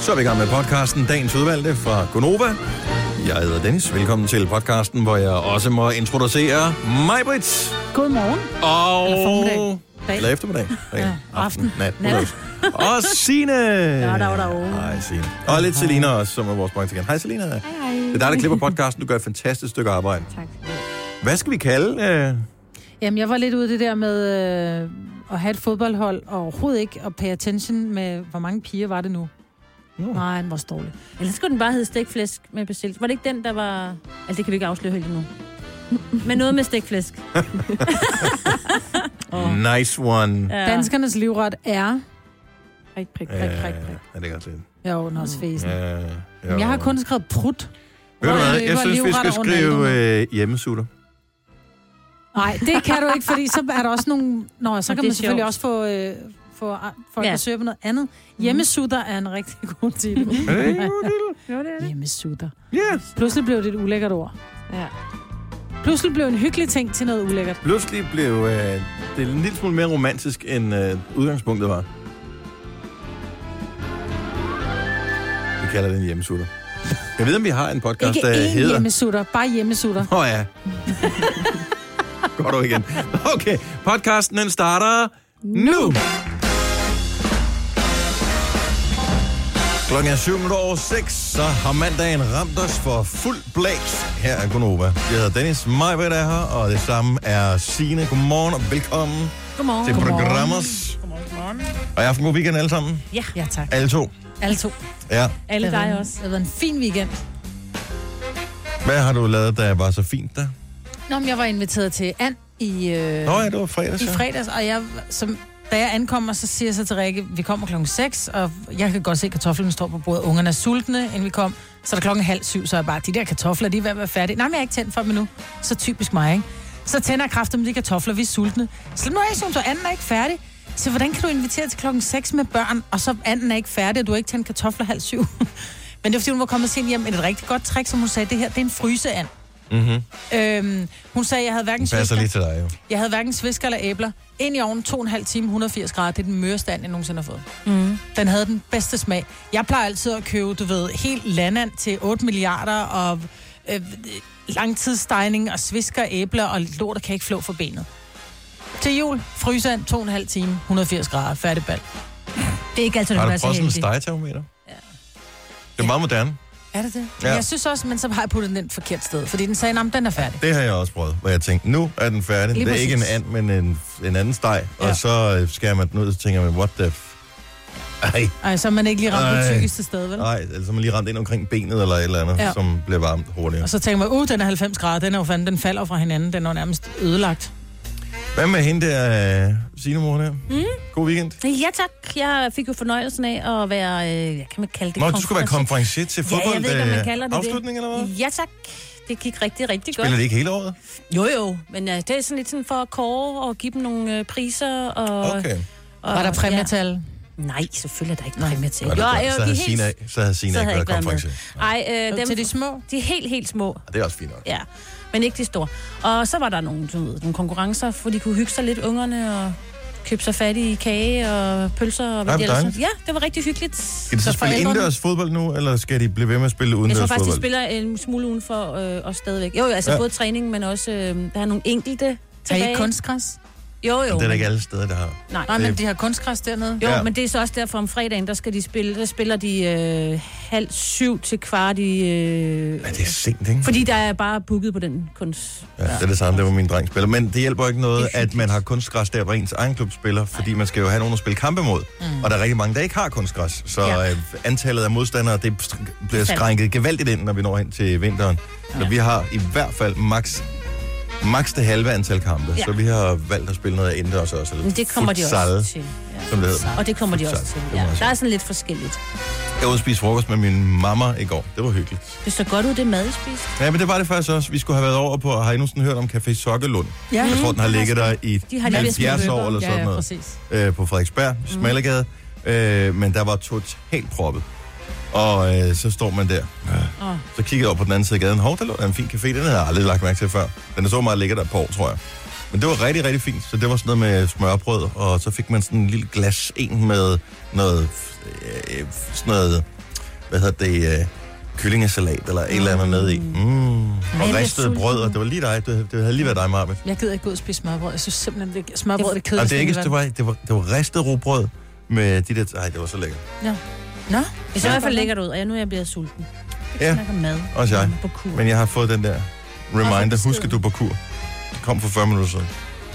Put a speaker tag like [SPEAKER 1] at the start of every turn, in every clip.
[SPEAKER 1] Så er vi i gang med podcasten Dagens Udvalgte fra Gonova. Jeg hedder Dennis. Velkommen til podcasten, hvor jeg også må introducere mig, Britt.
[SPEAKER 2] Godmorgen.
[SPEAKER 1] Og...
[SPEAKER 2] Eller formiddag. Dag.
[SPEAKER 1] Eller eftermiddag. Dag.
[SPEAKER 2] Ja, aften.
[SPEAKER 1] Nat.
[SPEAKER 2] Nat.
[SPEAKER 1] Nat. Og Signe. Ja,
[SPEAKER 2] dag, dag.
[SPEAKER 1] Hej, Signe. Og lidt Selina også, som er vores praktikant. Hej, Selina. Hej, hej. Det er dig, der klipper podcasten. Du gør et fantastisk stykke arbejde.
[SPEAKER 3] Tak.
[SPEAKER 1] Hvad skal vi kalde... Øh...
[SPEAKER 2] Jamen, jeg var lidt ude i det der med øh, at have et fodboldhold, og overhovedet ikke at pay attention med, hvor mange piger var det nu?
[SPEAKER 1] Nå.
[SPEAKER 2] Nej, den var så dårlig.
[SPEAKER 3] Ellers skulle den bare hedde stikflæsk med basil. Var det ikke den, der var... Altså, det kan vi ikke afsløre helt endnu. Men noget med stikflæsk.
[SPEAKER 1] Nice one.
[SPEAKER 3] Ja.
[SPEAKER 2] Danskernes livret er...
[SPEAKER 4] Prik, prik,
[SPEAKER 1] Ja,
[SPEAKER 4] prik, prik, prik.
[SPEAKER 1] Ja, det er godt lidt.
[SPEAKER 2] Jo, den er også fæsen.
[SPEAKER 1] Ja, ja.
[SPEAKER 2] Men jeg har kun skrevet prut.
[SPEAKER 1] Ved du
[SPEAKER 2] Hvor
[SPEAKER 1] hvad,
[SPEAKER 2] løber
[SPEAKER 1] jeg synes, vi skal
[SPEAKER 2] livretter rundt alle
[SPEAKER 1] skrive øh, hjemmesutter.
[SPEAKER 2] Nej, det kan du ikke, fordi så er der også nogle... Nå, så
[SPEAKER 3] Men
[SPEAKER 2] kan
[SPEAKER 3] det
[SPEAKER 2] man
[SPEAKER 3] er
[SPEAKER 2] selvfølgelig
[SPEAKER 3] sjovt.
[SPEAKER 2] også få, øh, få a- folk,
[SPEAKER 3] Ja. Mhm.
[SPEAKER 2] ja. der søger på noget andet. Hjemmesutter er en rigtig god titel.
[SPEAKER 1] Er det ikke en god titel?
[SPEAKER 4] Jo, det er det.
[SPEAKER 2] Hjemmesutter.
[SPEAKER 1] Ja.
[SPEAKER 2] Pludselig blev det et ulækkert ord.
[SPEAKER 4] Ja.
[SPEAKER 2] Pludselig blev en hyggelig ting til noget ulækkert.
[SPEAKER 1] Pludselig blev øh, det en lille smule mere romantisk, end øh, udgangspunktet var. Vi kalder det en hjemmesutter. Jeg ved, om vi har en podcast,
[SPEAKER 2] Ikke
[SPEAKER 1] der
[SPEAKER 2] én
[SPEAKER 1] hedder...
[SPEAKER 2] hjemmesutter, bare hjemmesutter.
[SPEAKER 1] Åh oh, ja. Godt over igen. Okay, podcasten den starter nu. Klokken er syv minutter over seks, så har mandagen ramt os for fuld blæs her er Gunova. Jeg hedder Dennis, mig ved er her, og det samme er Signe. Godmorgen og velkommen
[SPEAKER 2] Godmorgen.
[SPEAKER 1] til programmet. Og jeg har haft en god weekend alle sammen.
[SPEAKER 2] Ja, tak.
[SPEAKER 1] Alle to.
[SPEAKER 2] Alle to.
[SPEAKER 1] Ja.
[SPEAKER 3] Alle
[SPEAKER 2] Det har
[SPEAKER 3] dig
[SPEAKER 2] været-
[SPEAKER 3] også.
[SPEAKER 2] Det har været en fin weekend.
[SPEAKER 1] Hvad har du lavet, der var så fint der?
[SPEAKER 2] Nå, men jeg var inviteret til And i, øh,
[SPEAKER 1] Nå ja, det var fredags.
[SPEAKER 2] i
[SPEAKER 1] ja.
[SPEAKER 2] fredags, og jeg, som, da jeg ankommer, så siger jeg så til Rikke, vi kommer klokken 6, og jeg kan godt se, at kartoflerne står på bordet. Ungerne er sultne, inden vi kom. Så er der klokken halv syv, så er jeg bare, de der kartofler, de er ved at være færdige. Nej, men jeg er ikke tændt for dem endnu. Så typisk mig, ikke? Så tænder jeg kraften med de kartofler, vi er sultne. Slip nu af, Sion, så anden er ikke færdig. Så hvordan kan du invitere til klokken 6 med børn, og så anden er ikke færdig, og du har ikke tændt kartofler halv syv? men det er fordi, hun var kommet sent hjem med et rigtig godt trick, som hun sagde, det her, det er en fryseand.
[SPEAKER 1] Mhm.
[SPEAKER 2] Øhm, hun sagde, jeg havde hverken
[SPEAKER 1] Den passer
[SPEAKER 2] svisker-
[SPEAKER 1] lige til dig, jo.
[SPEAKER 2] jeg havde hverken svisker eller æbler. Ind i ovnen, 2,5 time, 180 grader. Det er den møreste and, jeg nogensinde har fået.
[SPEAKER 3] Mm.
[SPEAKER 2] Den havde den bedste smag. Jeg plejer altid at købe, du ved, helt landand til 8 milliarder og øh, langtidsstegning og svisker, æbler og lort, der kan ikke flå for benet. Til jul, frysand, 2,5 time, 180 grader, færdig bal.
[SPEAKER 3] Det er ikke altid,
[SPEAKER 1] Har
[SPEAKER 3] du
[SPEAKER 1] du
[SPEAKER 3] er så
[SPEAKER 1] prøvet sådan en
[SPEAKER 3] heldig.
[SPEAKER 1] stegetermometer? Ja. Det er meget moderne.
[SPEAKER 2] Er det det?
[SPEAKER 1] Ja.
[SPEAKER 2] Ja. Jeg synes også, men så har jeg puttet den et forkert sted, fordi den sagde, at den er færdig.
[SPEAKER 1] Det har jeg også prøvet, hvor jeg tænkte, nu er den færdig.
[SPEAKER 2] Lige
[SPEAKER 1] det er ikke en
[SPEAKER 2] præcis.
[SPEAKER 1] and, men en, en anden steg. Ja.
[SPEAKER 2] Ja.
[SPEAKER 1] Og så øh, skærer man den ud, og så tænker man, what the f... Ej,
[SPEAKER 2] Ej, så er Altså, man ikke lige ramt
[SPEAKER 1] Ej.
[SPEAKER 2] det tykkeste sted, vel?
[SPEAKER 1] nej, altså man lige ramt ind omkring benet eller et eller andet, ja.
[SPEAKER 2] Ja.
[SPEAKER 1] som bliver varmt hurtigere.
[SPEAKER 2] Og så tænker man, uh, den er 90 grader, den er jo fanden, den falder fra hinanden, den er jo nærmest ødelagt.
[SPEAKER 1] Hvad med hende der, øh, Signe mor her? Mm. God weekend.
[SPEAKER 3] Ja, tak. Jeg fik jo fornøjelsen af at være... Øh, jeg kan man kalde det
[SPEAKER 1] Nå, du skulle være konferencier til
[SPEAKER 3] Ja,
[SPEAKER 1] fodbold.
[SPEAKER 3] jeg ved ikke, om man
[SPEAKER 1] øh,
[SPEAKER 3] kalder det
[SPEAKER 1] Afslutning eller hvad?
[SPEAKER 3] det. Ja, tak. Det gik rigtig, rigtig godt.
[SPEAKER 1] Spiller det ikke hele året?
[SPEAKER 3] Jo, jo. Men øh, det er sådan lidt sådan for at kåre og give dem nogle øh, priser. Og,
[SPEAKER 1] Okay.
[SPEAKER 3] og,
[SPEAKER 2] Var der præmietal? Ja.
[SPEAKER 3] Nej, selvfølgelig er der ikke præmie til.
[SPEAKER 1] Var det
[SPEAKER 3] Jo,
[SPEAKER 1] godt,
[SPEAKER 3] jeg
[SPEAKER 1] så
[SPEAKER 3] vil
[SPEAKER 1] havde
[SPEAKER 3] give helt-
[SPEAKER 1] Signe, så havde Signe
[SPEAKER 3] så
[SPEAKER 1] ikke
[SPEAKER 3] havde jeg
[SPEAKER 1] været
[SPEAKER 3] ikke været med.
[SPEAKER 1] konferencier.
[SPEAKER 3] Ej, øh, dem,
[SPEAKER 2] Til de små?
[SPEAKER 3] de er helt, helt små.
[SPEAKER 1] Det er også fint nok.
[SPEAKER 3] Ja, men ikke de store. Og så var der nogle, du ved, nogle konkurrencer, hvor de kunne hygge sig lidt, ungerne, og købe sig fat i kage og pølser. Og
[SPEAKER 1] Ej,
[SPEAKER 3] hvad de ellers-
[SPEAKER 1] dejligt.
[SPEAKER 3] ja, det var rigtig hyggeligt.
[SPEAKER 1] Skal de så,
[SPEAKER 2] Så
[SPEAKER 1] spille
[SPEAKER 2] forældrene-
[SPEAKER 1] indendørs fodbold nu, eller skal de blive ved med at spille
[SPEAKER 3] Jeg
[SPEAKER 1] udendørs
[SPEAKER 3] tror faktisk, de
[SPEAKER 1] fodbold?
[SPEAKER 3] spiller en smule uden for øh, os stadigvæk. Jo, jo, altså
[SPEAKER 1] Ja.
[SPEAKER 3] ja. både træning, men også, øh, der er nogle enkelte
[SPEAKER 2] Er I
[SPEAKER 3] tilbage.
[SPEAKER 2] ikke kunstgræs?
[SPEAKER 3] Jo, jo.
[SPEAKER 1] Det er da ikke alle steder, der har.
[SPEAKER 3] Nej.
[SPEAKER 2] Nej,
[SPEAKER 1] Det-
[SPEAKER 2] men de har kunstgræs dernede.
[SPEAKER 3] Jo,
[SPEAKER 1] Ja.
[SPEAKER 3] ja. men det er så også derfor om fredagen, der skal de spille, der spiller de øh, halv syv til kvart i... Øh,
[SPEAKER 1] Ja, det er sent, ikke?
[SPEAKER 3] fordi der er bare booket på den kunst.
[SPEAKER 1] Ja, det er det samme, det var min dreng spiller. Men det hjælper ikke noget, at man har kunstgræs der, hvor ens egen klub spiller, fordi man skal jo have nogen at spille kampe mod. Mm. Og der er rigtig mange, der ikke har kunstgræs. Så
[SPEAKER 3] Ja.
[SPEAKER 1] øh, antallet af modstandere, det st- bliver skrænket gevaldigt ind, når vi når ind til vinteren. Så vi har i hvert fald max, max det halve antal kampe.
[SPEAKER 3] Ja.
[SPEAKER 1] Så vi har valgt at spille noget indendørs også. Eller
[SPEAKER 3] Men det kommer de
[SPEAKER 1] futsal,
[SPEAKER 3] også til. Ja.
[SPEAKER 1] Som det hedder.
[SPEAKER 3] Og det kommer de også
[SPEAKER 1] Futsal,
[SPEAKER 3] til.
[SPEAKER 1] det må
[SPEAKER 3] Ja.
[SPEAKER 1] jeg
[SPEAKER 3] Der er sådan lidt forskelligt.
[SPEAKER 1] Jeg var ude at spise frokost med min mamma i går. Det var hyggeligt.
[SPEAKER 3] Det så godt ud, det mad, I spiste.
[SPEAKER 1] Ja, men det var det faktisk også. Vi skulle have været over på, har I nogensinde hørt om Café Sokkelund?
[SPEAKER 2] Ja.
[SPEAKER 1] Jeg tror, den har ligget der i
[SPEAKER 3] De har lige vist med
[SPEAKER 1] 70 år
[SPEAKER 3] løbere.
[SPEAKER 1] eller sådan
[SPEAKER 2] ja, ja,
[SPEAKER 1] noget.
[SPEAKER 2] præcis. Mm.
[SPEAKER 1] øh, på Frederiksberg, Smallegade, øh, men der var totalt proppet. Og øh, så står man der. Øh.
[SPEAKER 3] Åh.
[SPEAKER 1] Så kigger jeg over på den anden side af gaden. Hov, der lå der en fin café. Den havde jeg aldrig lagt mærke til før. Den er så meget lækker der på år, tror jeg. Men det var rigtig, rigtig fint. Så det var sådan noget med smørbrød, og så fik man øh, sådan en lille glas en med noget, øh, sådan noget hvad hedder det, øh, kyllingesalat eller et eller andet nede i. Mm. Og
[SPEAKER 3] bliver
[SPEAKER 1] ristede
[SPEAKER 3] sulten
[SPEAKER 1] brød,
[SPEAKER 3] nu.
[SPEAKER 1] og det var lige dig, det, det havde lige været dig, Marve.
[SPEAKER 2] Jeg gider ikke gå ud og spise smørbrød. Jeg synes simpelthen, det smørbrød er det kedeligste.
[SPEAKER 1] Og det, er ikke,
[SPEAKER 2] i
[SPEAKER 1] det, var, det, var, det var ristet rugbrød med de der... Ej, det var så lækkert.
[SPEAKER 2] verden. Ja.
[SPEAKER 3] Nå, det ser i hvert fald
[SPEAKER 2] Ja.
[SPEAKER 3] lækkert ud, og jeg, nu er jeg bliver sulten.
[SPEAKER 1] Ja.
[SPEAKER 3] Ja. mad.
[SPEAKER 1] Også jeg.
[SPEAKER 3] På kur.
[SPEAKER 1] Men jeg har fået den der reminder.
[SPEAKER 3] beskeden.
[SPEAKER 1] Husk, at du er på kur. Det kom for 40 minutter siden.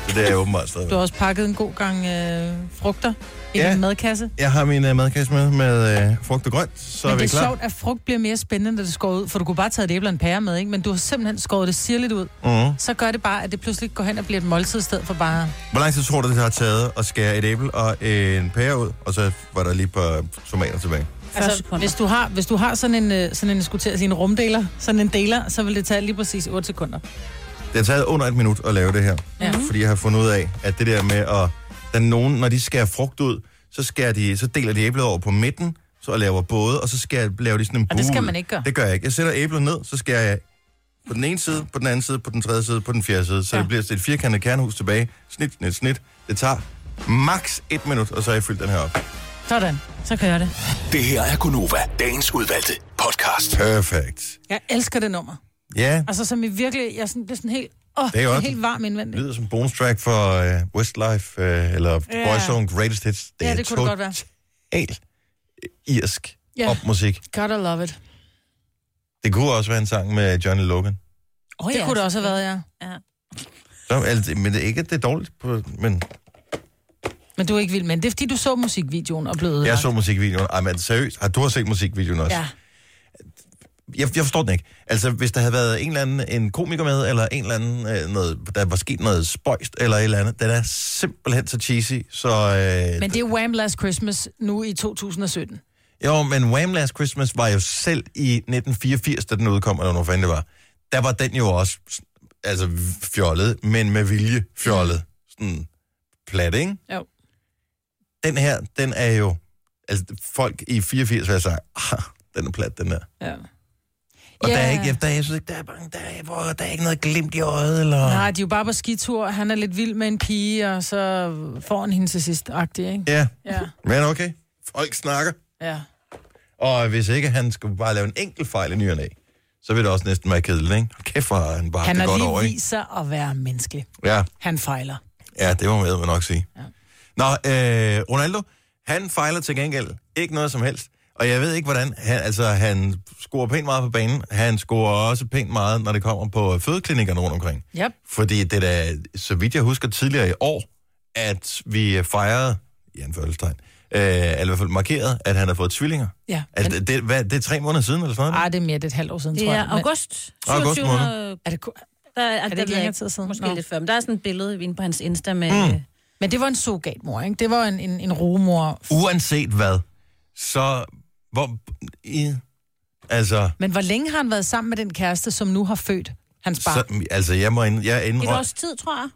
[SPEAKER 1] Så det er jeg åbenbart
[SPEAKER 2] Du
[SPEAKER 1] stadig.
[SPEAKER 2] har også pakket en god gang øh, frugter i
[SPEAKER 1] Ja.
[SPEAKER 2] ja. din madkasse.
[SPEAKER 1] Jeg har min uh, madkasse med med uh, frugt og grønt, så
[SPEAKER 2] Men
[SPEAKER 1] er
[SPEAKER 2] det
[SPEAKER 1] vi
[SPEAKER 2] er
[SPEAKER 1] klar.
[SPEAKER 2] sjovt, at frugt bliver mere spændende, når det skår ud, for du kunne bare tage et æble og en pære med, ikke? men du har simpelthen skåret det sirligt ud.
[SPEAKER 1] Mm.
[SPEAKER 2] Så gør det bare, at det pludselig går hen og bliver et måltid i stedet for bare...
[SPEAKER 1] Hvor lang tid tror du, det har taget at skære et æble og en pære ud, og så var der lige et par tomater tilbage?
[SPEAKER 3] Altså,
[SPEAKER 2] Altså, hvis du har, hvis du har sådan en, øh, sådan en, skulle til at sige, en rumdeler, sådan en deler, så vil det tage lige præcis 8 sekunder.
[SPEAKER 1] Det har taget under et minut at lave det her.
[SPEAKER 2] Ja. Mhm.
[SPEAKER 1] Fordi jeg har fundet ud af, at det der med at... Der er nogen, når de skærer frugt ud, så, skærer de, så deler de æblet over på midten, så og laver både, og så skærer, laver de sådan en bue.
[SPEAKER 2] Og det skal
[SPEAKER 1] ud.
[SPEAKER 2] man ikke gøre.
[SPEAKER 1] Det gør jeg ikke. Jeg sætter æblet ned, så skærer jeg på den ene side, på den anden side, på den tredje side, på den fjerde side. Så ja.
[SPEAKER 2] Ja.
[SPEAKER 1] det bliver et firkantet kernehus tilbage. Snit, snit, snit. Det tager maks et minut, og så har jeg fyldt den her op.
[SPEAKER 2] Sådan, så kører det.
[SPEAKER 4] Det her er Gunova, dagens udvalgte podcast.
[SPEAKER 1] Perfekt.
[SPEAKER 2] Jeg elsker det nummer.
[SPEAKER 1] Ja,
[SPEAKER 2] Altså, som i virkelig, jeg sådan, bliver sådan helt, åh,
[SPEAKER 1] Det er jo
[SPEAKER 2] det er
[SPEAKER 1] også-
[SPEAKER 2] helt varm
[SPEAKER 1] det
[SPEAKER 2] indvendigt.
[SPEAKER 1] lyder som bonus track for uh, Westlife, uh, eller yeah.
[SPEAKER 2] Ja.
[SPEAKER 1] Boyzone Greatest Hits.
[SPEAKER 2] Ja,
[SPEAKER 1] er
[SPEAKER 2] det kunne det godt være.
[SPEAKER 1] totalt irsk
[SPEAKER 2] Ja.
[SPEAKER 1] popmusik.
[SPEAKER 2] God, I love it.
[SPEAKER 1] Det kunne også være en sang med Johnny Logan.
[SPEAKER 3] oh,
[SPEAKER 2] Det kunne det også have været, ja.
[SPEAKER 3] Ja.
[SPEAKER 1] Så, altså, men det er ikke, at det er dårligt, på, men
[SPEAKER 2] Men du er ikke vild med det. Det er, fordi du så musikvideoen og blev
[SPEAKER 1] jeg
[SPEAKER 2] ødelagt.
[SPEAKER 1] så musikvideoen. Ej, men seriøst, har du har set musikvideoen også?
[SPEAKER 2] Ja.
[SPEAKER 1] Jeg, jeg forstår den ikke. Altså, hvis der havde været en eller anden en komiker med, eller en eller anden, øh, noget, der var sket noget spøjst, eller et eller andet, den er simpelthen så cheesy, så... Øh,
[SPEAKER 2] Men det er Wham! Last Christmas nu i 2017.
[SPEAKER 1] Jo, men Wham! Last Christmas var jo selv i 1984, da den udkom, eller hvor fanden det var. Der var den jo også altså, fjollet, men med vilje fjollet. Sådan plat, ikke?
[SPEAKER 2] Jo.
[SPEAKER 1] Den her, den er jo... Altså, folk i 84 vil have sagt, ah, den er plat, den der.
[SPEAKER 2] Ja.
[SPEAKER 1] Og yeah. der er
[SPEAKER 2] Ja.
[SPEAKER 1] ikke, der, er- jeg synes ikke, der er, bange, der, er, hvor, der er ikke noget glimt i øjet, eller...
[SPEAKER 2] Nej, de er jo bare på skitur. Han er lidt vild med en pige, og så får han hende til sidst, agtig, ikke?
[SPEAKER 1] Ja,
[SPEAKER 2] Ja.
[SPEAKER 1] men okay. Folk snakker.
[SPEAKER 2] ja.
[SPEAKER 1] Og hvis ikke han skulle bare lave en enkelt fejl i ny og næ, så vil det også næsten være kedeligt, ikke? Hold Kæft, hvor har han bare
[SPEAKER 2] Han
[SPEAKER 1] haft
[SPEAKER 2] har
[SPEAKER 1] det godt
[SPEAKER 2] lige
[SPEAKER 1] over, ikke?
[SPEAKER 2] vist sig at være menneskelig.
[SPEAKER 1] Ja.
[SPEAKER 2] Han fejler.
[SPEAKER 1] Ja, det må man nok sige. Ja.
[SPEAKER 2] Ja.
[SPEAKER 1] Nå, øh, Ronaldo, han fejler til gengæld ikke noget som helst. Og jeg ved ikke, hvordan. Han, altså, han scorer pænt meget på banen. Han scorer også pænt meget, når det kommer på fødeklinikkerne rundt omkring.
[SPEAKER 2] Yep.
[SPEAKER 1] Fordi det er da, så vidt jeg husker tidligere i år, at vi fejrede, i anførselstegn, øh, eller i hvert fald markerede, at han har fået tvillinger.
[SPEAKER 2] Ja.
[SPEAKER 1] Altså, det, det, hvad, det er tre måneder siden, eller sådan noget?
[SPEAKER 2] Ej, det er mere det er et halvt år siden,
[SPEAKER 3] Det
[SPEAKER 2] tror
[SPEAKER 3] er
[SPEAKER 2] jeg. Men-
[SPEAKER 3] august.
[SPEAKER 1] August
[SPEAKER 3] 27.
[SPEAKER 1] måned.
[SPEAKER 2] Er det, ku-
[SPEAKER 3] Der, er, er
[SPEAKER 2] ikke
[SPEAKER 3] det ikke
[SPEAKER 2] længere
[SPEAKER 3] længere
[SPEAKER 2] tid siden?
[SPEAKER 3] Måske
[SPEAKER 2] Nå.
[SPEAKER 3] lidt før, men der er sådan et billede inde på hans Insta med... Mm.
[SPEAKER 2] men det var en surrogatmor, ikke? Det var en, en, en rogemor.
[SPEAKER 1] Uanset hvad, så... Hvor, i, altså...
[SPEAKER 2] Men hvor længe har han været sammen med den kæreste, som nu har født hans barn?
[SPEAKER 1] Så, altså, jeg må ind, jeg
[SPEAKER 3] Et
[SPEAKER 1] indrømmer...
[SPEAKER 3] års tid, tror jeg.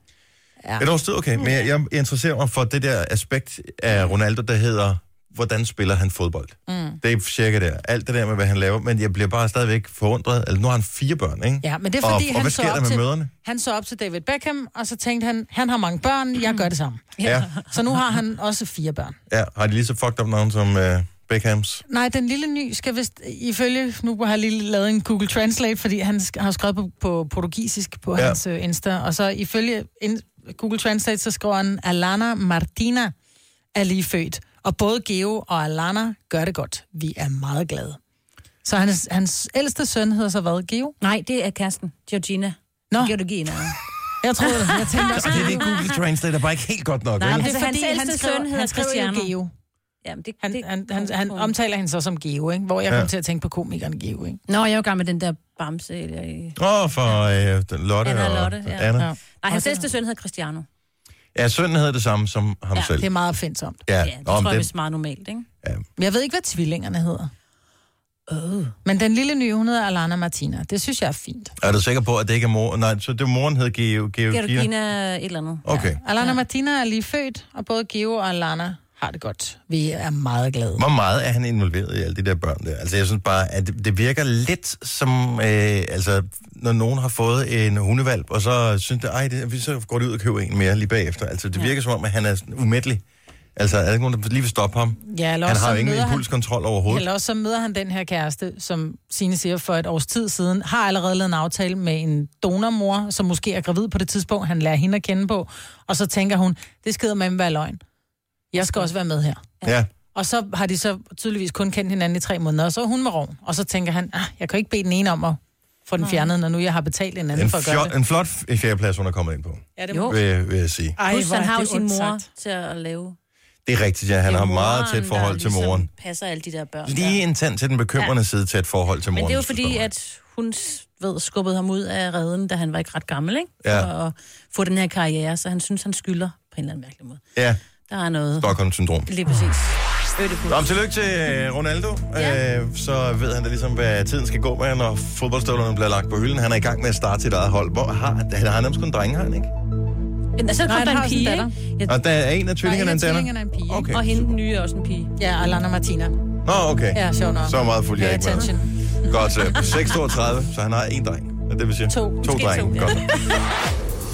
[SPEAKER 1] Et års tid, okay. Men jeg, jeg interesserer mig for det der aspekt af Ronaldo, der hedder, hvordan spiller han fodbold? Mm. Det er cirka der. Alt det der med, hvad han laver. Men jeg bliver bare stadigvæk forundret. Altså, nu har han fire børn, ikke?
[SPEAKER 2] Ja, men det er fordi,
[SPEAKER 1] og, og
[SPEAKER 2] han,
[SPEAKER 1] hvad
[SPEAKER 2] så
[SPEAKER 1] sker der
[SPEAKER 2] op
[SPEAKER 1] med
[SPEAKER 2] til,
[SPEAKER 1] møderne?
[SPEAKER 2] han så op til David Beckham, og så tænkte han, han har mange børn, jeg gør det samme.
[SPEAKER 1] Ja.
[SPEAKER 2] Så nu har han også fire børn.
[SPEAKER 1] ja. Har de lige så fucked up navn som øh, Beckhams?
[SPEAKER 2] Nej, den lille ny skal vist ifølge... Nu har jeg lige lavet en Google Translate, fordi han sk- har skrevet på, på portugisisk på
[SPEAKER 1] Ja.
[SPEAKER 2] ja. hans øh, Insta. Og så ifølge in, Google Translate, så skriver han, Alana Martina er lige født. Og både Geo og Alana gør det godt. Vi er meget glade. Så hans, hans ældste søn hedder så hvad? Geo?
[SPEAKER 3] Nej, det er Kirsten. Georgina.
[SPEAKER 2] Nå,
[SPEAKER 3] Georgina.
[SPEAKER 2] jeg troede det. Jeg tænkte også,
[SPEAKER 1] Det er det Google Translate, der bare ikke helt godt nok.
[SPEAKER 3] Nej,
[SPEAKER 1] vel?
[SPEAKER 2] Jamen,
[SPEAKER 3] Altså, hans ældste søn hedder
[SPEAKER 2] han skriver jo
[SPEAKER 3] Cristiano.
[SPEAKER 2] Geo.
[SPEAKER 3] Jamen, det,
[SPEAKER 2] Han,
[SPEAKER 3] det,
[SPEAKER 2] han, han, han omtaler hende så som Geo, ikke? hvor jeg
[SPEAKER 1] Ja.
[SPEAKER 2] kom til at tænke på komikeren Geo. Ikke?
[SPEAKER 3] Nå, jeg er jo gammel med den der bamse. Eller... i-
[SPEAKER 1] Åh, oh, for øh, den Lotte
[SPEAKER 3] Anna
[SPEAKER 1] og
[SPEAKER 3] Lotte, ja.
[SPEAKER 1] Anna. Ja.
[SPEAKER 2] Ja.
[SPEAKER 3] Nej, hans
[SPEAKER 2] Og det-
[SPEAKER 3] ældste søn hedder Cristiano.
[SPEAKER 1] ja, sønnen hedder det samme som ham
[SPEAKER 3] Ja,
[SPEAKER 1] selv.
[SPEAKER 2] Det er meget opfindsomt.
[SPEAKER 1] Ja,
[SPEAKER 3] Ja, det
[SPEAKER 1] Nå, men
[SPEAKER 3] tror jeg
[SPEAKER 1] den,
[SPEAKER 3] vist meget normalt, ikke?
[SPEAKER 2] Men jeg ved ikke, hvad tvillingerne hedder.
[SPEAKER 3] Oh.
[SPEAKER 2] Men den lille nye, hun hedder Alana Martina. Det synes jeg er fint.
[SPEAKER 1] er du sikker på, at det ikke er mor? Nej, så det er moren hed Geo, Geo, Geo
[SPEAKER 3] Georgina et eller andet.
[SPEAKER 1] Okay.
[SPEAKER 2] Alana ja. Martina er lige født, og både Geo og Alana har det godt. Vi er meget glade.
[SPEAKER 1] Hvor meget er han involveret i alle de der børn der? Altså, jeg synes bare, at det, det virker lidt som, øh, altså, når nogen har fået en hundevalp, og så synes det, ej, det, så går de ud og køber en mere lige bagefter. Altså, det ja. virker som om, at han er sådan umættelig. Altså, er der ikke nogen, der lige vil stoppe ham?
[SPEAKER 2] Ja, eller
[SPEAKER 1] Han
[SPEAKER 2] også
[SPEAKER 1] har jo
[SPEAKER 2] så
[SPEAKER 1] ingen
[SPEAKER 2] møder han-
[SPEAKER 1] impulskontrol overhovedet.
[SPEAKER 2] Eller også så møder han den her kæreste, som Signe siger for et års tid siden, har allerede lavet en aftale med en donormor, som måske er gravid på det tidspunkt, han lærer hende at kende på. Og så tænker hun, det skider med at være løgn. Jeg skal også være med her.
[SPEAKER 1] Ja.
[SPEAKER 2] Og så har de så tydeligvis kun kendt hinanden i tre måneder, og så er hun med roven. Og så tænker han, ah, jeg kan jo ikke bede den ene om at få den fjernet, når nu jeg har betalt en anden
[SPEAKER 1] En,
[SPEAKER 2] for at gøre
[SPEAKER 1] fjol,
[SPEAKER 2] det.
[SPEAKER 1] en flot f- fjerdeplads, hun er kommet ind på,
[SPEAKER 2] Ja, det
[SPEAKER 3] Jo.
[SPEAKER 1] vil, vil jeg sige.
[SPEAKER 2] Ej,
[SPEAKER 3] Plus,
[SPEAKER 2] hvor
[SPEAKER 3] han
[SPEAKER 2] er
[SPEAKER 3] har jo
[SPEAKER 2] det
[SPEAKER 3] sin
[SPEAKER 2] ondt
[SPEAKER 3] mor
[SPEAKER 2] sagt.
[SPEAKER 3] til at lave.
[SPEAKER 1] Det er rigtigt, ja. Han
[SPEAKER 3] Det er
[SPEAKER 1] har meget
[SPEAKER 3] moren,
[SPEAKER 1] tæt forhold
[SPEAKER 3] der
[SPEAKER 1] til moren.
[SPEAKER 3] Ligesom passer alle de der børn.
[SPEAKER 1] Lige en tand til den bekymrende side tæt forhold til moren.
[SPEAKER 3] Men det er jo
[SPEAKER 1] hvis du
[SPEAKER 3] fordi,
[SPEAKER 1] spørger mig.
[SPEAKER 3] at hun s- ved, skubbede ham ud af redden, da han var ikke ret gammel, ikke?
[SPEAKER 1] Ja.
[SPEAKER 3] For at få den her karriere, så han synes, han skylder på en eller anden mærkelig måde.
[SPEAKER 1] Ja,
[SPEAKER 3] Der er noget...
[SPEAKER 1] Stockholm-syndrom.
[SPEAKER 3] Lige præcis. Ødipus.
[SPEAKER 1] Nå, men tillykke til øh, Ronaldo. Ja.
[SPEAKER 3] Ja.
[SPEAKER 1] Øh, så ved han da ligesom, hvad tiden skal gå med, når fodboldstøvlerne bliver lagt på hylden. Han er i gang med at starte sit eget hold. Hvor har han, har han nærmest kun drenge, har han ikke?
[SPEAKER 3] Men Så
[SPEAKER 2] Nej,
[SPEAKER 3] kom
[SPEAKER 2] han
[SPEAKER 3] der
[SPEAKER 2] har
[SPEAKER 3] en
[SPEAKER 2] også en
[SPEAKER 3] pige,
[SPEAKER 2] datter.
[SPEAKER 3] ikke? Ja,
[SPEAKER 1] Og der er en af
[SPEAKER 2] en
[SPEAKER 1] tvillingerne,
[SPEAKER 2] af
[SPEAKER 1] en datter?
[SPEAKER 2] tvillingerne er en pige, ikke?
[SPEAKER 1] Ah, Okay.
[SPEAKER 3] Og hende den nye er også en pige.
[SPEAKER 2] Ja, Alana Martina.
[SPEAKER 1] Nå, okay.
[SPEAKER 2] Ja, sjov nok.
[SPEAKER 1] Så meget fuldt jeg
[SPEAKER 2] Pay
[SPEAKER 1] ikke med.
[SPEAKER 2] attention.
[SPEAKER 1] Godt, øh, 632, så han har en dreng. Er det, vi siger?
[SPEAKER 2] To.
[SPEAKER 1] To
[SPEAKER 2] Måske
[SPEAKER 1] drenge.
[SPEAKER 2] to.
[SPEAKER 1] Godt.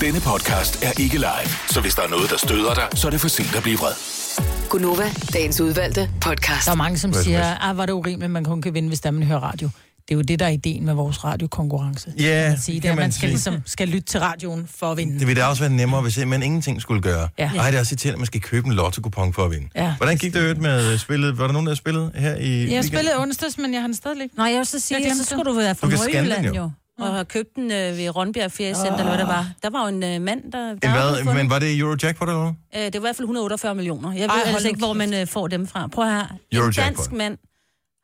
[SPEAKER 4] Denne podcast er ikke live, så hvis der er noget, der støder dig, så er det for sent at blive vred.
[SPEAKER 5] Gunova, dagens udvalgte podcast.
[SPEAKER 2] Der er mange, som
[SPEAKER 1] Hvad som
[SPEAKER 2] siger, at var det urimeligt, at man kun kan vinde, hvis der man hører radio. Det er jo det, der er ideen med vores radiokonkurrence.
[SPEAKER 1] Ja,
[SPEAKER 2] kan man
[SPEAKER 1] det
[SPEAKER 2] sige. Det
[SPEAKER 1] kan
[SPEAKER 2] er, at
[SPEAKER 1] man
[SPEAKER 2] man skal,
[SPEAKER 1] sige.
[SPEAKER 2] ligesom, skal lytte til radioen for at vinde.
[SPEAKER 1] Det ville da også være nemmere, hvis man ingenting skulle gøre.
[SPEAKER 2] Ja.
[SPEAKER 1] Ej, det er også irriterende, at man skal købe en lotto-coupon for at vinde.
[SPEAKER 2] Ja.
[SPEAKER 1] Hvordan gik det i øvrigt med øh, spillet? Var der nogen, der spillede her
[SPEAKER 2] Jeg
[SPEAKER 1] i weekenden?
[SPEAKER 2] spillede onsdags, men jeg har den stadig ikke.
[SPEAKER 3] Nej, jeg vil så sige,
[SPEAKER 2] Jeg
[SPEAKER 3] at
[SPEAKER 2] glemte
[SPEAKER 3] så skulle du være fra
[SPEAKER 1] Du kan scanne den
[SPEAKER 3] Nordjylland
[SPEAKER 1] jo.
[SPEAKER 3] jo. Og har købt den øh, ved Rønbjerg Feriecenter, eller hvad der var. Der var jo en øh, mand, der... der
[SPEAKER 1] En
[SPEAKER 3] havde
[SPEAKER 1] hvad?
[SPEAKER 3] fundet-
[SPEAKER 1] Men var det Eurojackpot eller noget?
[SPEAKER 3] Øh, det var i hvert fald 148 millioner. Jeg
[SPEAKER 2] Ej,
[SPEAKER 3] ved
[SPEAKER 2] hold
[SPEAKER 3] altså
[SPEAKER 2] nu
[SPEAKER 3] ikke, hvor man øh, får dem fra. Prøv at høre. En
[SPEAKER 1] Eurojackpot.
[SPEAKER 3] dansk mand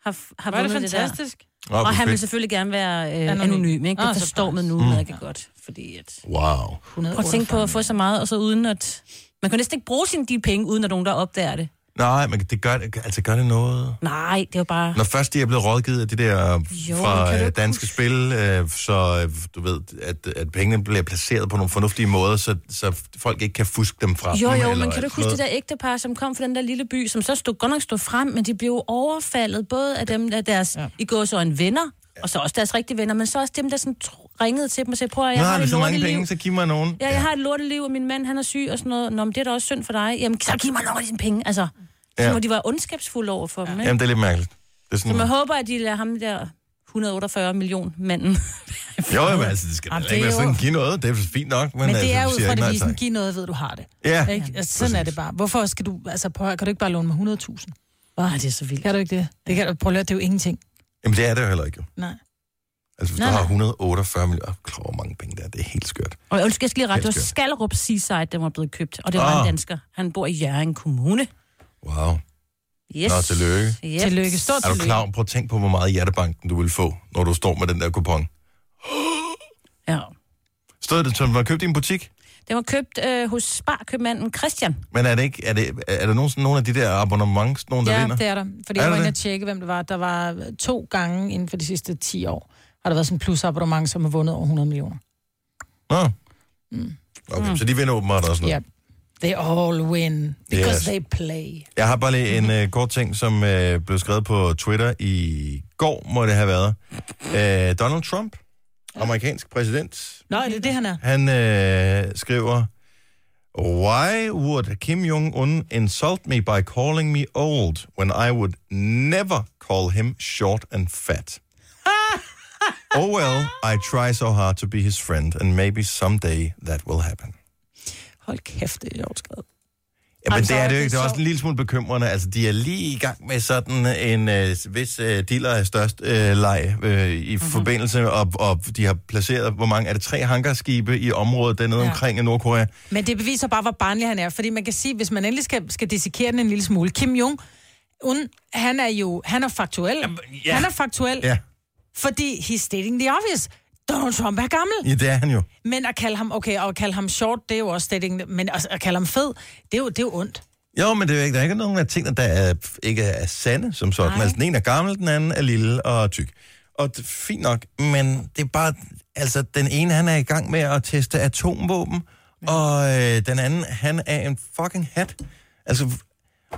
[SPEAKER 3] har, f- har
[SPEAKER 2] Var det
[SPEAKER 3] vundet det der.
[SPEAKER 2] fantastisk?
[SPEAKER 1] Åh, hvor
[SPEAKER 3] Og han vil
[SPEAKER 1] fedt.
[SPEAKER 3] selvfølgelig gerne være øh,
[SPEAKER 2] Anonym.
[SPEAKER 3] anonym. anonym, ikke?
[SPEAKER 2] Ah,
[SPEAKER 3] Det
[SPEAKER 2] så
[SPEAKER 3] forstår man nu mm. rigtig godt, fordi at...
[SPEAKER 1] Wow.
[SPEAKER 3] Prøv at tænke på at få så meget, og så uden at... Man kan næsten ikke bruge sine de penge, uden at nogen, der opdager det.
[SPEAKER 1] Nej, men det gør, altså gør det noget.
[SPEAKER 3] Nej, det var bare...
[SPEAKER 1] Når først de er blevet rådgivet af de der jo,
[SPEAKER 3] Jo,
[SPEAKER 1] fra
[SPEAKER 3] men kan du
[SPEAKER 1] øh,
[SPEAKER 3] ikke
[SPEAKER 1] danske spil, øh, så øh, du ved, at, at pengene bliver placeret på nogle fornuftige måder, så, så folk ikke kan fuske dem fra
[SPEAKER 3] Jo,
[SPEAKER 1] dem.
[SPEAKER 3] jo,
[SPEAKER 1] eller
[SPEAKER 3] men kan du ikke
[SPEAKER 1] sådan
[SPEAKER 3] huske det
[SPEAKER 1] noget.
[SPEAKER 3] der ægtepar, som kom fra den der lille by, som så stod, godt nok stod frem, men de blev overfaldet både af dem, af deres ja. i går så en venner, og så også deres rigtige venner, men så også dem, der sådan tro- ringede til dem og sagde, prøv at høre,
[SPEAKER 1] Nu
[SPEAKER 3] jeg
[SPEAKER 1] har
[SPEAKER 3] har
[SPEAKER 1] vi
[SPEAKER 3] et
[SPEAKER 1] så mange penge,
[SPEAKER 3] lorteliv.
[SPEAKER 1] så giv mig nogen.
[SPEAKER 3] Ja, jeg har et lorteliv, og min mand, han er syg og sådan noget. Nå, men det er da også synd for dig. Jamen, så giv mig nogle af dine penge. Altså,
[SPEAKER 1] Ja.
[SPEAKER 3] ja. hvor de var ondskabsfulde over for ja. dem, ikke?
[SPEAKER 1] Jamen, det er lidt mærkeligt. Det er sådan,
[SPEAKER 3] Men jeg håber, at de lader ham der 148 million manden.
[SPEAKER 1] jo, jamen, altså, det skal
[SPEAKER 2] Jamen,
[SPEAKER 1] da ikke
[SPEAKER 2] det
[SPEAKER 1] være
[SPEAKER 2] er
[SPEAKER 1] sådan,
[SPEAKER 2] jo-
[SPEAKER 1] give noget, det er fint nok. Men,
[SPEAKER 2] Men
[SPEAKER 1] altså,
[SPEAKER 2] det er
[SPEAKER 1] vi
[SPEAKER 2] ud
[SPEAKER 1] siger
[SPEAKER 2] fra
[SPEAKER 1] ikke nej
[SPEAKER 2] devisen,
[SPEAKER 1] tak.
[SPEAKER 2] giv noget, ved du har det.
[SPEAKER 1] Ja.
[SPEAKER 2] Ikke? Altså, sådan er det bare. Hvorfor skal du, altså, prøv, at høre, kan du ikke bare låne mig 100.000?
[SPEAKER 3] Åh, det er så vildt.
[SPEAKER 2] Kan du ikke det? det kan, prøv at høre, det er jo ingenting.
[SPEAKER 1] Jamen, det er det jo heller ikke. jo.
[SPEAKER 2] Nej.
[SPEAKER 1] Altså, hvis
[SPEAKER 2] Nej,
[SPEAKER 1] du har
[SPEAKER 2] nej.
[SPEAKER 1] 148 millioner, Åh, klar, hvor mange penge der er, det er helt skørt.
[SPEAKER 3] Og undskyld, jeg skal lige rette, det var
[SPEAKER 1] Helt skørt.
[SPEAKER 3] Skallerup Seaside, den var blevet købt. Og det var
[SPEAKER 1] Ah.
[SPEAKER 3] en dansker. Han bor i Jørgen Kommune.
[SPEAKER 1] Wow.
[SPEAKER 3] Yes.
[SPEAKER 1] Nå, tillykke.
[SPEAKER 3] Yep.
[SPEAKER 2] Tillykke. Stort
[SPEAKER 1] Er du
[SPEAKER 2] tillykke.
[SPEAKER 1] klar? over- Prøv at tænke på, hvor meget hjertebanken du vil få, når du står med den der kupon.
[SPEAKER 3] Ja.
[SPEAKER 1] Stod det, som var købt i en butik?
[SPEAKER 3] Den var købt øh, hos sparkøbmanden Christian.
[SPEAKER 1] Men er det ikke, er det, er der nogen, nogen af de der abonnements, nogen der
[SPEAKER 2] Ja,
[SPEAKER 1] vinder?
[SPEAKER 2] det er der. Fordi
[SPEAKER 1] Er
[SPEAKER 2] er jeg
[SPEAKER 1] der
[SPEAKER 2] var inde
[SPEAKER 1] det?
[SPEAKER 2] og tjekke, hvem det var. Der var to gange inden for de sidste 10 år, har der været sådan en plusabonnement, som har vundet over 100 millioner.
[SPEAKER 1] Nå.
[SPEAKER 2] Mm.
[SPEAKER 1] Okay, så de vinder åbenbart også noget.
[SPEAKER 2] Ja. They all win, because
[SPEAKER 1] Yes.
[SPEAKER 2] yes. they play.
[SPEAKER 1] Jeg har bare lige en øh, kort ting, som øh, blev skrevet på Twitter i går, må det have været. Øh, Donald Trump, amerikansk præsident,
[SPEAKER 2] Nå, er det det, han er?
[SPEAKER 1] han øh, skriver, Why would Kim Jong-un insult me by calling me old, when I would never call him short and fat? oh well, I try so hard to be his friend, and maybe someday that will happen.
[SPEAKER 2] Hold kæft, det er sjovt skrevet.
[SPEAKER 1] Ja, men
[SPEAKER 2] Jamen,
[SPEAKER 1] det
[SPEAKER 2] så
[SPEAKER 1] er
[SPEAKER 2] er
[SPEAKER 1] det jo
[SPEAKER 2] det
[SPEAKER 1] ikke. Det er
[SPEAKER 2] sjovt.
[SPEAKER 1] også en lille smule bekymrende. Altså, de er lige i gang med sådan en, øh, hvis øh, dealer er størst øh, leg øh, i
[SPEAKER 2] Mhm.
[SPEAKER 1] mm-hmm. forbindelse, og, og de har placeret, hvor mange, er det tre hangarskibe i området dernede ja.
[SPEAKER 2] Ja.
[SPEAKER 1] omkring i Nordkorea?
[SPEAKER 2] Men det beviser bare, hvor barnlig han er. Fordi man kan sige, hvis man endelig skal, skal dissekere den en lille smule. Kim Jong, un, han er jo han er faktuel. Jamen,
[SPEAKER 1] ja.
[SPEAKER 2] Han er faktuel, ja.
[SPEAKER 1] Ja,
[SPEAKER 2] fordi he's stating the obvious. Donald Trump er gammel.
[SPEAKER 1] ja det er han jo.
[SPEAKER 2] Men at kalde ham, okay, og at kalde ham short, det er jo også stating, men altså, at, at kalde ham fed, det er jo, det er jo ondt.
[SPEAKER 1] Jo, men det er jo ikke, der er ikke nogen af tingene, der er, ikke er sande som sådan. Nej. Altså, den ene er gammel, den anden er lille og tyk. Og det, fint nok, men det er bare... Altså, den ene, han er i gang med at teste atomvåben, og øh, den anden, han er en fucking hat. Altså,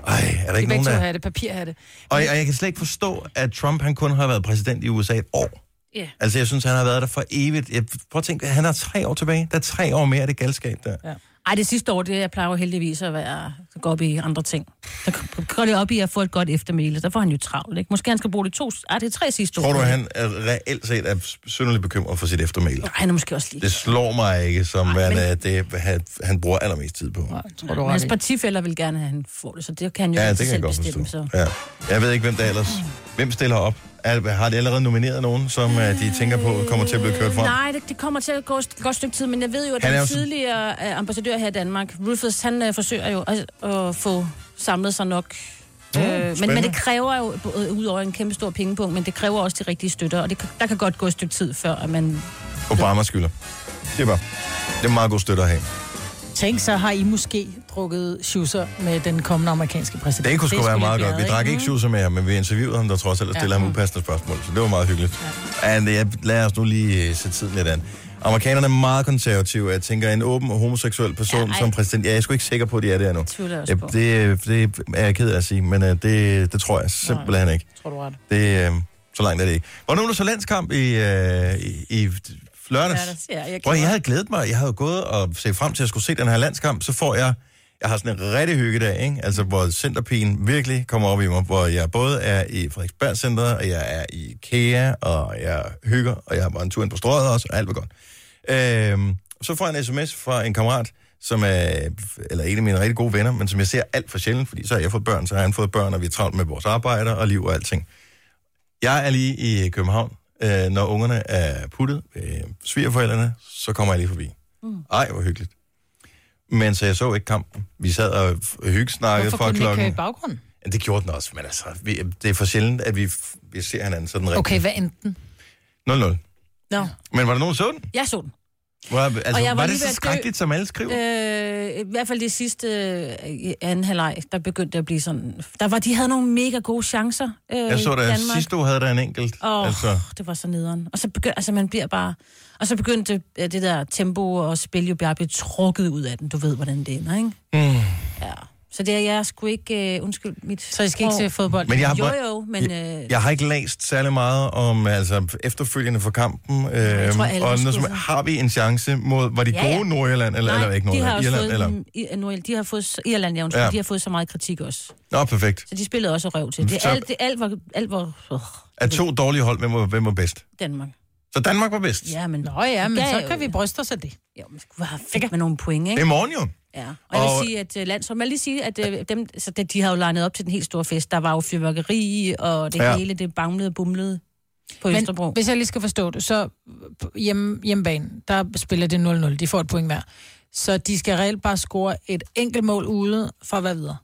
[SPEAKER 1] ej, er der
[SPEAKER 2] De begge
[SPEAKER 1] ikke nogen,
[SPEAKER 2] to
[SPEAKER 1] der...
[SPEAKER 2] have det, papir have det.
[SPEAKER 1] Og, og jeg kan slet ikke forstå, at Trump, han kun har været præsident i USA et år.
[SPEAKER 3] Ja.
[SPEAKER 1] Altså, jeg synes, han har været der for evigt. Jeg, prøv at tænke, han har tre år tilbage. Der er tre år mere af det galskab der. Ja.
[SPEAKER 3] Ej, det sidste år, det jeg plejer jo heldigvis at være at gå op i andre ting. Der går det op i at få et godt eftermæle. Der får han jo travlt, ikke? Måske han skal bruge de to... Ej, det er tre sidste
[SPEAKER 1] Tror
[SPEAKER 3] år.
[SPEAKER 1] du, at han er reelt set er synderligt bekymret for sit eftermæle?
[SPEAKER 3] Nej, han er måske også lige.
[SPEAKER 1] Det slår mig ikke, som værende men... det, han, han bruger allermest tid på.
[SPEAKER 2] Nej, tror du
[SPEAKER 3] Hans
[SPEAKER 2] ret i.
[SPEAKER 3] partifælder vil gerne have, at han får det, så det kan han jo
[SPEAKER 1] Ja,
[SPEAKER 3] ja,
[SPEAKER 1] det
[SPEAKER 3] ikke
[SPEAKER 1] kan jeg
[SPEAKER 3] selv
[SPEAKER 1] godt
[SPEAKER 3] bestemme.
[SPEAKER 1] forstå.
[SPEAKER 3] Så.
[SPEAKER 1] Ja. Jeg ved ikke, hvem der ellers... Hvem stiller op? Er, har de allerede nomineret nogen, som øh, de tænker på kommer til at blive kørt frem?
[SPEAKER 3] Nej, det, det kommer til at gå et godt stykke tid, men jeg ved jo, at
[SPEAKER 1] Han er
[SPEAKER 3] den
[SPEAKER 1] jo sådan-
[SPEAKER 3] tidligere øh, ambassadør her i Danmark, Rufus, han øh, forsøger jo at, at få samlet sig nok.
[SPEAKER 1] Mm,
[SPEAKER 3] Mm, øh, men, men
[SPEAKER 1] spændende.
[SPEAKER 3] det kræver jo, både ud over en kæmpe stor pengepunkt, men det kræver også de rigtige støtter, og det, kan- der kan godt gå et stykke tid, før at man...
[SPEAKER 1] Obama skylder. Det er bare. Det er en meget god støtte at have.
[SPEAKER 2] Tænk, så har I måske drukket schusser med den kommende amerikanske præsident.
[SPEAKER 1] Det kunne sgu være
[SPEAKER 2] lidt
[SPEAKER 1] meget godt.
[SPEAKER 2] bjerget,
[SPEAKER 1] Vi drak ikke shoes med ham, men vi interviewede ham, der trods alt stillede
[SPEAKER 2] Ja.
[SPEAKER 1] ham upassende spørgsmål, så det var meget hyggeligt. Ja. And, jeg lad os nu lige øh, sætte tiden lidt an. Amerikanerne er meget konservative. Jeg tænker, en åben homoseksuel person ja,
[SPEAKER 3] Ja, ej.
[SPEAKER 1] som præsident... Ja, jeg er sgu ikke sikker på, at de er der nu.
[SPEAKER 3] tvivler jeg også
[SPEAKER 1] Ja,
[SPEAKER 3] på.
[SPEAKER 1] det, det er jeg ked af at sige, men uh, det, det tror jeg simpelthen ikke.
[SPEAKER 2] Tror du ret.
[SPEAKER 1] Det, øh, så langt er det ikke. Var nu er der så landskamp i, øh, i, i lørdags?
[SPEAKER 3] Lørdags, ja, jeg
[SPEAKER 1] Prøv,
[SPEAKER 3] gjorde-
[SPEAKER 1] jeg havde glædet mig. Jeg havde gået og set frem til at skulle se den her landskamp. Så får jeg... Jeg har sådan en rigtig hyggedag, ikke? Altså, hvor centerpigen virkelig kommer op i mig. Hvor jeg både er i Frederiksberg Center, og jeg er i IKEA, og jeg hygger, og jeg var en tur ind på strøget også, og alt var godt. Øhm, så får jeg en sms fra en kammerat, som er eller en af mine rigtig gode venner, men som jeg ser alt for sjældent, fordi så har jeg fået børn, så har han fået børn, og vi er travlt med vores arbejde og liv og alting. Jeg er lige i København. Øh, når ungerne er puttet ved svigerforældrene, så kommer jeg lige forbi. Mm. Ej, hvor hyggeligt. Men så jeg så ikke kampen. Vi sad og f- hyggesnakkede
[SPEAKER 2] Hvorfor
[SPEAKER 1] fra
[SPEAKER 2] kunne den ikke køre i
[SPEAKER 1] klokken...
[SPEAKER 2] baggrunden?
[SPEAKER 1] Ja, Det gjorde den også, men altså, vi, det er for sjældent, at vi, f- vi ser hinanden sådan rigtigt.
[SPEAKER 2] Okay, hvad enten?
[SPEAKER 1] 0-0.
[SPEAKER 2] Nå.
[SPEAKER 1] Men var der nogen, der så den?
[SPEAKER 3] Jeg så den.
[SPEAKER 1] Var, altså,
[SPEAKER 3] Og jeg var
[SPEAKER 1] var, var
[SPEAKER 3] lige ved
[SPEAKER 1] det så
[SPEAKER 3] at dø.
[SPEAKER 1] skrækkeligt, som alle skriver? Øh,
[SPEAKER 3] Øh, I hvert fald de sidste øh, i anden halvleg, der begyndte det at blive sådan... Der var, de havde nogle mega gode chancer øh,
[SPEAKER 1] jeg så
[SPEAKER 3] i
[SPEAKER 1] der
[SPEAKER 3] Danmark.
[SPEAKER 1] sidste uge havde der en enkelt.
[SPEAKER 3] Åh, oh,
[SPEAKER 1] Altså,
[SPEAKER 3] altså. det var så nederen. Og så begyndte, altså man bliver bare... Og så begyndte øh, det der tempo og spil jo bare at blive trukket ud af den. Du ved, hvordan det ender, ikke? Mm. Ja. Så det er jeg sgu ikke... Uh, undskyld mit
[SPEAKER 2] Så I skal ikke se fodbold?
[SPEAKER 1] men jeg har,
[SPEAKER 3] Jo,
[SPEAKER 1] bare-
[SPEAKER 3] jo, men... Øh,
[SPEAKER 1] Jeg har ikke læst særlig meget om altså, efterfølgende for kampen. Øh, jeg
[SPEAKER 3] tror, alle var
[SPEAKER 1] og noget, som,
[SPEAKER 3] skuffet.
[SPEAKER 1] har vi en chance mod... Var de
[SPEAKER 3] Ja,
[SPEAKER 1] gode
[SPEAKER 3] ja.
[SPEAKER 1] Nordjylland? Eller, eller ikke
[SPEAKER 3] de har
[SPEAKER 1] Nordjylland?
[SPEAKER 3] også
[SPEAKER 1] Irland,
[SPEAKER 3] fået,
[SPEAKER 1] eller?
[SPEAKER 3] I, Nordjylland, de har fået, s- Irland, ja, undskyld,
[SPEAKER 1] Ja.
[SPEAKER 3] ja. de har fået så meget kritik også.
[SPEAKER 1] Nå, perfekt.
[SPEAKER 3] Så de spillede også røv til. Det,
[SPEAKER 1] Så-
[SPEAKER 3] er alt, det er alt var, alt var øh,
[SPEAKER 1] Af to dårlige hold, hvem var, hvem var bedst?
[SPEAKER 3] Danmark.
[SPEAKER 1] Så Danmark var bedst.
[SPEAKER 3] Ja, men...
[SPEAKER 2] Nå ja, men
[SPEAKER 3] Ja,
[SPEAKER 2] så
[SPEAKER 3] jo,
[SPEAKER 2] kan vi
[SPEAKER 3] jo.
[SPEAKER 2] bryste os af det.
[SPEAKER 3] Jo, men skulle have fedt med nogle point, ikke?
[SPEAKER 1] Det er i morgen jo.
[SPEAKER 3] Ja, og jeg
[SPEAKER 1] Og-
[SPEAKER 3] vil sige, at uh, landshold, man lige sige, at uh, dem, så det, de havde jo legnet op til den helt store fest. Der var jo fyrværkeri, og det
[SPEAKER 1] Ja.
[SPEAKER 3] ja. hele, det banglede og bumlede på men, Østerbro.
[SPEAKER 2] Men hvis jeg lige skal forstå det, så på hjemme, hjemmebane, der spiller det 0-0. De får et point hver. Så de skal reelt bare score et enkelt mål ude for at være videre.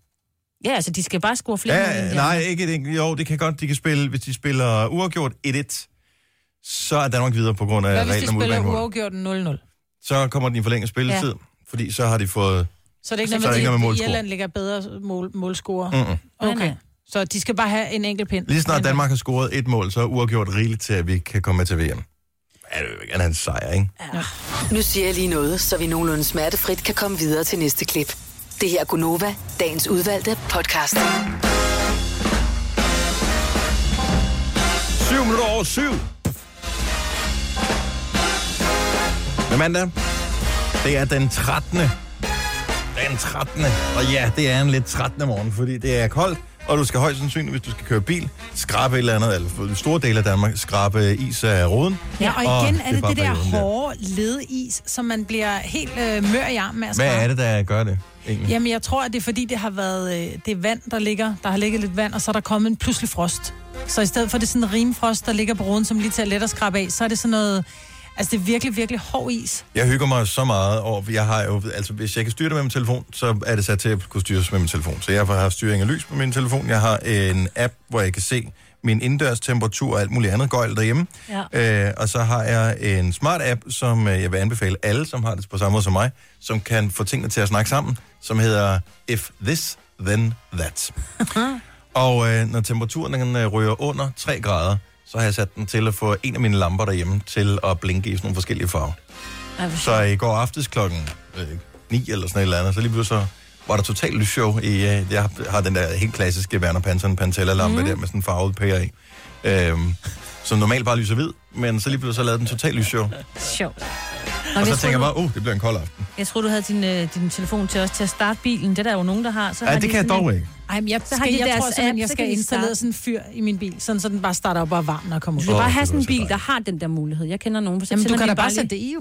[SPEAKER 3] Ja, altså, de skal bare score flere. mål
[SPEAKER 1] Ja,
[SPEAKER 3] end
[SPEAKER 1] nej,
[SPEAKER 3] de andre.
[SPEAKER 1] ikke et enkelt. Jo, det kan godt, de kan spille, hvis de spiller uafgjort 1-1, så er Danmark videre på grund af
[SPEAKER 2] Hvad hvis de
[SPEAKER 1] reglen om
[SPEAKER 2] spiller
[SPEAKER 1] udbanemål.
[SPEAKER 2] uafgjort 0-0?
[SPEAKER 1] Så kommer den i forlænget spilletid, fordi så har de fået...
[SPEAKER 2] Så er det ikke
[SPEAKER 1] Så er det
[SPEAKER 2] noget
[SPEAKER 1] ikke noget med
[SPEAKER 2] med, at
[SPEAKER 1] målscore.
[SPEAKER 2] Irland ligger bedre mål, målscorer.
[SPEAKER 1] Mm-mm.
[SPEAKER 3] Nej,
[SPEAKER 2] Okay.
[SPEAKER 3] nej.
[SPEAKER 2] Så de skal bare have en enkelt pind.
[SPEAKER 1] Lige snart
[SPEAKER 2] Men-
[SPEAKER 1] Danmark har scoret et mål, så er uafgjort rigeligt til, at vi kan komme med til VM. Ja, det er jo ikke en sejr, ikke?
[SPEAKER 5] Nu siger jeg lige noget, så vi nogenlunde smertefrit kan komme videre til næste klip. Det her er Gunova, dagens udvalgte podcast.
[SPEAKER 1] 7 minutter over 7. Det er mandag. Det er den 13. Den 13. Og ja, det er en lidt 13. morgen, fordi det er koldt, og du skal højst sandsynligt, hvis du skal køre bil, skrabe et eller andet, eller for store dele af Danmark, skrabe is af roden.
[SPEAKER 2] Ja, og igen er det
[SPEAKER 1] bare
[SPEAKER 2] det der
[SPEAKER 1] perioden
[SPEAKER 2] hårde ledeis, som man bliver helt øh, mør i armen af at
[SPEAKER 1] Hvad
[SPEAKER 2] skrabe.
[SPEAKER 1] er det, der gør det? Egentlig?
[SPEAKER 2] Jamen, jeg tror, at det er fordi, det har været øh, det er vand, der ligger. Der har ligget lidt vand, og så er der kommet en pludselig frost. Så i stedet for, at det er sådan en rimfrost, der ligger på roden, som lige tager let at skrabe af, så er det sådan noget... Altså, det er virkelig, virkelig hård is.
[SPEAKER 1] Jeg hygger mig så meget over, jeg har jo, altså hvis jeg kan styre det med min telefon, så er det sat til at kunne styres med min telefon. Så jeg har styring af lys på min telefon. Jeg har en app, hvor jeg kan se min indendørs temperatur og alt muligt andet gøjl derhjemme. Ja. Øh, og så har jeg en smart app, som øh, jeg vil anbefale alle, som har det på samme måde som mig, som kan få tingene til at snakke sammen, som hedder If This, Then That. Og øh, når temperaturen den, øh, ryger under 3 grader, så har jeg sat den til at få en af mine lamper derhjemme til at blinke i sådan nogle forskellige farver.
[SPEAKER 3] Ej, hvor
[SPEAKER 1] Så i går aftes klokken øh, 9 eller sådan et eller andet, så lige pludselig så var der totalt lysshow i... Øh, jeg har den der helt klassiske Werner Panton Pantella-lampe
[SPEAKER 3] Mhm.
[SPEAKER 1] mm. der med sådan en farvet pære i. Øhm, som normalt bare lyser hvid, men så lige pludselig så lavede den totalt lysshow.
[SPEAKER 3] sjovt.
[SPEAKER 1] Og
[SPEAKER 3] jeg
[SPEAKER 1] så
[SPEAKER 3] tror,
[SPEAKER 1] tænker jeg
[SPEAKER 3] du-
[SPEAKER 1] bare, uh, det bliver en kold aften.
[SPEAKER 3] Jeg tror, du havde din, øh, din telefon til os til at starte bilen. Det er der jo nogen, der har. Så
[SPEAKER 1] Ja,
[SPEAKER 3] har
[SPEAKER 1] det
[SPEAKER 3] de
[SPEAKER 1] kan jeg
[SPEAKER 3] sådan en-
[SPEAKER 1] dog ikke.
[SPEAKER 2] Ej, men jeg,
[SPEAKER 3] Så har
[SPEAKER 2] skal,
[SPEAKER 3] de
[SPEAKER 2] jeg
[SPEAKER 3] deres
[SPEAKER 2] tror simpelthen,
[SPEAKER 3] app,
[SPEAKER 2] jeg
[SPEAKER 3] så
[SPEAKER 2] skal
[SPEAKER 3] kan de
[SPEAKER 2] installere
[SPEAKER 3] starte.
[SPEAKER 2] sådan en fyr i min bil, sådan så den bare starter op og er varm, når jeg kommer ud.
[SPEAKER 3] Du kan
[SPEAKER 1] Åh,
[SPEAKER 3] bare
[SPEAKER 1] det
[SPEAKER 3] have sådan en
[SPEAKER 1] lyder så
[SPEAKER 3] bil, der har den der mulighed. Jeg kender nogen, for så
[SPEAKER 2] Jamen, du
[SPEAKER 3] tænder
[SPEAKER 2] kan
[SPEAKER 3] de
[SPEAKER 2] da bare
[SPEAKER 3] lige
[SPEAKER 2] sætte det i jo.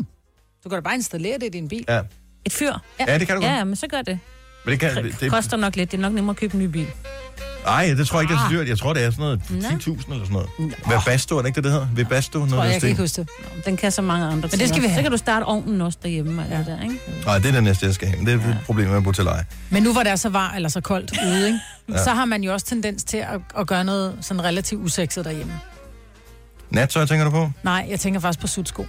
[SPEAKER 2] Du kan da bare installere det i din bil.
[SPEAKER 1] Ja.
[SPEAKER 3] Et fyr.
[SPEAKER 1] Ja, det kan du
[SPEAKER 3] Ja,
[SPEAKER 1] godt.
[SPEAKER 3] ja, men så gør det.
[SPEAKER 1] Men det kan,
[SPEAKER 3] Det,
[SPEAKER 1] det,
[SPEAKER 3] koster Ah. nok lidt. Det er nok nemmere at købe en ny bil.
[SPEAKER 1] ej, det tror jeg ikke, det er så dyrt. Jeg tror, det er sådan noget 10.000 eller sådan noget. Hvad basto, er det ikke det, det hedder? Ved basto?
[SPEAKER 2] Tror
[SPEAKER 1] Noget
[SPEAKER 2] jeg,
[SPEAKER 1] af
[SPEAKER 2] jeg
[SPEAKER 1] det
[SPEAKER 2] kan ikke huske det.
[SPEAKER 3] Nå, Den kan så mange andre ting
[SPEAKER 2] det skal vi
[SPEAKER 3] også.
[SPEAKER 2] have.
[SPEAKER 3] Så kan du starte ovnen også derhjemme og ja. det der, ikke?
[SPEAKER 1] Nej, det er det næste, jeg skal have. Men det er et problem med at bo til leje.
[SPEAKER 2] Men nu hvor det er så var eller så koldt ude, ikke? så har man jo også tendens til at, at gøre noget sådan relativt usekset derhjemme.
[SPEAKER 1] Nattøj, tænker du på?
[SPEAKER 2] Nej, jeg tænker faktisk på sutsko.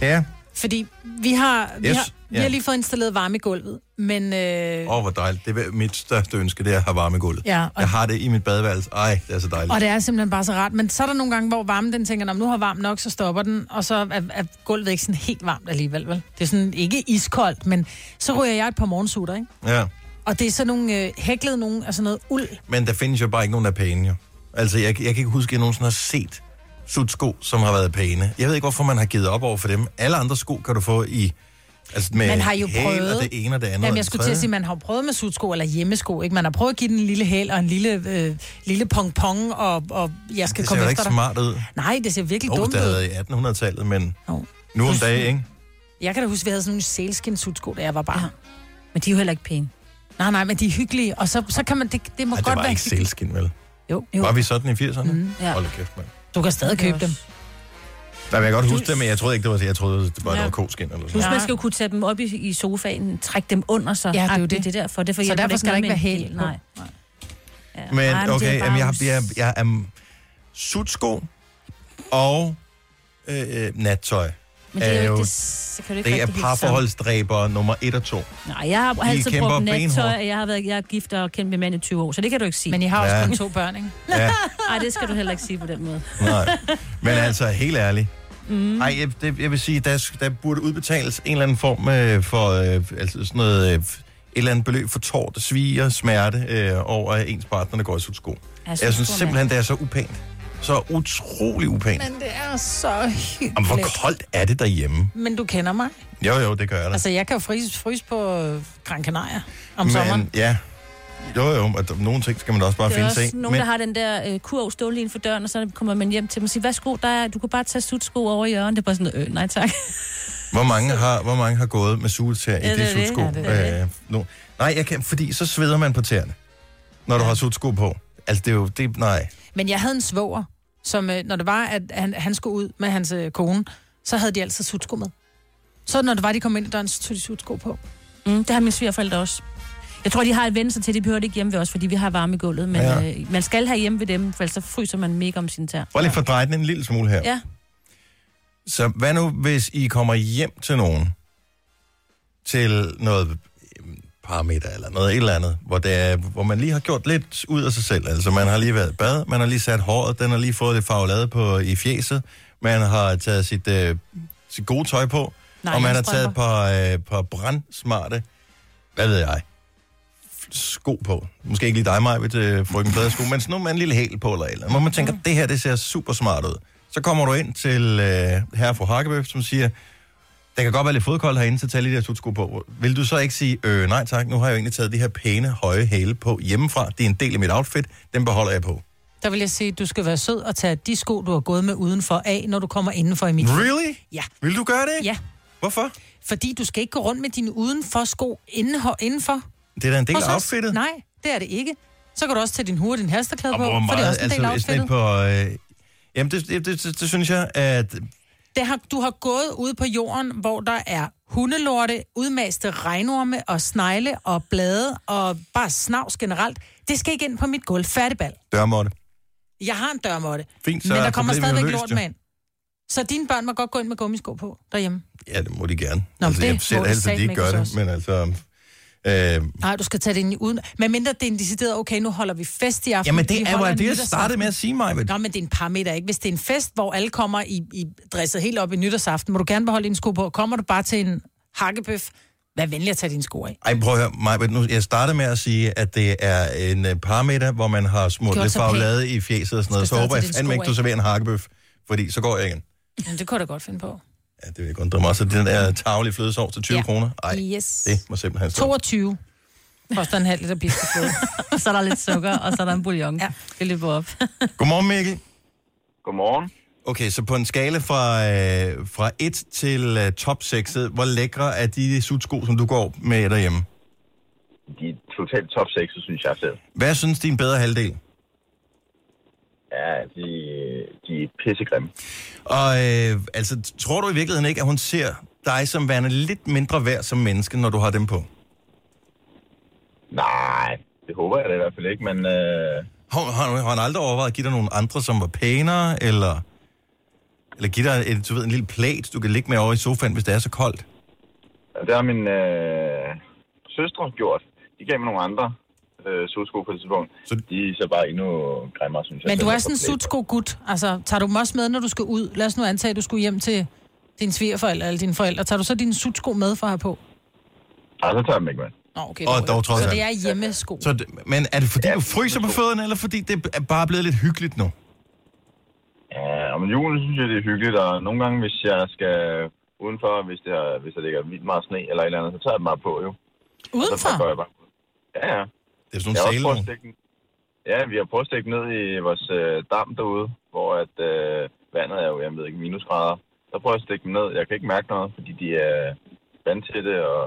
[SPEAKER 1] Ja.
[SPEAKER 2] Fordi vi har, vi,
[SPEAKER 1] Yes,
[SPEAKER 2] har, vi
[SPEAKER 1] ja.
[SPEAKER 2] har lige fået installeret varme i gulvet, men... Øh,
[SPEAKER 1] Åh, oh, hvor dejligt. Det er mit største ønske, det er at have varme i gulvet.
[SPEAKER 2] Ja, og-
[SPEAKER 1] Jeg har det i mit badeværelse. Ej, det er så dejligt.
[SPEAKER 2] Og det er simpelthen bare så rart. Men så er der nogle gange, hvor varmen den tænker, "Nå, nu har varm nok, så stopper den, og så er, er gulvet ikke sådan helt varmt alligevel. Vel? Det er sådan ikke iskoldt, men så ryger jeg et par morgensutter, ikke?
[SPEAKER 1] Ja.
[SPEAKER 2] Og det er sådan nogle øh, hæklede nogle af sådan noget uld.
[SPEAKER 1] Men der findes jo bare ikke nogen, der er pæne, jo. Altså, jeg, jeg kan ikke huske, at jeg nogensinde har set sutsko, som har været pæne. Jeg ved ikke, hvorfor man har givet op over for dem. Alle andre sko kan du få i... Altså med
[SPEAKER 2] Man har jo
[SPEAKER 1] hæl
[SPEAKER 2] prøvet-
[SPEAKER 1] Og det ene og det andet.
[SPEAKER 2] Jamen,
[SPEAKER 1] og
[SPEAKER 2] jeg
[SPEAKER 1] det
[SPEAKER 2] skulle til at sige,
[SPEAKER 1] tredje.
[SPEAKER 2] man har jo prøvet med sutsko eller hjemmesko, ikke? Man har prøvet at give den en lille hæl og en lille, øh, lille pong-pong, og, og jeg skal
[SPEAKER 1] det ser
[SPEAKER 2] komme efter
[SPEAKER 1] jo ikke
[SPEAKER 2] dig.
[SPEAKER 1] smart ud.
[SPEAKER 2] Nej, det ser virkelig
[SPEAKER 1] Jo,
[SPEAKER 2] dumt
[SPEAKER 1] det havde
[SPEAKER 2] ud.
[SPEAKER 1] været i 1800-tallet, men
[SPEAKER 2] Jo.
[SPEAKER 1] nu om dagen, ikke?
[SPEAKER 2] Jeg kan da huske, vi havde sådan nogle sælskin-sutsko, da jeg var barn.
[SPEAKER 3] Men de er jo heller ikke pæne.
[SPEAKER 2] Nej, nej, men de er hyggelige, og så, så kan man, det, det må
[SPEAKER 1] Ej, det
[SPEAKER 2] godt
[SPEAKER 1] var
[SPEAKER 2] være
[SPEAKER 1] ikke
[SPEAKER 2] hyggeligt.
[SPEAKER 1] sælskin, vel?
[SPEAKER 2] Jo, jo. Mm-hmm.
[SPEAKER 1] Var vi sådan i 80'erne? Mm,
[SPEAKER 3] ja.
[SPEAKER 1] Hold da kæft, mand.
[SPEAKER 2] Du kan stadig købe
[SPEAKER 3] også.
[SPEAKER 2] dem.
[SPEAKER 1] Nej, men jeg kan godt huske det, men jeg troede ikke, det var Jeg troede, det var, det var koskin eller sådan
[SPEAKER 3] Plus,
[SPEAKER 1] noget.
[SPEAKER 2] Ja.
[SPEAKER 3] man skal jo kunne tage dem op i, i sofaen, trække dem under sig.
[SPEAKER 2] det er jo
[SPEAKER 3] Agtigt,
[SPEAKER 2] det.
[SPEAKER 3] det er derfor. Det for
[SPEAKER 2] Så derfor skal der ikke være hæl på.
[SPEAKER 3] Nej. Ja. Ej,
[SPEAKER 1] Men
[SPEAKER 3] det er
[SPEAKER 1] okay,
[SPEAKER 3] bare
[SPEAKER 1] jamen, jeg, har,
[SPEAKER 3] en-
[SPEAKER 1] jeg, jeg er um, sutsko og øh, øh, nattøj.
[SPEAKER 3] Men det er jo
[SPEAKER 1] jo-
[SPEAKER 3] ikke det, så kan du ikke
[SPEAKER 1] Det er
[SPEAKER 3] rigtig helt
[SPEAKER 1] parforholdsdræber nummer 1 og 2.
[SPEAKER 3] sammen. Nej, jeg har altid
[SPEAKER 1] kæmper
[SPEAKER 3] brugt nattøj,
[SPEAKER 1] benhårdt.
[SPEAKER 3] og jeg har været jeg er gift og kendt min mand i 20 år, så det kan du ikke sige.
[SPEAKER 2] Men I har også
[SPEAKER 1] Ja.
[SPEAKER 2] ja. kun to børn, ikke?
[SPEAKER 1] Ja,
[SPEAKER 3] Nej, det skal du heller ikke sige på den måde.
[SPEAKER 1] nej. Men altså, helt ærligt. Mm. Ej, jeg, det, jeg vil sige, der, sk- der burde udbetales en eller anden form øh, for øh, altså sådan noget, øh, et eller andet beløb for tårt, svig og smerte øh, over at ens partner, der går i sutsko. Jeg synes simpelthen, det er så upænt. Så utrolig upænt.
[SPEAKER 2] Men det er så hyggeligt.
[SPEAKER 1] Jamen, hvor koldt er det derhjemme?
[SPEAKER 2] Men du kender mig.
[SPEAKER 1] Jo, jo, det gør jeg da.
[SPEAKER 2] Altså, jeg kan jo fryse, fryse på øh, Gran Canaria om men... sommeren.
[SPEAKER 1] Ja. Jo, jo, og der- nogle ting skal man da også bare
[SPEAKER 3] Det er
[SPEAKER 1] finde
[SPEAKER 3] også
[SPEAKER 1] sig i.
[SPEAKER 3] nogen,
[SPEAKER 1] Men
[SPEAKER 3] der har den der øh, kurv stående lige inden for døren, og så kommer man hjem til dem og siger, værsgo, der er, du kan bare tage sutsko over i hjørnet. Det er bare sådan, øh, nej tak.
[SPEAKER 1] hvor mange har, hvor mange har gået med sugetær i
[SPEAKER 3] Ja,
[SPEAKER 1] det,
[SPEAKER 3] det er det.
[SPEAKER 1] sutsko?
[SPEAKER 3] Ja, det er
[SPEAKER 1] Øh, no. Nej, jeg kan, fordi så sveder man på tæerne, når du har sutsko på. Altså, det er jo, det, nej.
[SPEAKER 2] Men jeg havde en svoger, som øh, når det var, at han, han skulle ud med hans øh, kone, så havde de altid sutsko med. Så når det var, de kom ind ad døren, så tog de sutsko på.
[SPEAKER 3] Mm, det har mine svigerforældre også. Jeg tror, de har et vende sig til, de behøver det ikke hjemme ved os, fordi vi har varme i gulvet, men
[SPEAKER 1] Ja.
[SPEAKER 3] ja. øh, man skal have hjemme ved dem, for ellers så fryser man mega om sine tær.
[SPEAKER 1] Prøv lige at fordreje den en lille smule her.
[SPEAKER 3] Ja.
[SPEAKER 1] Så hvad nu, hvis I kommer hjem til nogen, til noget mm, parameter eller noget et eller andet, hvor, det er, hvor man lige har gjort lidt ud af sig selv. Altså, man har lige været i bad, man har lige sat håret, den har lige fået lidt farvelade på i fjeset, man har taget sit, øh, sit gode tøj på,
[SPEAKER 3] Nej,
[SPEAKER 1] og man har
[SPEAKER 3] langstrømper.
[SPEAKER 1] taget et par, øh, par brandsmarte, hvad ved jeg, sko på. Måske ikke lige dig, mig, ved øh, frygten bedre sko, men sådan noget med en lille hæl på eller et eller andet. Hvor man tænker, det her, det ser super smart ud. Så kommer du ind til øh, herre fra Hakkebøf, som siger, der kan godt være lidt fodkold herinde, så tag lige de her tutsko på. Vil du så ikke sige, øh, nej tak, nu har jeg jo egentlig taget de her pæne, høje hæle på hjemmefra. Det er en del af mit outfit, den beholder jeg på.
[SPEAKER 2] Der vil jeg sige, at du skal være sød og tage de sko, du har gået med udenfor af, når du kommer indenfor i mit.
[SPEAKER 1] Really?
[SPEAKER 2] Ja.
[SPEAKER 1] Vil du gøre det?
[SPEAKER 2] Ja,
[SPEAKER 1] Hvorfor?
[SPEAKER 2] fordi du skal ikke gå rundt med dine udenfor sko indenfor. indenfor.
[SPEAKER 1] Det er da en del
[SPEAKER 2] Og
[SPEAKER 1] af
[SPEAKER 2] så-
[SPEAKER 1] outfittet.
[SPEAKER 2] Nej, det er det ikke. Så kan du også tage din hue og din halsterklæde
[SPEAKER 1] Og
[SPEAKER 2] på,
[SPEAKER 1] hvor
[SPEAKER 2] for det er
[SPEAKER 1] meget,
[SPEAKER 2] også en del af
[SPEAKER 1] altså, sådan
[SPEAKER 2] outfittet.
[SPEAKER 1] et på, øh, jamen, det, det, det, det, det, synes jeg, at...
[SPEAKER 2] Det har, du har gået ud på jorden, hvor der er hundelorte, udmaste regnorme og snegle og blade og bare snavs generelt. Det skal ikke ind på mit gulv. Færdigbal.
[SPEAKER 1] Dørmåtte.
[SPEAKER 2] Jeg har en dørmåtte,
[SPEAKER 1] Fint, så
[SPEAKER 2] men
[SPEAKER 1] er
[SPEAKER 2] der kommer
[SPEAKER 1] problemet jo
[SPEAKER 2] stadigvæk
[SPEAKER 1] løst,
[SPEAKER 2] lort
[SPEAKER 1] jo.
[SPEAKER 2] med ind. Så dine børn må godt gå ind med gummisko på derhjemme.
[SPEAKER 1] Ja, det må de gerne.
[SPEAKER 2] Nå,
[SPEAKER 1] altså,
[SPEAKER 2] det
[SPEAKER 1] jeg
[SPEAKER 2] må
[SPEAKER 1] ser
[SPEAKER 2] de
[SPEAKER 1] helst, at de ikke
[SPEAKER 2] satme
[SPEAKER 1] gør
[SPEAKER 2] ikke
[SPEAKER 1] det,
[SPEAKER 2] også.
[SPEAKER 1] men altså... Øh,
[SPEAKER 2] Nej, du skal tage det ind i uden. Men mindre det er en decideret, okay, nu holder vi fest i aften.
[SPEAKER 1] jamen,
[SPEAKER 2] vi
[SPEAKER 1] det er
[SPEAKER 2] holder
[SPEAKER 1] jo
[SPEAKER 2] en
[SPEAKER 1] det, jeg
[SPEAKER 2] nytårsaften.
[SPEAKER 1] startede med at sige mig.
[SPEAKER 2] Nå, men det er en par meter, ikke? Hvis det er en fest, hvor alle kommer i, i dresset helt op i nytårsaften, må du gerne beholde dine sko på. Kommer du bare til en hakkebøf, vær venlig at tage dine sko af.
[SPEAKER 1] Ej, prøv at høre, Maja, nu, jeg startede med at sige, at det er en øh, parmiddag, hvor man har smurt
[SPEAKER 2] Gjort
[SPEAKER 1] lidt
[SPEAKER 2] så pænt.
[SPEAKER 1] farvelade i fjeset og sådan noget.
[SPEAKER 2] Skal
[SPEAKER 1] Så
[SPEAKER 2] stadig
[SPEAKER 1] håber jeg
[SPEAKER 2] tage dine sko
[SPEAKER 1] fandme ikke, du
[SPEAKER 2] af.
[SPEAKER 1] serverer en hakkebøf, fordi så går jeg igen.
[SPEAKER 2] Men det kunne jeg da godt finde på.
[SPEAKER 1] Ja, det vil jeg ikke undre mig. Så den der tavlige flødesov til 20
[SPEAKER 2] Ja.
[SPEAKER 1] ja. kroner. Ej,
[SPEAKER 6] Yes.
[SPEAKER 1] det må simpelthen stå.
[SPEAKER 2] 22 koster en halv liter piskefløde.
[SPEAKER 3] så er der lidt sukker, og så er der en bouillon. Ja. Det løber op.
[SPEAKER 1] Godmorgen, Mikkel.
[SPEAKER 7] Godmorgen.
[SPEAKER 1] Okay, så på en skala fra, øh, fra 1 til øh, top 6, hvor lækre er de sutsko, som du går med derhjemme?
[SPEAKER 7] De er totalt top 6, synes jeg selv.
[SPEAKER 1] Hvad synes din bedre halvdel?
[SPEAKER 7] Ja, de, de er pissegrimme.
[SPEAKER 1] Og øh, altså, tror du i virkeligheden ikke, at hun ser dig som værende lidt mindre værd som menneske, når du har dem på?
[SPEAKER 7] Nej, det håber jeg da i hvert fald ikke, men øh,
[SPEAKER 1] Har, har, har hun aldrig overvejet at give dig nogle andre, som var pænere, eller, eller give dig et, du ved, en lille plate, du kan ligge med over i sofaen, hvis det er så koldt?
[SPEAKER 7] det har min øh, søstre gjort. De gav mig nogle andre øh, sodsko på det tidspunkt. Så...
[SPEAKER 1] Så-
[SPEAKER 7] De er så bare endnu grimmere, synes jeg.
[SPEAKER 2] Men du
[SPEAKER 7] selv,
[SPEAKER 2] er
[SPEAKER 7] at
[SPEAKER 2] sådan en
[SPEAKER 7] få
[SPEAKER 2] sutsko gut. Altså, tager du dem også med, når du skal ud? Lad os nu antage, at du skulle hjem til dine svigerforældre eller dine forældre. Tager du så dine sutsko med for at have på?
[SPEAKER 7] blæ- Nej, så tager jeg dem ikke med.
[SPEAKER 2] Nå, okay.
[SPEAKER 1] Og
[SPEAKER 2] det var-
[SPEAKER 1] dog trods
[SPEAKER 2] så
[SPEAKER 1] alt.
[SPEAKER 2] det er hjemmesko.
[SPEAKER 1] Så, det- men er det fordi,
[SPEAKER 7] Ja,
[SPEAKER 1] du fryser på fødderne, eller fordi det er bare blevet lidt hyggeligt nu?
[SPEAKER 7] Ja, om julen synes jeg, det er hyggeligt, og nogle gange, hvis jeg skal udenfor, hvis, det er, hvis der ligger vildt meget sne eller et eller andet, så tager jeg dem bare på, jo. Så
[SPEAKER 2] Udenfor?
[SPEAKER 7] går jeg bare. Ja, ja.
[SPEAKER 1] Det er sådan
[SPEAKER 7] Jeg har
[SPEAKER 1] nogle
[SPEAKER 7] også
[SPEAKER 1] sæle
[SPEAKER 7] prøvet at
[SPEAKER 1] nogle.
[SPEAKER 7] stikke den. Ja, vi har prøvet at stikke ned i vores øh, dam derude, hvor at, øh, vandet er jo, jeg ved ikke, minusgrader. Der prøver jeg at stikke dem ned. Jeg kan ikke mærke noget, fordi de er vandtætte, og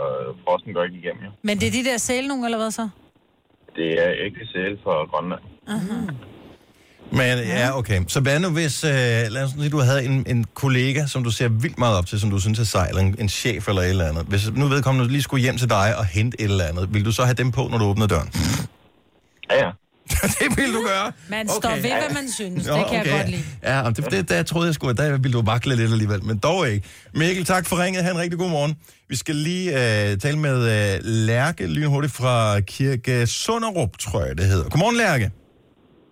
[SPEAKER 7] frosten går ikke igennem. Jo.
[SPEAKER 2] Men det er de der sælnung, eller hvad så?
[SPEAKER 7] Det er ægte sæl for Grønland.
[SPEAKER 1] Men ja, okay. Så hvad nu hvis, øh, lad os sige, du havde en, en kollega, som du ser vildt meget op til, som du synes er sej, eller en, en chef eller et eller andet. Hvis nu vedkommende lige skulle hjem til dig og hente et eller andet, vil du så have dem på, når du åbner døren?
[SPEAKER 7] Ja, ja.
[SPEAKER 1] det vil du gøre.
[SPEAKER 2] Man okay. står ved, hvad man synes. det kan jeg godt lide.
[SPEAKER 1] Ja, men det, det, der troede jeg skulle, der ville du vakle lidt alligevel, men dog ikke. Mikkel, tak for ringet. Ha' en rigtig god morgen. Vi skal lige øh, tale med øh, Lærke lynhurtigt fra Kirke Sunderup, tror jeg det hedder. Godmorgen, Lærke.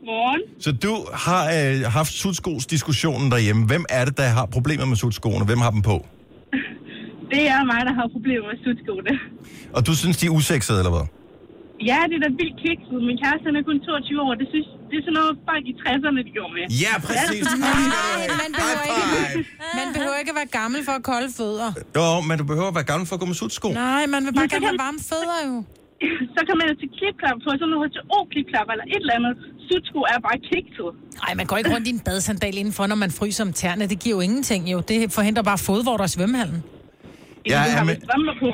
[SPEAKER 8] Morgen.
[SPEAKER 1] Så du har øh, haft sudskos-diskussionen derhjemme. Hvem er det, der har problemer med sudskoene? Hvem har dem på?
[SPEAKER 8] Det er mig, der har problemer med slutskoene.
[SPEAKER 1] Og du synes, de er usexede, eller hvad?
[SPEAKER 8] Ja, det er da vildt kikset. Min kæreste han er kun 22 år. Det, synes, det er sådan noget, folk i 60'erne de gjorde med.
[SPEAKER 1] Ja, præcis.
[SPEAKER 2] Nej, man behøver, ikke, man behøver ikke at være gammel for at have kolde fødder.
[SPEAKER 1] Jo, men du behøver at være gammel for at gå med sudsko.
[SPEAKER 2] Nej, man vil bare gerne have varme fødder jo.
[SPEAKER 8] Så kan man jo til klipklap på sådan noget HTO-klipklap eller et eller andet. Sutsko er bare kikset.
[SPEAKER 2] Nej, man går ikke rundt i en badesandal indenfor, når man fryser om tæerne. Det giver jo ingenting jo. Det forhindrer bare fodvorter i svømmehallen.
[SPEAKER 1] Ja,
[SPEAKER 8] Ja, det har
[SPEAKER 1] men-
[SPEAKER 8] man strømmer på.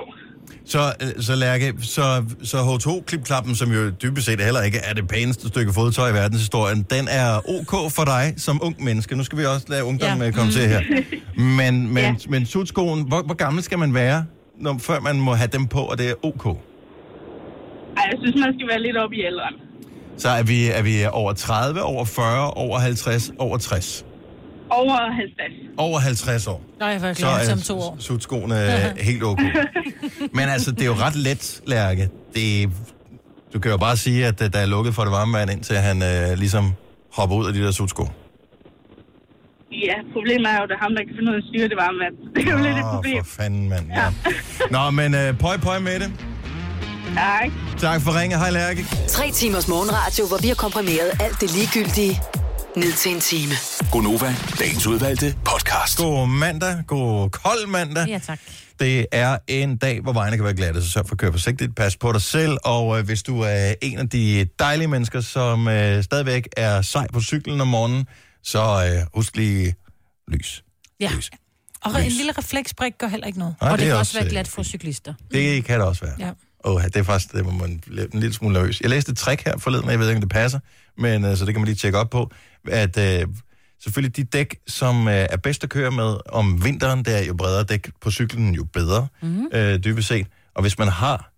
[SPEAKER 1] Så, øh, så Lærke, så, så H2-klipklappen, som jo dybest set heller ikke er det pæneste stykke fodtøj i verdenshistorien, den er ok for dig som ung menneske. Nu skal vi også lade ungdommen
[SPEAKER 2] Ja.
[SPEAKER 1] ja. komme til her. Men, men, ja. men sudskoen, hvor, hvor gammel skal man være, når, før man må have dem på, og det er ok?
[SPEAKER 8] Ej, jeg synes, man skal være lidt oppe i alderen.
[SPEAKER 1] Så er vi, er vi over 30, over 40, over 50, over 60.
[SPEAKER 8] Over 50.
[SPEAKER 1] Over 50 år.
[SPEAKER 2] Nej, hvor jeg
[SPEAKER 1] Så
[SPEAKER 2] glæder
[SPEAKER 1] er
[SPEAKER 2] som to år.
[SPEAKER 1] sutskoene helt ok. Men altså, det er jo ret let, Lærke. Det, du kan jo bare sige, at øh, der er lukket for det varme vand, indtil han øh, ligesom hopper ud af de der sutsko.
[SPEAKER 8] Ja, problemet er jo, at der er ham, der kan finde ud af at styre det varme vand. Det er jo lidt et
[SPEAKER 1] Åh,
[SPEAKER 8] problem.
[SPEAKER 1] for fanden, mand. Ja. Nå, men øh, pøj, pøj med det.
[SPEAKER 8] Nej.
[SPEAKER 1] Tak for ringe. Hej, Lærke.
[SPEAKER 5] Tre timers morgenradio, hvor vi har komprimeret alt det ligegyldige ned til en time.
[SPEAKER 4] Gonova, dagens udvalgte podcast.
[SPEAKER 1] God mandag. God kold mandag.
[SPEAKER 3] Ja, tak.
[SPEAKER 1] Det er en dag, hvor vejene kan være glatte, så sørg for at køre forsigtigt, pas på dig selv, og øh, hvis du er en af de dejlige mennesker, som øh, stadigvæk er sej på cyklen om morgenen, så øh, husk lige lys.
[SPEAKER 3] Ja.
[SPEAKER 1] lys.
[SPEAKER 2] Og en lille refleksbrik gør heller ikke noget.
[SPEAKER 1] Ej,
[SPEAKER 3] Og det,
[SPEAKER 1] er
[SPEAKER 3] kan også være
[SPEAKER 1] øh,
[SPEAKER 3] glat for cyklister.
[SPEAKER 1] Det kan det også være.
[SPEAKER 2] Ja.
[SPEAKER 1] Åh, det er faktisk, det må man blive en lille smule nervøs. Jeg læste et trick her forleden, og jeg ved ikke, om det passer, men øh, så det kan man lige tjekke op på, at øh, selvfølgelig de dæk, som øh, er bedst at køre med om vinteren, det er jo bredere dæk på cyklen, jo bedre,
[SPEAKER 2] Mhm.
[SPEAKER 1] mm-hmm. øh, dybest set. Og hvis man har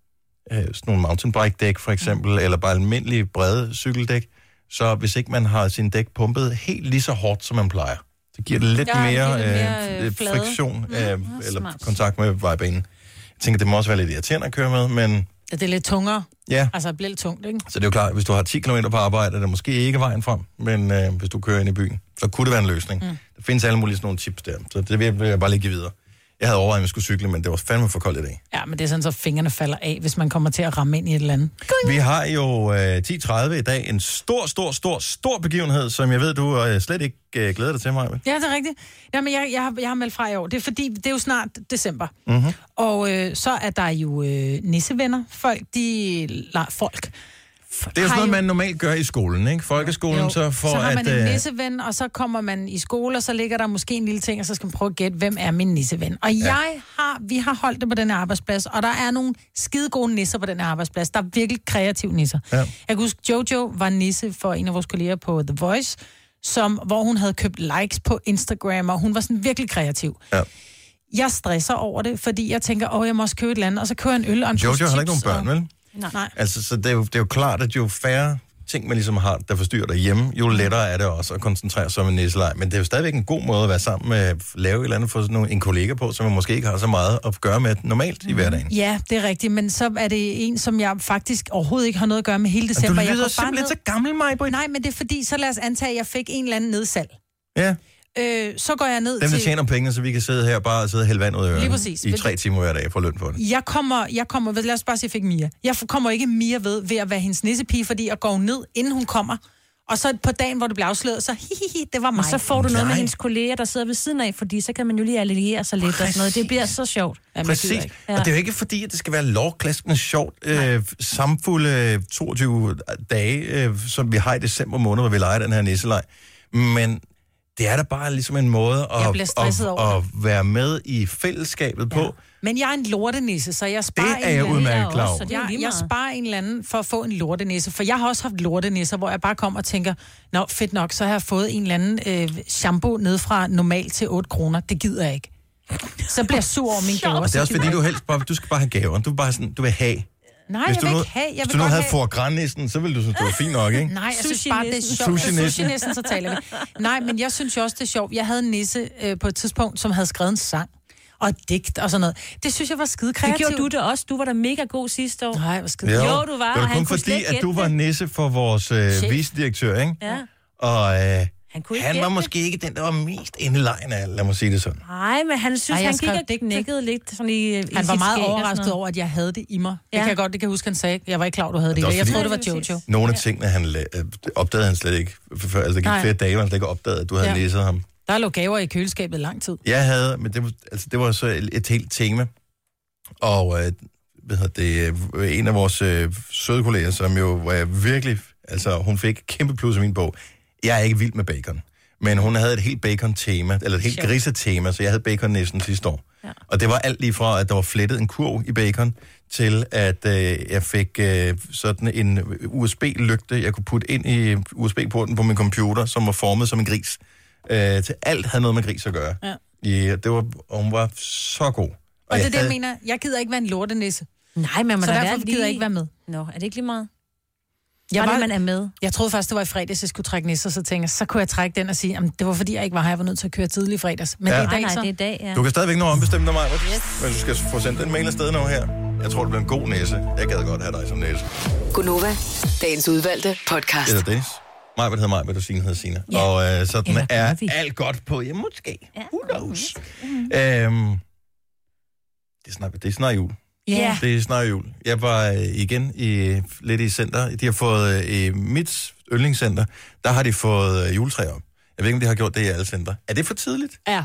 [SPEAKER 1] øh, sådan nogle mountainbike-dæk for eksempel,
[SPEAKER 2] Mhm.
[SPEAKER 1] mm. eller bare almindelige brede cykeldæk, så hvis ikke man har sin dæk pumpet helt lige så hårdt, som man plejer, så giver det lidt
[SPEAKER 2] Ja, det giver
[SPEAKER 1] mere,
[SPEAKER 2] det mere,
[SPEAKER 1] øh,
[SPEAKER 2] øh,
[SPEAKER 1] øh,
[SPEAKER 2] flade.
[SPEAKER 1] friktion øh,
[SPEAKER 3] smart.
[SPEAKER 1] eller kontakt med vejbanen. Jeg tænker, det må også være lidt irriterende at køre med, men
[SPEAKER 2] Ja, det er lidt tungere.
[SPEAKER 1] ja,
[SPEAKER 2] Altså, det bliver lidt tungt, ikke?
[SPEAKER 1] så det er jo klart, hvis du har 10 km på arbejde, er det måske ikke vejen frem, men øh, hvis du kører ind i byen, så kunne det være en løsning. Mm. Der findes alle mulige sådan nogle tips der, så det vil jeg- vil jeg bare lige give videre. Jeg havde overvejet, at jeg skulle cykle, men det var fandme for koldt i dag.
[SPEAKER 2] Ja, men det er sådan, så fingrene falder af, hvis man kommer til at ramme ind i et eller andet.
[SPEAKER 1] Vi har jo øh, 10.30 i dag en stor, stor, stor, stor begivenhed, som jeg ved, du øh, slet ikke øh, glæder dig til, mig.
[SPEAKER 2] Ja, det er rigtigt. Jamen, jeg, jeg, har, jeg har meldt fra i år. Det er fordi, det er jo snart december.
[SPEAKER 1] Mhm.
[SPEAKER 2] Mm-hmm. Og øh, så er der jo øh, nissevenner. Folk, de... La, folk.
[SPEAKER 1] Det er jo sådan noget, man normalt gør i skolen, ikke? Folkeskolen, jo. så for
[SPEAKER 2] så har
[SPEAKER 1] at...
[SPEAKER 2] man en
[SPEAKER 1] øh,
[SPEAKER 2] nisseven, og så kommer man i skole, og så ligger der måske en lille ting, og så skal man prøve at gætte, hvem er min nisseven. Og ja. jeg har, vi har holdt det på den her arbejdsplads, og der er nogle skide gode nisser på den her arbejdsplads. Der er virkelig kreative nisser.
[SPEAKER 1] Ja.
[SPEAKER 2] Jeg kan huske, Jojo var nisse for en af vores kolleger på The Voice, som, hvor hun havde købt likes på Instagram, og hun var sådan virkelig kreativ.
[SPEAKER 1] Ja.
[SPEAKER 2] Jeg stresser over det, fordi jeg tænker, åh, jeg må også købe et eller andet, og så køber jeg en øl og en
[SPEAKER 1] Jojo
[SPEAKER 2] pose
[SPEAKER 1] har heller ikke nogen
[SPEAKER 2] chips,
[SPEAKER 1] børn,
[SPEAKER 2] og...
[SPEAKER 1] vel?
[SPEAKER 2] Nej.
[SPEAKER 1] Altså, så det er, jo, det er jo klart, at jo færre ting, man ligesom har, der forstyrrer dig hjemme,
[SPEAKER 2] Mm.
[SPEAKER 1] jo lettere er det også at koncentrere sig om en nisselej. Men det er jo stadigvæk en god måde at være sammen med, lave et eller andet for sådan nogle, en kollega på, som man måske ikke har så meget at gøre med normalt i hverdagen.
[SPEAKER 2] Mm. Ja, det er rigtigt, men så er det en, som jeg faktisk overhovedet ikke har noget at gøre med hele
[SPEAKER 1] Du
[SPEAKER 2] december. jeg går
[SPEAKER 1] lyder
[SPEAKER 2] bare
[SPEAKER 1] simpelthen
[SPEAKER 2] ned-
[SPEAKER 1] så gammel, mig på
[SPEAKER 2] Nej, men det er fordi, så lad os antage, at jeg fik en eller anden nedsalg.
[SPEAKER 1] Ja,
[SPEAKER 2] Øh, så går jeg ned
[SPEAKER 1] dem, der
[SPEAKER 2] til...
[SPEAKER 1] tjener penge, så vi kan sidde her og bare sidde og hælde vand ud af ørerne
[SPEAKER 2] Lige præcis.
[SPEAKER 1] i tre timer hver dag og få løn for det.
[SPEAKER 2] Jeg kommer, jeg kommer, ved- lad os bare sige, at jeg fik Mia. Jeg f- kommer ikke Mia ved, ved at være hendes nissepige, fordi jeg går ned, inden hun kommer. Og så på dagen, hvor det bliver afsløret, så hihihi, det var mig.
[SPEAKER 3] Og så får du noget med
[SPEAKER 1] Nej.
[SPEAKER 3] hendes kolleger, der sidder ved siden af, fordi så kan man jo lige alliere sig lidt og sådan noget. Det bliver så sjovt.
[SPEAKER 2] Jamen, jeg gider
[SPEAKER 1] Præcis.
[SPEAKER 2] ikke.
[SPEAKER 1] Og det er jo ikke fordi, at det skal være lovklaskende sjovt, øh, samfulde øh, 22 dage, øh, som vi har i december måned, hvor vi leger den her nisselej. Men det er da bare ligesom en måde
[SPEAKER 2] Jeg
[SPEAKER 1] at,
[SPEAKER 2] bliver stresset over
[SPEAKER 1] at være med i fællesskabet på.
[SPEAKER 2] Men jeg er en lortenisse, så jeg sparer
[SPEAKER 1] Det er jeg
[SPEAKER 2] en eller
[SPEAKER 1] udmærket
[SPEAKER 2] anden.
[SPEAKER 1] Jeg er klar over. også,
[SPEAKER 3] så det er jo
[SPEAKER 2] Jeg,
[SPEAKER 3] lige
[SPEAKER 2] jeg
[SPEAKER 3] meget.
[SPEAKER 2] sparer en eller anden for at få en lortenisse, for jeg har også haft lortenisser, hvor jeg bare kommer og tænker, nå fedt nok, så har jeg fået en eller anden øh, shampoo ned fra normal til 8 kroner. Det gider jeg ikke. Så bliver jeg sur over min gaver.
[SPEAKER 1] Og det er også fordi, du helst bare, du skal bare have gaver. Du, vil bare sådan, du vil have.
[SPEAKER 2] Nej,
[SPEAKER 1] hvis
[SPEAKER 2] jeg
[SPEAKER 1] du
[SPEAKER 2] vil
[SPEAKER 1] nu,
[SPEAKER 2] ikke have. Jeg
[SPEAKER 1] hvis
[SPEAKER 2] vil
[SPEAKER 1] du nu
[SPEAKER 2] godt
[SPEAKER 1] havde
[SPEAKER 2] have...
[SPEAKER 1] for grænnissen, så ville du synes, det var fint nok, ikke?
[SPEAKER 2] Nej, jeg synes
[SPEAKER 3] Sushi-nissen.
[SPEAKER 2] bare, det er sjovt.
[SPEAKER 1] Sushi-nissen.
[SPEAKER 2] Sushi-nissen, så taler vi. Nej, men jeg synes jo også, det er sjovt. Jeg havde en nisse øh, på et tidspunkt, som havde skrevet en sang og et digt og sådan noget. Det synes jeg var skide
[SPEAKER 3] Det
[SPEAKER 2] kreativt.
[SPEAKER 3] gjorde du da også. Du var da mega god sidste år.
[SPEAKER 2] Nej, jeg var skide.
[SPEAKER 3] Jo, du var,
[SPEAKER 1] Det
[SPEAKER 3] og
[SPEAKER 1] var
[SPEAKER 3] han
[SPEAKER 1] kun
[SPEAKER 3] kunne slet
[SPEAKER 1] fordi,
[SPEAKER 3] ikke
[SPEAKER 1] at du
[SPEAKER 3] gætte
[SPEAKER 1] var
[SPEAKER 3] det.
[SPEAKER 1] nisse for vores øh,
[SPEAKER 2] Chef.
[SPEAKER 1] vicedirektør, ikke?
[SPEAKER 3] Ja.
[SPEAKER 1] Og øh, han,
[SPEAKER 3] Han kunne ikke
[SPEAKER 1] han var
[SPEAKER 3] gætte Ah,
[SPEAKER 1] måske ikke den, der var mest inde i lejen af, alle, lad mig sige det sådan.
[SPEAKER 3] Nej, men han synes,
[SPEAKER 2] Ej,
[SPEAKER 3] Ej,
[SPEAKER 2] jeg
[SPEAKER 3] han
[SPEAKER 2] skrev
[SPEAKER 3] gik
[SPEAKER 2] digte.
[SPEAKER 3] og nikkede lidt sådan i, i
[SPEAKER 2] Han var
[SPEAKER 3] sit
[SPEAKER 2] meget
[SPEAKER 3] skæg og sådan
[SPEAKER 2] overrasket
[SPEAKER 3] noget.
[SPEAKER 2] over, at jeg havde det i mig. Det
[SPEAKER 3] Ja.
[SPEAKER 2] kan jeg godt, det kan jeg huske, han sagde. Jeg var ikke klar, over, du havde det i
[SPEAKER 1] Men det
[SPEAKER 2] dig.
[SPEAKER 1] er
[SPEAKER 2] Jeg troede,
[SPEAKER 1] også
[SPEAKER 2] det
[SPEAKER 1] fordi-
[SPEAKER 2] var Jojo.
[SPEAKER 1] Nogle af tingene, han la- øh, opdagede han slet ikke, f- før altså, der gik
[SPEAKER 2] Nej.
[SPEAKER 1] flere dage, hvor han slet ikke opdagede, at du havde ja.
[SPEAKER 2] Ja.
[SPEAKER 1] læset ham.
[SPEAKER 2] Der lå gaver i køleskabet i lang tid.
[SPEAKER 1] Jeg havde, men det var, altså, det var så et, et helt tema, og øh, hvad hedder det, øh, en af vores øh, søde kolleger, som jo var jeg virkelig, altså hun fik et kæmpe plus af min bog. Jeg er ikke vild med bacon, men hun havde et helt bacon-tema, eller et helt grisetema, så jeg havde bacon næsten sidste år. Ja. Og det var alt lige fra, at der var flettet en kurv i bacon, til at øh, jeg fik øh, sådan en USB-lygte, jeg kunne putte ind i USB-porten på min computer, som var formet som en gris. Øh, til alt havde noget med gris at gøre.
[SPEAKER 2] Ja.
[SPEAKER 1] Ja, det var, og hun var så god.
[SPEAKER 2] Og det er det, jeg
[SPEAKER 1] havde-
[SPEAKER 2] mener. Jeg gider ikke være en lortenisse.
[SPEAKER 3] Nej, men man
[SPEAKER 2] Så
[SPEAKER 3] er
[SPEAKER 2] derfor gider jeg ikke være med.
[SPEAKER 3] Nå, er det ikke lige meget?
[SPEAKER 2] Jeg,
[SPEAKER 3] Bare det,
[SPEAKER 2] var,
[SPEAKER 3] man er med.
[SPEAKER 2] jeg troede først, det var i fredags, jeg skulle trække nisser, så tænkte jeg, så kunne jeg trække den og sige, at det var fordi, jeg ikke var her, jeg var nødt til at køre tidlig i fredags. Men
[SPEAKER 1] Ja.
[SPEAKER 2] ja. det er
[SPEAKER 3] Nej,
[SPEAKER 2] i
[SPEAKER 3] nej,
[SPEAKER 2] dag, så.
[SPEAKER 3] det er i dag, ja.
[SPEAKER 1] Du kan stadigvæk nå at ombestemme dig, Maja. Yes. Men du skal få sendt den mail afsted nu her. Jeg tror, det bliver en god næse. Jeg gad godt have dig som næse.
[SPEAKER 5] Gunova, dagens udvalgte podcast.
[SPEAKER 1] Eller Dennis. Maja hedder Maja, og Signe hedder Signe.
[SPEAKER 3] Ja.
[SPEAKER 1] Og øh, sådan
[SPEAKER 3] Eller
[SPEAKER 1] er
[SPEAKER 3] Grundtvig.
[SPEAKER 1] alt godt på. Ja, måske.
[SPEAKER 3] Ja.
[SPEAKER 1] Who knows? Øhm, det, er snart, det er snart jul.
[SPEAKER 3] Ja.
[SPEAKER 1] Det er snart jul. Jeg var øh, igen i, lidt i center. De har fået, øh, i mit yndlingscenter, der har de fået øh, juletræer op. Jeg ved ikke, om de har gjort det i alle center. Er det for tidligt?
[SPEAKER 2] Ja.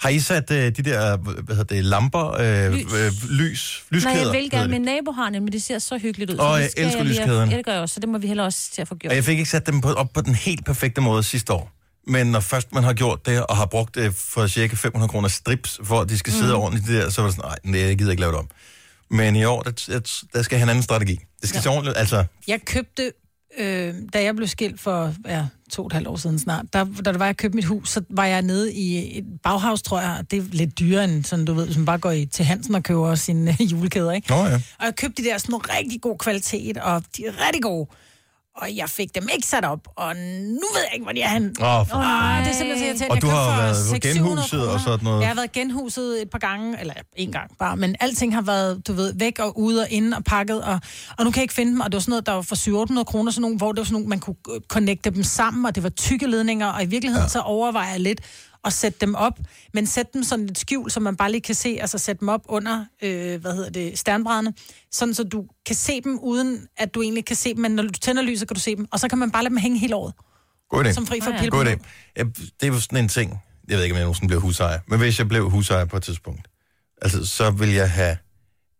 [SPEAKER 1] Har I sat øh, de der, hvad hedder det, lamper, øh, lys.
[SPEAKER 3] Lys.
[SPEAKER 1] Øh, lys,
[SPEAKER 3] Nej,
[SPEAKER 1] lyskæder?
[SPEAKER 3] jeg vil
[SPEAKER 1] hedder
[SPEAKER 3] gerne.
[SPEAKER 1] det.
[SPEAKER 3] Min nabo har en, men det ser så hyggeligt ud. så
[SPEAKER 1] Åh,
[SPEAKER 3] det
[SPEAKER 1] jeg
[SPEAKER 3] skal
[SPEAKER 1] elsker
[SPEAKER 3] lige have-
[SPEAKER 1] lyskæderne.
[SPEAKER 3] Ja, det gør jeg også, så det må vi heller også til at få gjort.
[SPEAKER 1] Og jeg fik ikke sat dem på, op på den helt perfekte måde sidste år. Men når først man har gjort det, og har brugt det for cirka 500 kroner strips, for at de skal sidde mm. ordentligt der, så var det sådan, nej, jeg gider ikke lave det om. Men i år, der, der, der skal han anden strategi. Det skal ja. se ordentligt, altså,
[SPEAKER 2] Jeg købte, øh, da jeg blev skilt for ja, to og et halvt år siden snart, der, da det var, jeg købte mit hus, så var jeg nede i et baghavs, tror jeg. og Det er lidt dyrere end sådan, du ved, som bare går i, til Hansen og køber sine øh, julekæder, ikke?
[SPEAKER 1] nå ja.
[SPEAKER 2] Og jeg købte de der sådan nogle rigtig god kvalitet, og de er rigtig gode. Og jeg fik dem ikke sat op, og nu ved jeg ikke, hvor de er henne.
[SPEAKER 1] Åh, for
[SPEAKER 2] Ah, det er simpelthen så irriterende.
[SPEAKER 1] Og
[SPEAKER 2] Jeg
[SPEAKER 1] du har
[SPEAKER 2] købte for
[SPEAKER 1] været
[SPEAKER 2] 600-700
[SPEAKER 1] på genhuset og
[SPEAKER 2] kroner.
[SPEAKER 1] sådan noget.
[SPEAKER 2] Jeg har været genhuset et par gange, eller en gang bare, men alting har været, du ved, væk og ude og inde og pakket, og, og nu kan jeg ikke finde dem, og det var sådan noget, der var for 700 kroner, sådan nogle, hvor det var sådan nogle, man kunne øh, connecte dem sammen, og det var tykke ledninger, og i virkeligheden ja. så overvejer jeg lidt, og sætte dem op, men sæt dem sådan lidt skjul, så man bare lige kan se, altså sæt dem op under, øh, hvad hedder det, sternbrædderne, sådan så du kan se dem, uden at du egentlig kan se dem, men når du tænder lyset, kan du se dem, og så kan man bare lade dem hænge hele året,
[SPEAKER 1] God idé.
[SPEAKER 2] som fri for
[SPEAKER 3] Nå ja.
[SPEAKER 1] God
[SPEAKER 2] pille.
[SPEAKER 1] idé. Jeg, det er jo sådan en ting. Jeg ved ikke, om jeg nogensinde bliver husejer. Men hvis jeg blev husejer på et tidspunkt, altså, så vil jeg have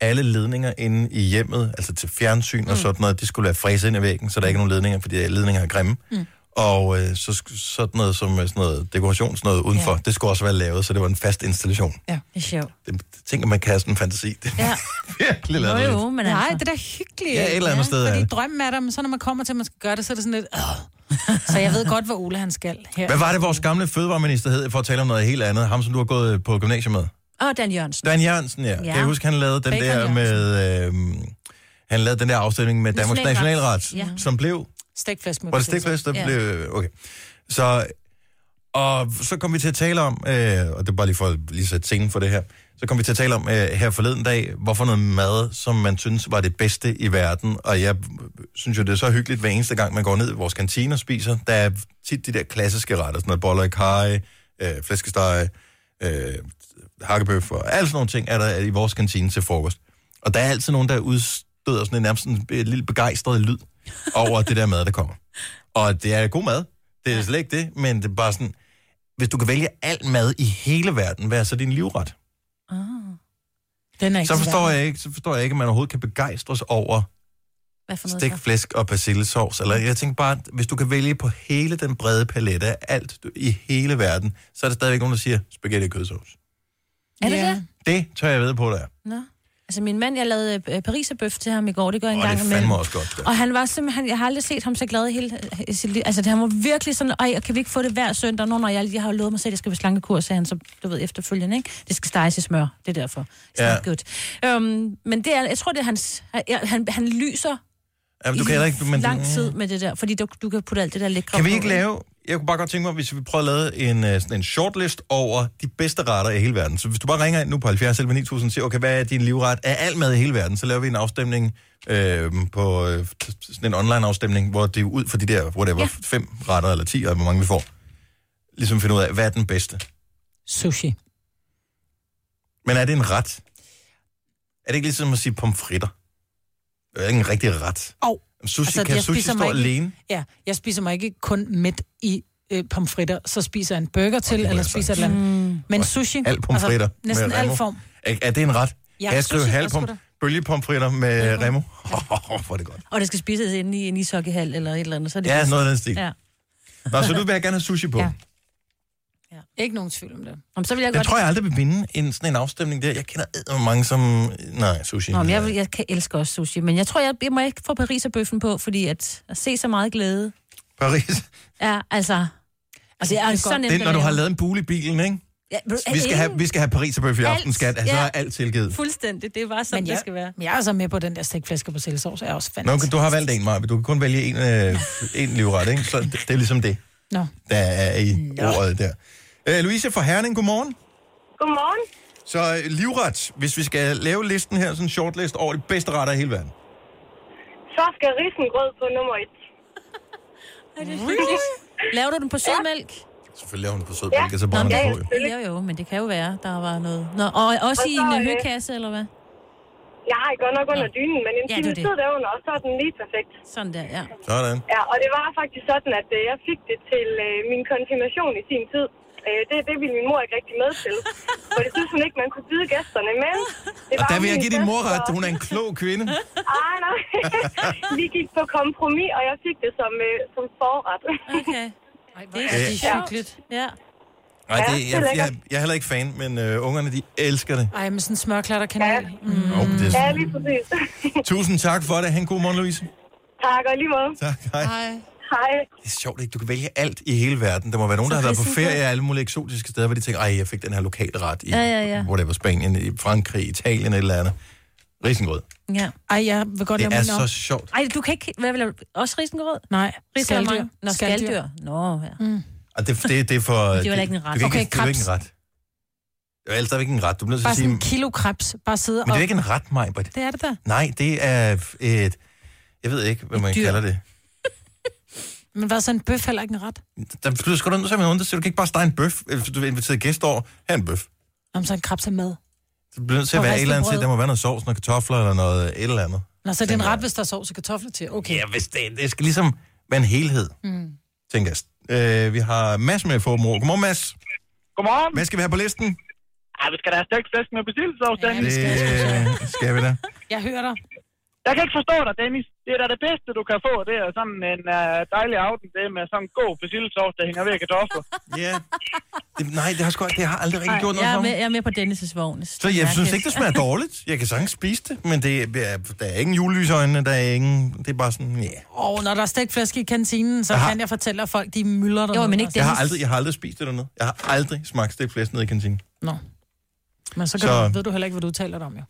[SPEAKER 1] alle ledninger inde i hjemmet, altså til fjernsyn mm. og sådan noget, de skulle være fræset ind i væggen, så der er ikke er nogen ledninger, fordi de ledninger er grimme. Mm. Og øh, så sk- sådan noget som øh, sådan noget dekoration, sådan noget udenfor, ja. det skulle også være lavet, så det var en fast installation.
[SPEAKER 2] Ja.
[SPEAKER 3] Det er sjovt.
[SPEAKER 1] Det, det tænker man kan have sådan en fantasi. Det er
[SPEAKER 3] Ja.
[SPEAKER 1] virkelig
[SPEAKER 3] Nå
[SPEAKER 1] latterligt.
[SPEAKER 3] jo, men
[SPEAKER 2] Nej,
[SPEAKER 3] altså.
[SPEAKER 2] det er da hyggeligt.
[SPEAKER 1] Ja, et eller andet sted er
[SPEAKER 2] Fordi
[SPEAKER 1] det.
[SPEAKER 2] drømmen er der, men så når man kommer til, at man skal gøre det, så er det sådan lidt... "Åh." Så jeg ved godt, hvor Ole han skal her.
[SPEAKER 1] Hvad var det, vores gamle fødevareminister hed, for at tale om noget helt andet? Ham, som du har gået øh, på gymnasiet med?
[SPEAKER 3] Åh, Dan Jørgensen.
[SPEAKER 1] Dan Jørgensen, ja. ja. Kan jeg huske, han lavede den
[SPEAKER 2] Bacon
[SPEAKER 1] der med... Øh, han lavede den der afstemning med Danmarks
[SPEAKER 3] Nationalret.
[SPEAKER 1] Nationalret, ja. som blev...
[SPEAKER 2] Stikflæsk med
[SPEAKER 1] Var det
[SPEAKER 2] potato.
[SPEAKER 1] stikflæst, der
[SPEAKER 3] Ja.
[SPEAKER 1] blev... Okay. Så, og så kom vi til at tale om, øh, og det er bare lige for at lige sætte scenen for det her, så kom vi til at tale om øh, her forleden dag, hvorfor noget mad, som man synes var det bedste i verden. Og jeg synes jo, det er så hyggeligt hver eneste gang, man går ned i vores kantine og spiser. Der er tit de der klassiske retter, sådan noget boller i kaj, øh, flæskesteg, øh, hakkebøf og alt sådan nogle ting, er der i vores kantine til frokost. Og der er altid nogen, der udstøder sådan en nærmest en, en lille begejstret lyd over det der mad, der kommer. Og det er god mad. Det er slet ikke det, men det er bare sådan, hvis du kan vælge al mad i hele verden, hvad er så din livret?
[SPEAKER 2] Den er ikke
[SPEAKER 1] Så forstår jeg ikke, så forstår jeg ikke at man overhovedet kan begejstres over
[SPEAKER 3] Hvad for noget
[SPEAKER 1] stik,
[SPEAKER 3] så?
[SPEAKER 1] flæsk og persillesovs. Eller jeg tænker bare, at hvis du kan vælge på hele den brede palette af alt du- i hele verden, så er der stadigvæk nogen, der siger spaghetti og kødsovs.
[SPEAKER 3] Er det
[SPEAKER 2] Ja.
[SPEAKER 3] det?
[SPEAKER 1] Det tør jeg ved på, der.
[SPEAKER 3] Nå. Altså min mand, jeg lavede øh, pariserbøf til ham i går, det gør jeg en
[SPEAKER 1] Og
[SPEAKER 3] gang
[SPEAKER 1] det er
[SPEAKER 3] imellem.
[SPEAKER 1] fandme også godt. Der.
[SPEAKER 3] Og han var simpelthen, jeg har aldrig set ham så glad i hele i sit liv. Altså, det- han var virkelig sådan, ej, kan vi ikke få det hver søndag? Nå, når jeg, jeg har jo lovet mig selv, at jeg skal på slankekur, sagde han så, du ved, efterfølgende, ikke? Det skal steges i smør, det er derfor. It's
[SPEAKER 1] Ja.
[SPEAKER 3] ja. good. Øhm, men det er, jeg tror, det er hans, han, han, han lyser
[SPEAKER 1] Ja, men
[SPEAKER 3] i
[SPEAKER 1] du kan heller ikke, men,
[SPEAKER 3] lang tid med det der, fordi du, du kan putte alt det der lækre
[SPEAKER 1] Kan vi
[SPEAKER 3] på,
[SPEAKER 1] ikke lave... Jeg kunne bare godt tænke mig, hvis vi prøver at lave en, øh, sådan en shortlist over de bedste retter i hele verden. Så hvis du bare ringer ind nu på 70 11 9000 og siger, okay, hvad er din livret af alt mad i hele verden, så laver vi en afstemning øh, på øh, sådan en online afstemning, hvor det er ud for de der, whatever, ja. fem retter eller ti, eller hvor mange vi får. Ligesom finde ud af, hvad er den bedste.
[SPEAKER 2] Sushi.
[SPEAKER 1] Men er det en ret? Er det ikke ligesom at sige pomfritter? Det er ikke en rigtig ret.
[SPEAKER 2] Og
[SPEAKER 1] Sushi,
[SPEAKER 2] Altså,
[SPEAKER 1] altså, kan
[SPEAKER 2] jeg
[SPEAKER 1] sushi
[SPEAKER 2] spiser
[SPEAKER 1] stå
[SPEAKER 2] mig ikke-
[SPEAKER 1] alene?
[SPEAKER 2] ja, jeg spiser mig ikke kun midt i øh, pomfritter, så spiser jeg en burger til,
[SPEAKER 1] kunne
[SPEAKER 2] eller
[SPEAKER 1] jeg
[SPEAKER 2] spiser et eller
[SPEAKER 3] Mm.
[SPEAKER 2] andet. Men sushi, altså,
[SPEAKER 1] Al pomfritter
[SPEAKER 3] Altså,
[SPEAKER 1] med
[SPEAKER 2] næsten
[SPEAKER 1] Remo.
[SPEAKER 2] al form.
[SPEAKER 1] Er, er det en ret?
[SPEAKER 2] Ja,
[SPEAKER 1] Ja, kan jeg skrive
[SPEAKER 2] sushi,
[SPEAKER 1] halv
[SPEAKER 2] også
[SPEAKER 1] pom-
[SPEAKER 2] godt.
[SPEAKER 1] bølgepomfritter med Remo? Åh, oh, hvor er det godt.
[SPEAKER 3] Og det skal spises inde i en ishockeyhal eller et eller andet, så er det
[SPEAKER 1] Ja,
[SPEAKER 3] bedst.
[SPEAKER 1] noget af den stil.
[SPEAKER 3] ja.
[SPEAKER 1] Nå, så du vil jeg gerne have sushi på.
[SPEAKER 3] Ja.
[SPEAKER 2] Ikke nogen tvivl om det.
[SPEAKER 3] Jamen, så vil jeg
[SPEAKER 1] Jeg
[SPEAKER 3] godt...
[SPEAKER 1] tror, jeg aldrig vil vinde en, sådan en afstemning der. Jeg kender eddermame mange, som... Nej, sushi.
[SPEAKER 3] Nå, men jeg, vil- jeg kan elske også sushi, men jeg tror, jeg, jeg må ikke få pariserbøffen på, fordi at, at se så meget glæde,
[SPEAKER 1] Paris.
[SPEAKER 3] Ja, altså... Altså, jeg er
[SPEAKER 2] Det er
[SPEAKER 3] sådan
[SPEAKER 2] godt.
[SPEAKER 3] en...
[SPEAKER 1] Det er, når du har lavet en bule i bilen, ikke?
[SPEAKER 3] Ja, ved du,
[SPEAKER 1] Vi skal
[SPEAKER 3] ingen-
[SPEAKER 1] have, vi skal have Paris og bøf i aften,
[SPEAKER 3] Alt,
[SPEAKER 1] skat. Altså,
[SPEAKER 3] ja.
[SPEAKER 1] ja. er alt tilgivet.
[SPEAKER 3] Fuldstændig, det er bare sådan,
[SPEAKER 2] Men
[SPEAKER 3] det
[SPEAKER 2] jeg,
[SPEAKER 3] skal være.
[SPEAKER 2] men jeg er så med på den der stikflæsk på selsovs. Jeg er også fandt.
[SPEAKER 1] Nå, du har valgt en, Maja, men du kan kun vælge en, øh, en livret, ikke? Så det, det er ligesom det,
[SPEAKER 2] Nå.
[SPEAKER 1] der er i ordet der. Øh, Louise fra Herning, godmorgen.
[SPEAKER 8] Godmorgen.
[SPEAKER 1] Så øh, livret, hvis vi skal lave listen her, sådan en shortlist over de bedste retter i hele verden.
[SPEAKER 8] Så skal risengrød på nummer et.
[SPEAKER 3] Er det hyggeligt? Laver du den på sødmælk?
[SPEAKER 1] Selvfølgelig laver hun det på sød
[SPEAKER 8] Ja.
[SPEAKER 1] mælk, og så brænder
[SPEAKER 8] Nå,
[SPEAKER 1] den
[SPEAKER 8] men-
[SPEAKER 1] på, jo.
[SPEAKER 8] Selvfølgelig.
[SPEAKER 3] Jo, jo, men det kan jo være, der var noget. Nå, og også
[SPEAKER 8] Og
[SPEAKER 3] i
[SPEAKER 8] så,
[SPEAKER 3] en øh,
[SPEAKER 8] øh,
[SPEAKER 3] høkasse, eller hvad?
[SPEAKER 8] Jeg har godt nok under dynen, men en
[SPEAKER 3] Ja, det er
[SPEAKER 8] time
[SPEAKER 3] det.
[SPEAKER 8] tid derunder, og så er den lige perfekt.
[SPEAKER 3] Sådan der, ja.
[SPEAKER 1] Sådan.
[SPEAKER 8] Ja, og det var faktisk sådan, at øh, jeg fik det til øh, min konfirmation i sin tid. Øh, det, det ville min mor ikke rigtig med til. For det synes hun ikke, man kunne byde gæsterne, men... Det
[SPEAKER 1] Og
[SPEAKER 8] var
[SPEAKER 1] der vil jeg
[SPEAKER 8] min
[SPEAKER 1] give din mor
[SPEAKER 8] søster.
[SPEAKER 1] ret. Hun er en klog kvinde.
[SPEAKER 8] Ah, nej. Vi gik på kompromis, og jeg fik det som, øh, som forret.
[SPEAKER 3] Okay.
[SPEAKER 2] Det
[SPEAKER 3] er
[SPEAKER 1] er
[SPEAKER 2] er hyggeligt.
[SPEAKER 3] Ja.
[SPEAKER 1] Nej,
[SPEAKER 8] Ja, det
[SPEAKER 1] det,
[SPEAKER 8] er
[SPEAKER 1] jeg, jeg,
[SPEAKER 8] lækkert.
[SPEAKER 1] jeg, er heller ikke fan, men øh, ungerne, de elsker det.
[SPEAKER 2] Ej, med sådan en smørklatter kanal. Ja. Mm.
[SPEAKER 1] Mm. Oh, det
[SPEAKER 8] Ja,
[SPEAKER 1] er,
[SPEAKER 8] lige præcis.
[SPEAKER 1] tusind tak for det. Han god morgen, Louise.
[SPEAKER 8] tak, og lige måde.
[SPEAKER 1] Tak, hej.
[SPEAKER 2] Ej.
[SPEAKER 8] Hej.
[SPEAKER 1] Det er sjovt, ikke? Du kan vælge alt i hele verden. Der må være nogen, der har været på ferie af alle mulige eksotiske steder, hvor de tænker, ej, jeg fik den her lokale ret i, ja,
[SPEAKER 3] ja, ja.
[SPEAKER 1] hvor det var Spanien, i Frankrig, Italien et eller andet. Risengrød.
[SPEAKER 3] ja.
[SPEAKER 2] Ej, jeg vil godt
[SPEAKER 1] Det
[SPEAKER 2] lave
[SPEAKER 1] er
[SPEAKER 2] min
[SPEAKER 1] så
[SPEAKER 2] op.
[SPEAKER 1] sjovt.
[SPEAKER 3] Ej, du kan ikke... Hvad vil du? Også risengrød?
[SPEAKER 2] Nej,
[SPEAKER 3] Risengrød.
[SPEAKER 2] skaldyr.
[SPEAKER 3] Nå, skaldyr. Nå, ja.
[SPEAKER 1] Og Ah, det, det, det er for... Det
[SPEAKER 3] er heller ikke en ret.
[SPEAKER 1] Du kan
[SPEAKER 2] Okay,
[SPEAKER 1] ikke, det er jo ikke
[SPEAKER 2] krebs.
[SPEAKER 1] en ret. Det er jo stadigvæk ikke en ret. Du bliver nødt til
[SPEAKER 2] Bare
[SPEAKER 1] at sige...
[SPEAKER 2] sådan en
[SPEAKER 1] Men
[SPEAKER 2] kilo krebs. Bare sidde og...
[SPEAKER 1] det er ikke en ret, Majbert.
[SPEAKER 2] det er det da.
[SPEAKER 1] Nej, det er et... Jeg ved ikke, hvad man
[SPEAKER 2] dyr.
[SPEAKER 1] kalder det.
[SPEAKER 2] Men var så en bøf heller ikke en ret?
[SPEAKER 1] Der flyder sgu da nødt til at være nogen, der siger, du kan ikke bare stege en bøf, øh, hvis du er inviteret gæster over. Her er en bøf.
[SPEAKER 2] Om så en krebs er mad.
[SPEAKER 1] Så bliver nødt til
[SPEAKER 2] Og
[SPEAKER 1] at være et
[SPEAKER 2] ristet
[SPEAKER 1] eller andet
[SPEAKER 2] brød.
[SPEAKER 1] til. Der må være noget sovs, noget kartofler eller noget et eller andet.
[SPEAKER 2] Nå, så er det en ret, hvis der er sovs og kartofler til. Okay. Hmm.
[SPEAKER 1] Ja, hvis det, det skal ligesom være en helhed, mm. tænker jeg. Øh, vi har Mads med på området. Godmorgen, Mads.
[SPEAKER 6] Godmorgen.
[SPEAKER 1] Hvad skal vi have på listen?
[SPEAKER 6] Ej, vi skal da have stegt flæsk med persillesovs,
[SPEAKER 2] Ja,
[SPEAKER 6] Dennis.
[SPEAKER 2] det skal, jeg sgu sige.
[SPEAKER 1] Det øh, skal vi da.
[SPEAKER 2] jeg hører dig.
[SPEAKER 6] Jeg kan ikke forstå dig, Dennis. Det er da det bedste, du kan få. Det er sådan en uh, dejlig aften, det er med sådan en god persillesovs, der hænger ved af kartofler.
[SPEAKER 1] Ja. Det, nej, det har, sgu, det har aldrig rigtig
[SPEAKER 3] Ej,
[SPEAKER 1] gjort noget
[SPEAKER 3] jeg, er
[SPEAKER 1] for
[SPEAKER 3] med,
[SPEAKER 1] mig.
[SPEAKER 3] jeg er med på Dennis' vogn.
[SPEAKER 1] Så jeg synes ikke, det smager dårligt. Jeg kan sagtens spise det, men det, er- der er ingen julelys i øjnene, der er ingen... Det er bare sådan, ja.
[SPEAKER 2] Og når der er stegt flæsk i kantinen, så
[SPEAKER 1] Aha.
[SPEAKER 2] kan jeg fortælle, at folk de myldrer Altså. der.
[SPEAKER 3] Jo, men ikke
[SPEAKER 1] Jeg har
[SPEAKER 3] Dennis.
[SPEAKER 1] aldrig, jeg har aldrig spist det dernede. Jeg har aldrig smagt stegt flæsk nede i kantinen.
[SPEAKER 2] Nå. Men så, kan
[SPEAKER 1] Så-
[SPEAKER 2] så... Du, ved du heller ikke, hvad du taler dig om, jo.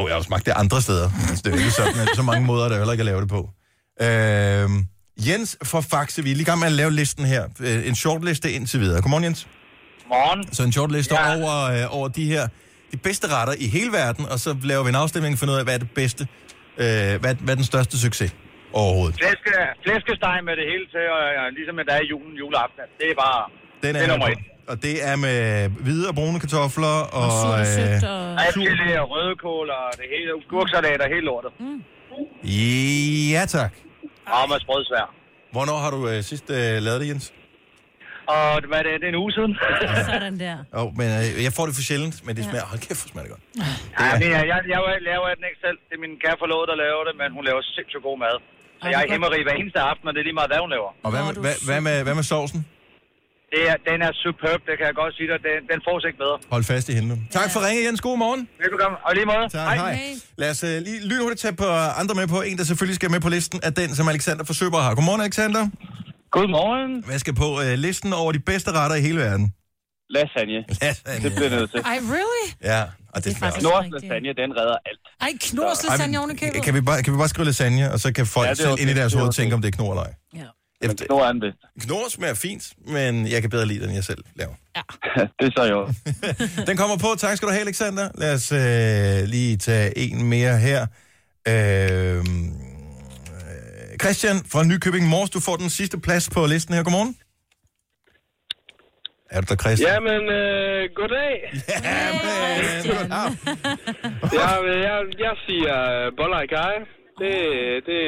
[SPEAKER 1] Og jeg har jo smagt det andre steder. Altså, det er jo ikke sådan, at så mange måder, der er heller ikke at lave det på. Øhm, Jens fra Faxe, vi er lige i gang med at lave listen her. Øh, En shortliste indtil videre. Godmorgen, Jens.
[SPEAKER 6] Morgen.
[SPEAKER 1] Så en shortliste ja.
[SPEAKER 6] Ja.
[SPEAKER 1] over, øh, over de her de bedste retter i hele verden, og så laver vi en afstemning for noget af, hvad er det bedste, øh, hvad, hvad er den største succes overhovedet.
[SPEAKER 6] Flæske, flæskesteg med det hele til, og, og ligesom der er i julen, juleaften. Det er bare...
[SPEAKER 1] Den
[SPEAKER 6] det er nummer
[SPEAKER 1] på.
[SPEAKER 6] et.
[SPEAKER 1] Og det er med hvide og brune kartofler og... øh,
[SPEAKER 3] Og surt og sødt og...
[SPEAKER 6] Ribchili og rødkål og det hele, gurksalat og hele lortet. Mm.
[SPEAKER 1] øh, ja, tak.
[SPEAKER 6] Og med sprødsvær.
[SPEAKER 1] Hvornår har du øh, sidst øh, lavet det, Jens?
[SPEAKER 6] Og hvad er det, det er en uge siden?
[SPEAKER 3] Sådan der.
[SPEAKER 1] Oh, men øh, jeg får det for sjældent, men det smager... Hold kæft, hvor smager det godt.
[SPEAKER 6] Ja, men jeg, jeg, jeg laver den ikke selv. Det er min kære forlovede, der laver det, men hun laver sindssygt god mad. Så
[SPEAKER 3] Ej,
[SPEAKER 6] jeg
[SPEAKER 3] hvor
[SPEAKER 6] er hemmeri hver eneste aften, og det er lige meget, hvad hun laver.
[SPEAKER 1] Og hvad,
[SPEAKER 3] Nå,
[SPEAKER 1] med,
[SPEAKER 3] du er
[SPEAKER 1] hvad, hvad, med, hvad med sovsen?
[SPEAKER 6] Det er, den er superb, det kan jeg godt sige dig. Den, den får sig ikke bedre.
[SPEAKER 1] Hold fast i hende. Tak for ringet, Jens. God morgen.
[SPEAKER 6] Velbekomme. Og i lige måde.
[SPEAKER 1] Tak, hej. hej. Lad os uh, lige lynhurtigt tage på andre med på. En, der selvfølgelig skal med på listen, er den, som Alexander fra Søborg har. Godmorgen, Alexander.
[SPEAKER 6] Godmorgen.
[SPEAKER 1] Hvad skal på uh, listen over de bedste retter i hele verden?
[SPEAKER 9] Lasagne. Det
[SPEAKER 1] Lasagne.
[SPEAKER 9] bliver nødt til.
[SPEAKER 2] Ej, really?
[SPEAKER 1] Ja, og det,
[SPEAKER 3] Det er
[SPEAKER 1] smager
[SPEAKER 3] faktisk-
[SPEAKER 1] også.
[SPEAKER 9] Nords lasagne, den redder alt.
[SPEAKER 2] Ej, knurs
[SPEAKER 1] Ej,
[SPEAKER 2] lasagne
[SPEAKER 1] men
[SPEAKER 2] oven i købet.
[SPEAKER 1] kan, vi bare, kan vi bare skrive lasagne, og så kan folk
[SPEAKER 9] Ja,
[SPEAKER 1] ja,
[SPEAKER 9] det er
[SPEAKER 1] selv
[SPEAKER 9] okay.
[SPEAKER 1] ind i deres
[SPEAKER 9] Det er
[SPEAKER 1] hoved
[SPEAKER 9] okay.
[SPEAKER 1] tænke, om det er knor eller ej.
[SPEAKER 3] Ja.
[SPEAKER 1] Efter,
[SPEAKER 9] Nu er den det.
[SPEAKER 1] knor smager fint, men jeg kan bedre lide den, jeg selv laver.
[SPEAKER 9] Det er så jo.
[SPEAKER 1] Den kommer på. Tak skal du have, Alexander. Lad os øh, lige tage en mere her. Øh, Christian fra Nykøbing Mors, du får den sidste plads på listen her. Godmorgen. Er du der, Christian?
[SPEAKER 6] Jamen, øh, goddag.
[SPEAKER 1] Ja, men, goddag.
[SPEAKER 6] Jeg, jeg, jeg siger øh, boller i kaj. Det, det,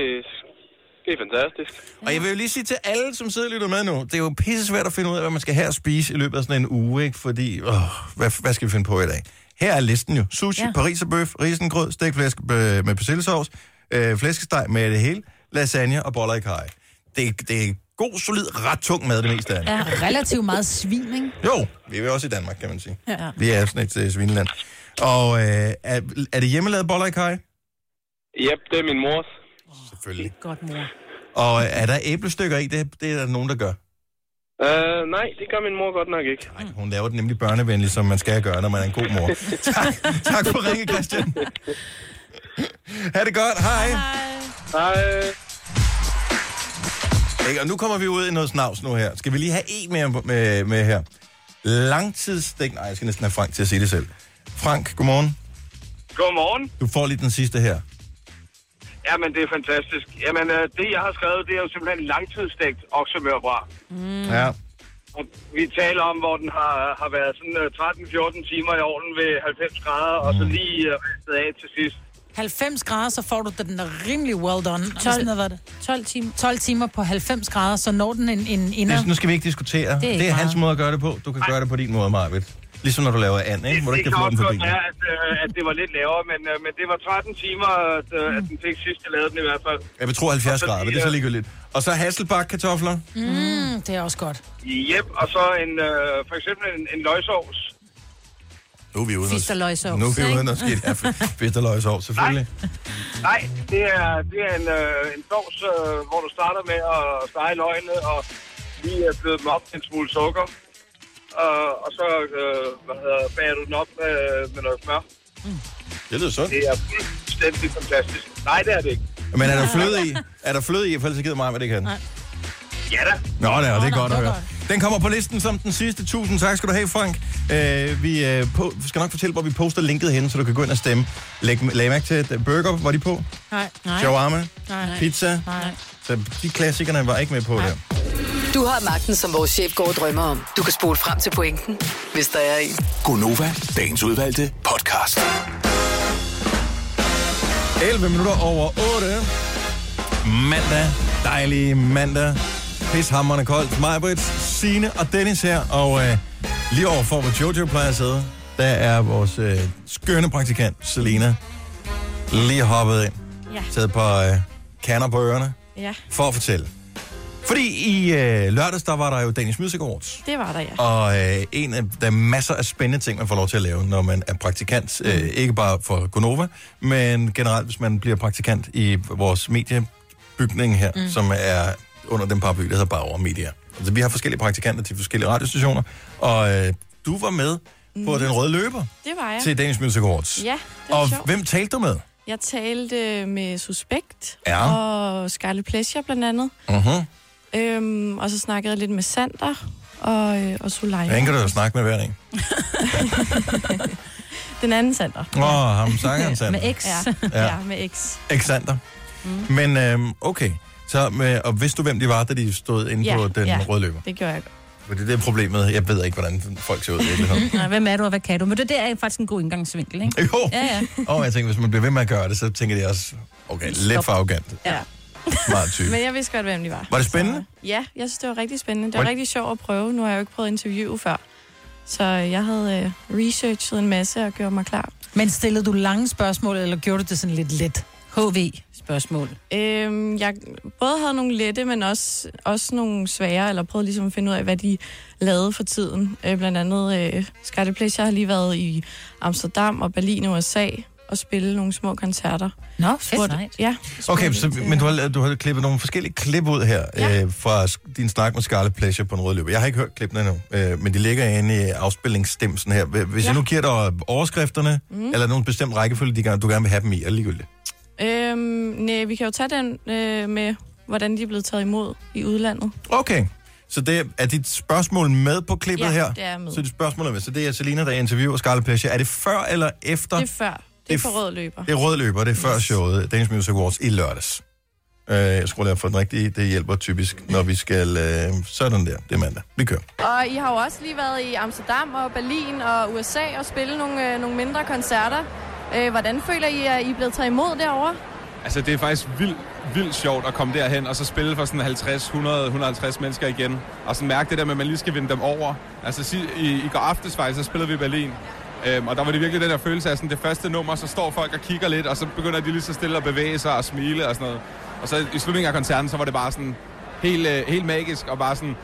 [SPEAKER 6] det er fantastisk.
[SPEAKER 1] Og jeg vil jo lige sige til alle, som sidder og lytter med nu, det er jo pisse svært at finde ud af, hvad man skal her spise i løbet af sådan en uge, ikke? fordi åh, hvad, hvad skal vi finde på i dag? Her er listen jo. Sushi, ja.
[SPEAKER 3] Ja.
[SPEAKER 1] pariserbøf, risengrød, stegflæsk øh, med persillesovs, øh, flæskesteg med det hele, lasagne og boller i kaj. Det, det er god, solid, ret tung mad det meste af det.
[SPEAKER 2] Ja, relativt meget svin, ikke?
[SPEAKER 1] Jo, vi er jo også i Danmark, kan man sige.
[SPEAKER 3] Ja.
[SPEAKER 1] Vi er sådan et øh, svineland. Og øh, er, er det hjemmelavet boller i kaj?
[SPEAKER 6] Jep, det er min mors.
[SPEAKER 1] Selvfølgelig.
[SPEAKER 3] Godt, mor.
[SPEAKER 1] Og øh, er der æblestykker i? Det, det er der nogen, der gør.
[SPEAKER 6] Øh, nej, det gør min mor godt nok ikke.
[SPEAKER 1] Nej, hun laver det nemlig børnevenligt, som man skal gøre, når man er en god mor. tak, tak for ringe, Christian. ha' det godt, hej.
[SPEAKER 6] Hej.
[SPEAKER 1] Ikke, og nu kommer vi ud i noget snavs nu her. Skal vi lige have en mere med, med her? Langtidsstegt... Nej, jeg skal næsten have Frank til at sige det selv. Frank, godmorgen.
[SPEAKER 6] Godmorgen.
[SPEAKER 1] Du får lige den sidste her.
[SPEAKER 6] Jamen, det er fantastisk. Jamen, øh, det jeg har skrevet, det er jo simpelthen langtidsstegt oksemørbræd.
[SPEAKER 1] Mm. Ja.
[SPEAKER 6] Og Vi taler om, hvor den har, har været sådan øh, 13-14 timer i ovnen ved 90 grader, og
[SPEAKER 1] Mm.
[SPEAKER 6] så lige øh, ristet af til sidst.
[SPEAKER 2] 90 grader, så får du den er rimelig well done. 12, sådan noget var det.
[SPEAKER 3] 12 timer.
[SPEAKER 2] 12 timer på 90 grader, så når den en, en inder.
[SPEAKER 1] Det, nu skal vi ikke diskutere. Det
[SPEAKER 3] er
[SPEAKER 1] er,
[SPEAKER 3] ikke
[SPEAKER 1] det er hans
[SPEAKER 3] meget.
[SPEAKER 1] måde at gøre det på. Du kan gøre det på din måde, Marvitt. Ligesom når du laver and, ikke? Hvor du ikke kan få den forbi.
[SPEAKER 6] være, at, øh, at det var lidt lavere, men, øh, men det var 13 timer, at, øh, at den fik sidst, jeg lavede den i hvert fald.
[SPEAKER 1] Jeg vil tro 70
[SPEAKER 6] Og så
[SPEAKER 1] grader, men
[SPEAKER 6] lige,
[SPEAKER 1] det er så
[SPEAKER 6] øh,
[SPEAKER 1] ligegyldigt. Og så Hasselbak-kartofler.
[SPEAKER 2] Mm, det er også godt.
[SPEAKER 6] Jep, og så en, øh, for eksempel en, en løgsovs.
[SPEAKER 1] Nu er vi ude. i noget-
[SPEAKER 3] Fiskerløgsovs,
[SPEAKER 1] Nu er vi ude i
[SPEAKER 3] ikke?
[SPEAKER 1] noget skidt. Ja, fiskerløgsovs, selvfølgelig.
[SPEAKER 6] Nej, det er, det er en, øh, en sovs, øh, hvor du starter med at stege løgene og lige øh, bløde dem op med en smule sukker. Og, og så øh, hvad hedder, bager du den op øh, med noget smør.
[SPEAKER 1] Det lyder sundt.
[SPEAKER 6] Det er fuldstændig fantastisk. Nej, det er det ikke.
[SPEAKER 1] Men er der fløde i? Er der fløde i? For ellers gider mig, hvad det kan.
[SPEAKER 6] Ja da.
[SPEAKER 1] Nå, det er, det er godt at
[SPEAKER 2] det er
[SPEAKER 1] høre. Den kommer på listen som den sidste. Tusind tak skal du have, Frank. Øh, vi øh, på, skal nok fortælle, hvor vi poster linket henne, så du kan gå ind og stemme. Læg, lag mærke til at Burger, var de på?
[SPEAKER 2] Nej. Nej.
[SPEAKER 1] shawarma,
[SPEAKER 2] Nej.
[SPEAKER 1] pizza.
[SPEAKER 2] Nej.
[SPEAKER 1] Så de klassikerne var ikke med på der.
[SPEAKER 5] Du har magten, som vores chef går og drømmer om. Du kan spole frem til pointen, hvis der er en.
[SPEAKER 4] Gonova, dagens udvalgte podcast.
[SPEAKER 1] 11 minutter over 8. Mandag. Dejlig mandag. Pishammerende koldt. Majbrit, Sine og Dennis her. Og øh, lige overfor, hvor Jojo plejer at sidde, der er vores øh, skønne praktikant, Selena, lige hoppet ind.
[SPEAKER 10] Ja.
[SPEAKER 1] Taget på øh, kanner på ørerne
[SPEAKER 10] Ja,
[SPEAKER 1] for at fortælle. Fordi i øh, lørdags, der var der jo Danish Music Awards.
[SPEAKER 10] det var der, ja.
[SPEAKER 1] Og øh, en af der er masser af spændende ting, man får lov til at lave, når man er praktikant.
[SPEAKER 10] Mm.
[SPEAKER 1] Øh, ikke bare for Gonova, men generelt, hvis man bliver praktikant i vores mediebygning her, mm. som er under den paraply, der hedder Bauer Media. Altså, vi har forskellige praktikanter til forskellige radiostationer, og øh, du var med på den røde løber
[SPEAKER 10] Mm. Det var jeg.
[SPEAKER 1] til Danish Music Awards.
[SPEAKER 10] Ja, det var
[SPEAKER 1] og
[SPEAKER 10] sjovt.
[SPEAKER 1] hvem talte du med?
[SPEAKER 10] Jeg talte øh, med Suspekt
[SPEAKER 1] Ja.
[SPEAKER 10] og Scarlet Pleasure blandt andet.
[SPEAKER 1] Uh-huh.
[SPEAKER 10] Øhm, og så snakkede jeg lidt med Sander og, øh, og Soleil.
[SPEAKER 1] Hvordan kan du jo snakke med hver en?
[SPEAKER 10] Den anden Sander.
[SPEAKER 1] Åh, oh, ham sangeren Sander.
[SPEAKER 10] X. Ja,
[SPEAKER 1] Ja.
[SPEAKER 10] ja. ja med X.
[SPEAKER 1] Alexander. Mm. Men øhm, okay, så, med, og vidste du, hvem de var, da de stod inde
[SPEAKER 10] ja,
[SPEAKER 1] på den
[SPEAKER 10] ja,
[SPEAKER 1] røde løber?
[SPEAKER 10] det gjorde jeg godt.
[SPEAKER 1] Fordi det er problemet. Jeg ved ikke, hvordan folk ser ud i virkeligheden.
[SPEAKER 3] Nej, hvem er du, og hvad kan du? Men det, det er faktisk en god indgangsvinkel, ikke?
[SPEAKER 1] Jo,
[SPEAKER 3] Ja, ja.
[SPEAKER 1] og jeg tænker, hvis man bliver ved med at gøre det, så tænker de også, okay, lidt
[SPEAKER 3] Stop.
[SPEAKER 1] for arrogant.
[SPEAKER 10] Ja.
[SPEAKER 1] Meget tyk.
[SPEAKER 10] Men jeg vidste godt, hvem de var.
[SPEAKER 1] Var det spændende?
[SPEAKER 10] Så, ja, jeg synes, det var rigtig spændende. Det var
[SPEAKER 1] Hvor-
[SPEAKER 10] rigtig sjovt at prøve. Nu har jeg jo ikke prøvet at interviewe før. Så jeg havde øh, researchet en masse og gjort mig klar.
[SPEAKER 2] Men stillede du lange spørgsmål, eller gjorde du det sådan lidt let?
[SPEAKER 3] HV-spørgsmål.
[SPEAKER 10] Øhm, jeg både havde nogle lette, men også, også nogle svære, eller prøvede ligesom at finde ud af, hvad de lavede for tiden. Øh, blandt andet øh, Scarlet Pleasure har lige været i Amsterdam og Berlin i USA og spille nogle små koncerter.
[SPEAKER 2] Nå, fedt.
[SPEAKER 10] Spurgte-
[SPEAKER 2] Right.
[SPEAKER 10] Ja.
[SPEAKER 1] Okay,
[SPEAKER 10] spurgte
[SPEAKER 1] så,
[SPEAKER 10] lidt, øh,
[SPEAKER 1] men du har, du har klippet nogle forskellige klip ud her ja.
[SPEAKER 10] Ja.
[SPEAKER 1] øh, fra sk- din snak med Scarlet Pleasure på en rød løber. Jeg har ikke hørt klippene endnu, øh, men de ligger inde i afspillingsstemsen her. Hvis ja. jeg
[SPEAKER 10] Ja.
[SPEAKER 1] nu giver dig overskrifterne, mm. eller nogen bestemt rækkefølge, de gerne, du gerne vil have dem i, er det ligegyldigt.
[SPEAKER 10] Øhm, nej, vi kan jo tage den øh, med, hvordan de er blevet taget imod i udlandet.
[SPEAKER 1] Okay, så det, er dit spørgsmål med på klippet
[SPEAKER 10] Ja,
[SPEAKER 1] her?
[SPEAKER 10] det er med.
[SPEAKER 1] Så dit spørgsmål er med. Så det er Selina, der interviewer Scarlet Pleasure. Er det før eller efter?
[SPEAKER 10] Det er før. Det
[SPEAKER 1] Det er
[SPEAKER 10] er
[SPEAKER 1] f-
[SPEAKER 10] for rød løber.
[SPEAKER 1] Det er rød løber, det er før showet Danish Music Awards i lørdags. Øh, jeg skulle lige have fået den rigtige. Det hjælper typisk, når vi skal... Øh, sådan der. Det er mandag. Vi kører.
[SPEAKER 10] Og I har jo også lige været i Amsterdam og Berlin og USA og spille nogle, øh, nogle mindre koncerter. Øh, hvordan føler I, at I er blevet taget imod derovre?
[SPEAKER 11] Altså, det er faktisk vildt, vildt sjovt at komme derhen, og så spille for sådan 50, 100, 150 mennesker igen. Og så mærke det der med, at man lige skal vinde dem over. Altså, si- i, i går aftes faktisk, så spillede vi i Berlin. Øhm, og der var det virkelig den der følelse af sådan, det første nummer, så står folk og kigger lidt, og så begynder de lige så stille at bevæge sig og smile og sådan noget. Og så i slutningen af koncerten, så var det bare sådan helt, øh, helt magisk, og bare sådan,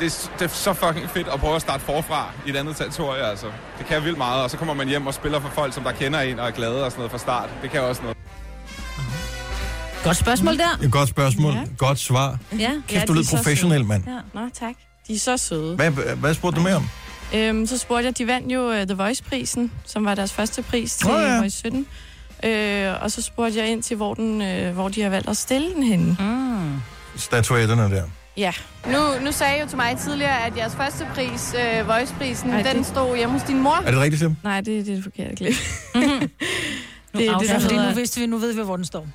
[SPEAKER 11] det, er s- det er så fucking fedt at prøve at starte forfra i et andet territorie, altså. Det kan vildt meget, og så kommer man hjem og spiller for folk, som der kender en og er glade og sådan noget fra start. Det kan også noget.
[SPEAKER 3] Godt spørgsmål der.
[SPEAKER 1] Et godt spørgsmål. Ja.
[SPEAKER 10] Ja.
[SPEAKER 1] Godt svar.
[SPEAKER 3] Ja.
[SPEAKER 1] Kæft,
[SPEAKER 10] Ja,
[SPEAKER 1] du
[SPEAKER 10] de
[SPEAKER 1] lød
[SPEAKER 10] er så
[SPEAKER 1] professionel, mand.
[SPEAKER 3] Ja.
[SPEAKER 10] Nå, tak. De er så søde.
[SPEAKER 1] Hvad, hvad spurgte du med om?
[SPEAKER 10] Øhm, så spurgte jeg, de vandt jo uh, The Voice-prisen, som var deres første pris til
[SPEAKER 1] Åh,
[SPEAKER 10] oh,
[SPEAKER 1] ja.
[SPEAKER 10] ja. Voice 17. Øh, og så spurgte jeg ind til, hvor, den, øh, hvor de har valgt at stille den henne.
[SPEAKER 1] Statuetterne der.
[SPEAKER 10] Ja. Nu, nu sagde I jo til mig tidligere, at jeres første pris, øh, Voice-prisen, Ej, den det... stod hjemme hos din mor.
[SPEAKER 1] Er det rigtigt, Tim?
[SPEAKER 10] Nej, det, det er det forkerte klip.
[SPEAKER 3] Nu
[SPEAKER 10] det er det,
[SPEAKER 2] Ja,
[SPEAKER 10] der
[SPEAKER 3] afslører
[SPEAKER 2] fordi nu,
[SPEAKER 10] hedder...
[SPEAKER 2] vidste vi, nu ved vi, hvor den står.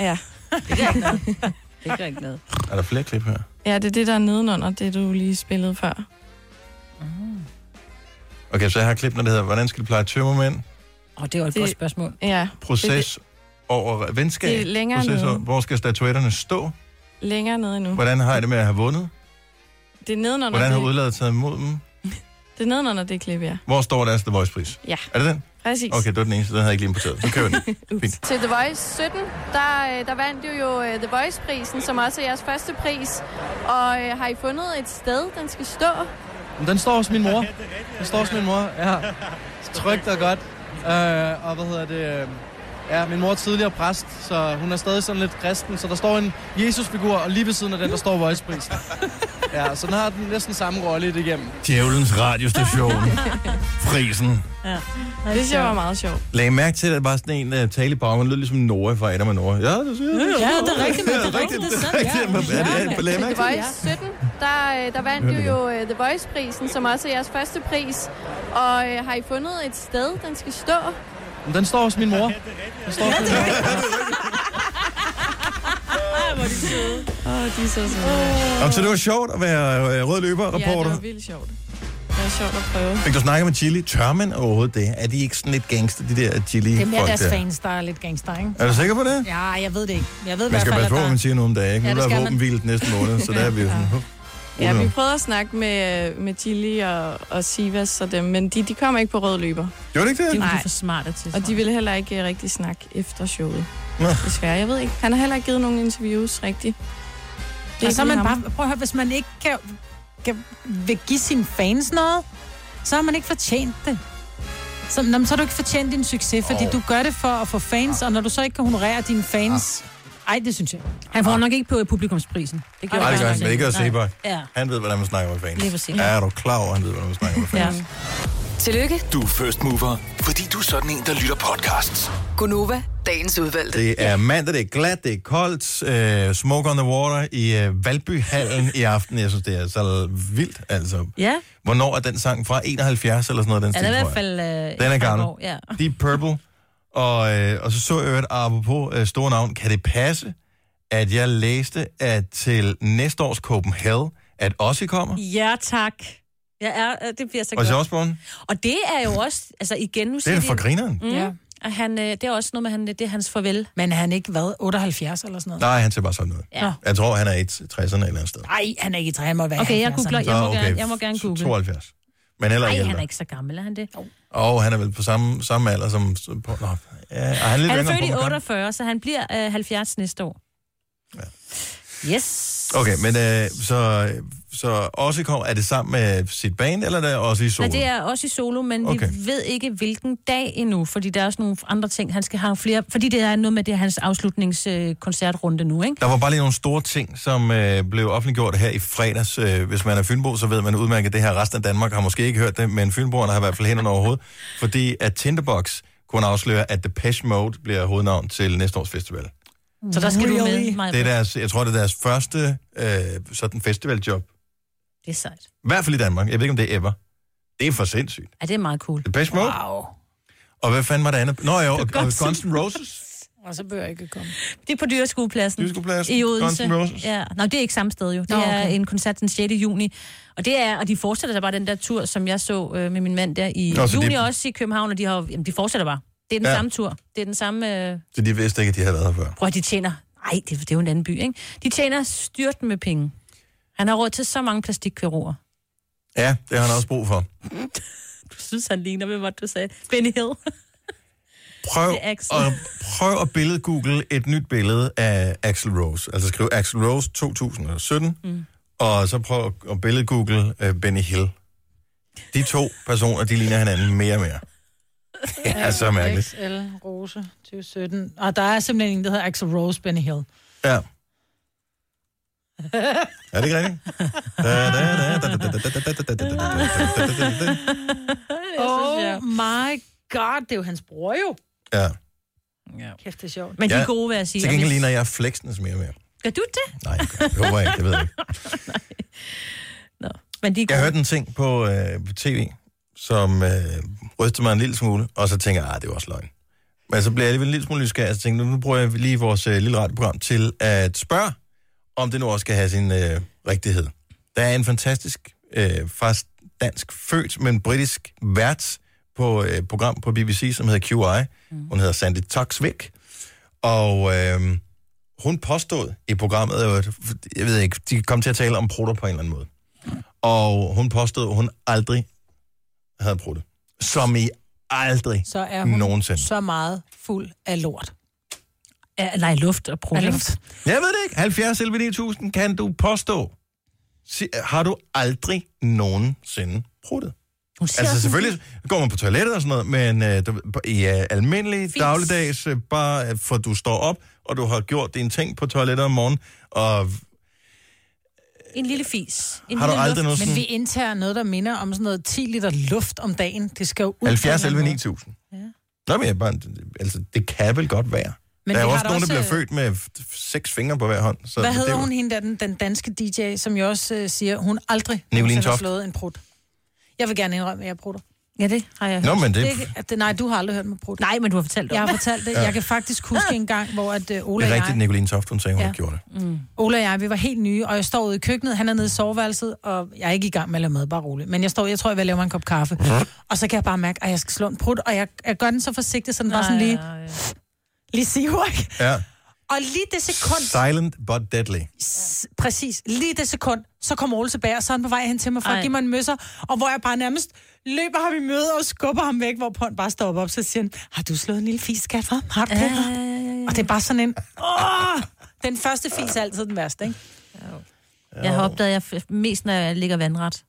[SPEAKER 10] Ja.
[SPEAKER 3] Det gør ikke noget.
[SPEAKER 1] Er der flere klip her?
[SPEAKER 10] ja, det er det, der er nedenunder, det du lige spillede før.
[SPEAKER 1] Ah. Okay, så jeg har klippene, der hedder, hvordan skal du pleje tømmermænd?
[SPEAKER 3] Åh, det er jo et
[SPEAKER 10] Det-
[SPEAKER 3] godt spørgsmål.
[SPEAKER 10] Ja,
[SPEAKER 1] Proces over venskab.
[SPEAKER 10] Det er længere
[SPEAKER 1] proces
[SPEAKER 10] nede.
[SPEAKER 1] over, hvor skal statuetterne stå?
[SPEAKER 10] længere nede endnu.
[SPEAKER 1] Hvordan har jeg det med at have vundet?
[SPEAKER 10] Det er nedenunder,
[SPEAKER 1] Hvordan har
[SPEAKER 10] det,
[SPEAKER 1] udladet taget imod dem?
[SPEAKER 10] det, er nedenunder det klip, ja.
[SPEAKER 1] Hvor står deres The Voice-pris?
[SPEAKER 10] Ja,
[SPEAKER 1] Er det den?
[SPEAKER 10] præcis.
[SPEAKER 1] Okay, det var den eneste, den havde jeg ikke lige importeret. Så kører vi den.
[SPEAKER 10] Til The Voice 17, der, øh, der vandt I jo øh, The Voice-prisen, som også er jeres første pris. Og øh, har I fundet et sted, den skal stå?
[SPEAKER 11] Den står hos min mor. Den står hos min mor, ja. Trygt og godt. Øh, og hvad hedder det? øh, Ja, min mor er tidligere præst, så hun er stadig sådan lidt kristen. Så der står en Jesus-figur, og lige ved siden af den, der står voiceprisen. Ja, så den har den næsten samme rolle i det igennem.
[SPEAKER 1] Djævelens radiostation. Prisen.
[SPEAKER 10] Det synes jeg var meget sjovt.
[SPEAKER 1] Lag mærke til, at der var sådan en uh, tale i baggrunden, lød ligesom Nora fra Adam og Nora. Ja, det siger jeg.
[SPEAKER 2] Ja, det er rigtigt, men
[SPEAKER 1] det er rigtigt. Det er rigtigt. Er det- er det- Lag mærke
[SPEAKER 10] The
[SPEAKER 1] til
[SPEAKER 10] Voice
[SPEAKER 1] det.
[SPEAKER 10] 17, der, øh, der vandt I jo øh, The Voice-prisen, som også er jeres første pris. Og øh, har I fundet et sted, den skal stå?
[SPEAKER 11] Men den står hos min mor. Den står hos min mor.
[SPEAKER 10] søde. Åh, oh, de er så søde.
[SPEAKER 1] Nå, så det var sjovt at være øh, rød løber
[SPEAKER 10] Ja, det
[SPEAKER 1] reporter.
[SPEAKER 10] var vildt sjovt. Det var sjovt at prøve.
[SPEAKER 1] Fik du snakket med Chili? Tør man overhovedet det? Er de ikke sådan lidt gangster, de der Chili?
[SPEAKER 2] Det er mere deres fans, der er lidt gangster, ikke?
[SPEAKER 1] Er du sikker på det?
[SPEAKER 2] Ja, jeg ved det ikke. Jeg ved i
[SPEAKER 1] Man
[SPEAKER 2] hvert
[SPEAKER 1] skal
[SPEAKER 2] fald,
[SPEAKER 1] passe på,
[SPEAKER 2] at
[SPEAKER 1] hvad
[SPEAKER 2] der-
[SPEAKER 1] man siger nu om dagen. Ikke?
[SPEAKER 2] Ja,
[SPEAKER 1] Nu
[SPEAKER 2] det
[SPEAKER 1] er der
[SPEAKER 2] skal
[SPEAKER 1] våbenhvilet næste måned, så der er vi jo sådan...
[SPEAKER 10] Ja,
[SPEAKER 1] Udenom.
[SPEAKER 10] vi prøvede at snakke med, øh, med Gilly og, og Sivas og dem, men de, de kommer ikke på rød løber.
[SPEAKER 1] Gjorde de ikke det?
[SPEAKER 10] De var
[SPEAKER 1] Nej.
[SPEAKER 10] for smarte til Og de ville heller ikke øh, rigtig snakke efter showet.
[SPEAKER 1] Nå.
[SPEAKER 10] Desværre, jeg ved ikke. Han har heller ikke givet nogen interviews rigtigt.
[SPEAKER 2] Og
[SPEAKER 3] Altså,
[SPEAKER 2] så er man
[SPEAKER 10] lige ham.
[SPEAKER 2] bare, prøv at høre, hvis man ikke kan, kan, vil give sine fans noget, så har man ikke fortjent det. Så, nå, men så har du ikke fortjent din succes, fordi
[SPEAKER 3] Åh.
[SPEAKER 2] du gør det for at få fans, og når du så ikke kan honorere dine fans... Ej, det synes jeg.
[SPEAKER 3] Han får nok ikke på publikumsprisen. Det
[SPEAKER 1] Nej, det gør han, men det gør
[SPEAKER 3] Nej.
[SPEAKER 1] Sebak.
[SPEAKER 3] Ja.
[SPEAKER 1] Han ved, hvordan man snakker med fans.
[SPEAKER 3] Lige præcis.
[SPEAKER 1] Er du klar over, at han ved, hvordan man snakker med fans?
[SPEAKER 5] Ja. Tillykke,
[SPEAKER 4] Du er first mover, fordi du er sådan en, der lytter podcasts.
[SPEAKER 5] Gunova, dagens udvalgte.
[SPEAKER 1] Det er mandag, det er glat, det er koldt. Øh, smoke on the water i øh, Valbyhallen i aften. Jeg synes, det er så vildt, altså.
[SPEAKER 3] Ja,
[SPEAKER 1] Hvornår er den sang fra? 71 eller sådan noget, den
[SPEAKER 3] er
[SPEAKER 1] stil,
[SPEAKER 3] det i
[SPEAKER 1] tror
[SPEAKER 3] hvert
[SPEAKER 1] jeg.
[SPEAKER 3] fald... Øh,
[SPEAKER 1] Den er
[SPEAKER 3] et par
[SPEAKER 1] gammel.
[SPEAKER 3] år, Ja.
[SPEAKER 1] Deep Purple. Og, øh, og så så jeg et apropos øh, store navn. Kan det passe, at jeg læste, at til næste års Copenhagen, at Ozzy kommer?
[SPEAKER 3] ja, tak. Jeg er, øh, det bliver så
[SPEAKER 1] Og
[SPEAKER 3] godt.
[SPEAKER 1] til Osborne?
[SPEAKER 3] Og det er jo også, altså igen, nu
[SPEAKER 1] Det er da for grineren.
[SPEAKER 3] Mm,
[SPEAKER 1] Ja.
[SPEAKER 3] ja. Og han, øh, det er også noget med, han, det er hans farvel.
[SPEAKER 2] Ah. Men er han ikke, hvad, 78 eller sådan noget?
[SPEAKER 1] Nej, han ser bare sådan ud.
[SPEAKER 2] Ja.
[SPEAKER 1] Jeg tror, han er i 60'erne et eller andet sted.
[SPEAKER 2] Nej, han er ikke i træ, han må være
[SPEAKER 3] Okay, jeg
[SPEAKER 2] 70'erne.
[SPEAKER 3] googler. Jeg
[SPEAKER 1] Så,
[SPEAKER 3] må,
[SPEAKER 1] okay,
[SPEAKER 3] gerne, jeg må gerne google.
[SPEAKER 1] 72. Men heller
[SPEAKER 3] Nej,
[SPEAKER 1] ikke
[SPEAKER 3] han er
[SPEAKER 1] ældre.
[SPEAKER 3] ikke så gammel, er han det?
[SPEAKER 1] Og han er vel på samme, samme alder som... som på, nå, ja, og han er lidt
[SPEAKER 3] Han er
[SPEAKER 1] yngre
[SPEAKER 3] født
[SPEAKER 1] på
[SPEAKER 3] i
[SPEAKER 1] mig, godt.
[SPEAKER 3] 48, så han bliver øh, 70 næste år. Ja. Yes.
[SPEAKER 1] Okay, men øh, så, så også kommer... Er det sammen med sit band, eller er det også i solo?
[SPEAKER 3] Nej, det er også i solo, men okay.
[SPEAKER 1] Okay.
[SPEAKER 3] vi ved ikke, hvilken dag endnu, fordi der er også nogle andre ting, han skal have flere... Fordi det er noget med, det er hans afslutningskoncertrunde nu, ikke?
[SPEAKER 1] Der var bare lige nogle store ting, som øh, blev offentliggjort her i fredags. Øh, hvis man er Fynbo, så ved man udmærket det her. Resten af Danmark har måske ikke hørt det, men Fynboerne har i hvert fald hænderne over hovedet. Fordi at Tinderbox kunne afsløre, at Depeche Mode bliver hovednavn til næste års festival.
[SPEAKER 3] Så der skal du med, Maja.
[SPEAKER 1] Det er deres, jeg tror, det er deres første øh, sådan festivaljob.
[SPEAKER 3] det er sejt.
[SPEAKER 1] I hvert fald i Danmark. Jeg ved ikke, om det er ever. Det er for sindssygt.
[SPEAKER 3] Ja, det er meget cool.
[SPEAKER 1] Depeche Mode?
[SPEAKER 3] Wow.
[SPEAKER 1] Og hvad fanden var det andet? Nå jo, og, og Guns N' Roses.
[SPEAKER 2] Og så bør jeg ikke komme.
[SPEAKER 3] Det er på Dyreskuepladsen.
[SPEAKER 1] Dyreskuepladsen.
[SPEAKER 3] I
[SPEAKER 1] Guns
[SPEAKER 3] Odense.
[SPEAKER 1] N' Roses.
[SPEAKER 3] Ja. Nå, det er ikke samme sted jo. Det
[SPEAKER 2] Nå,
[SPEAKER 3] okay. er
[SPEAKER 2] okay.
[SPEAKER 3] en koncert den 6. juni. Og, det er, og de fortsætter der bare den der tur, som jeg så øh, med min mand der i
[SPEAKER 1] Nå,
[SPEAKER 3] Nå,
[SPEAKER 1] så
[SPEAKER 3] juni
[SPEAKER 1] de-
[SPEAKER 3] de... også i København, og de, har, jo- jamen, de fortsætter bare. Det er den
[SPEAKER 1] Ja.
[SPEAKER 3] ja. samme tur. Det er den samme... Øh,
[SPEAKER 1] Så de vidste ikke, at de havde været her før.
[SPEAKER 3] prøv at de tjener... Nej, det, det er jo en anden by, ikke? De tjener styrt med penge. Han har råd til så mange plastikkirurger.
[SPEAKER 1] Ja, det har han også brug for.
[SPEAKER 3] Du synes, han ligner, hvad var det, du sagde? Benny Hill.
[SPEAKER 1] Prøv
[SPEAKER 3] Det er Axl.
[SPEAKER 1] at, prøv at billedgoogle et nyt billede af Axel Rose. Altså skriv Axel Rose 2017, mm. og så prøv at- at billedgoogle uh, Benny Hill. De to personer, de ligner hinanden mere og mere. Det er så mærkeligt.
[SPEAKER 2] XL Rose 2017. Og der er simpelthen en, der hedder Axel Rose Benny Hill.
[SPEAKER 1] Ja. Er det ikke rigtigt? Da, da, da, da, da, da, da, da, da, da, da, da, da, da, da.
[SPEAKER 2] oh my god, det er jo hans bror jo.
[SPEAKER 1] Ja.
[SPEAKER 2] Kæft, det er sjovt.
[SPEAKER 3] Men de
[SPEAKER 1] Ja.
[SPEAKER 3] er gode, vil jeg sige.
[SPEAKER 1] Til gengæld ligner jeg Flexnes mere og mere.
[SPEAKER 3] Gør du det?
[SPEAKER 1] Nej, det håber jeg ikke, det ved jeg ikke.
[SPEAKER 3] Men de er
[SPEAKER 1] Jeg
[SPEAKER 3] gode.
[SPEAKER 1] hørte en ting på, øh, på tv, som øh, rystede mig en lille smule, og så tænker jeg, ah, det var også løgn. Men så blev jeg alligevel en lille smule nysgerrig, og så tænkte, jeg, nu bruger jeg lige vores øh, lille radioprogram til at spørge, om det nu også skal have sin øh, rigtighed. Der er en fantastisk, øh, faktisk dansk født, men britisk vært på øh, et program på BBC, som hedder QI. Mm. Hun hedder Sandy Toksvik. Og øh, hun påstod i programmet, at, jeg ved ikke, de kom til at tale om prutter på en eller anden måde. Og hun påstod, at hun aldrig havde brugt det. Som i aldrig
[SPEAKER 2] Så er hun
[SPEAKER 1] nogensinde.
[SPEAKER 2] så meget fuld af lort.
[SPEAKER 3] Ja, nej, luft og problem.
[SPEAKER 1] Jeg ved det ikke. 70 11 9000 kan du påstå. Si- har du aldrig nogensinde pruttet? Altså selvfølgelig går man på toilettet og sådan noget, men øh, du, ved, på- i øh, almindelige Fint. dagligdags, øh, bare øh, for du står op, og du har gjort dine ting på toilettet om morgenen, og
[SPEAKER 3] En lille fis. En
[SPEAKER 1] Har du
[SPEAKER 3] lille
[SPEAKER 1] aldrig noget sådan-
[SPEAKER 2] Men vi indtager noget, der minder om sådan noget 10 liter luft om dagen. Det skal jo ud. på en
[SPEAKER 1] 70
[SPEAKER 2] eller anden måde.
[SPEAKER 1] 11 9000. Ja. Nå, men jeg bare, altså, det kan vel godt være.
[SPEAKER 2] Men
[SPEAKER 1] Men der
[SPEAKER 2] vi
[SPEAKER 1] er jo
[SPEAKER 2] har
[SPEAKER 1] også
[SPEAKER 2] da
[SPEAKER 1] nogen, der
[SPEAKER 2] også, øh,
[SPEAKER 1] bliver født med f- seks fingre på hver hånd. Så
[SPEAKER 2] Hvad
[SPEAKER 1] det er
[SPEAKER 2] hedder
[SPEAKER 1] jo-
[SPEAKER 2] hun hende der, den, den danske DJ, som jo også øh, siger, hun aldrig
[SPEAKER 1] Nicoline
[SPEAKER 2] nogensinde har
[SPEAKER 1] Toft.
[SPEAKER 2] slået en prut? Jeg vil gerne indrømme, at jeg prutter.
[SPEAKER 3] Ja, det har jeg
[SPEAKER 1] Nå,
[SPEAKER 2] hørt.
[SPEAKER 1] men det-
[SPEAKER 2] at det... Nej, du har aldrig hørt mig brudt.
[SPEAKER 3] Nej, men du har fortalt
[SPEAKER 2] Jeg har fortalt det.
[SPEAKER 1] Ja.
[SPEAKER 2] Jeg kan faktisk huske en gang, hvor at, øh, Ola
[SPEAKER 1] Det er
[SPEAKER 2] og
[SPEAKER 1] rigtigt,
[SPEAKER 2] jeg...
[SPEAKER 1] Nicoline Toft, hun sagde, hun
[SPEAKER 2] Ja.
[SPEAKER 1] ja. gjorde det.
[SPEAKER 2] Mm. Ola og jeg, vi var helt nye, og jeg står ude i køkkenet, han er nede i soveværelset, og jeg er ikke i gang med at lave mad, bare roligt. Men jeg står, jeg tror, jeg vil lave mig en kop kaffe. Og så kan jeg bare mærke, at jeg skal slå en prut, og jeg, jeg gør den så forsigtigt, så den bare sådan lige... Lige siver, ikke?
[SPEAKER 1] Ja.
[SPEAKER 2] Og lige det sekund...
[SPEAKER 1] Silent but deadly.
[SPEAKER 2] S- præcis. Lige det sekund, så kommer Ole tilbage, og så er han på vej hen til mig for
[SPEAKER 3] Ej.
[SPEAKER 2] at give mig en møsser, og hvor jeg bare nærmest løber ham i møde og skubber ham væk, hvor han bare står op, så siger han, har du slået en lille fis, skat, hva? Har du det? Og det er bare sådan en, åh! Den første fis er altid den værste, ikke?
[SPEAKER 3] Jeg har opdaget, at jeg f- mest, når jeg ligger vandret.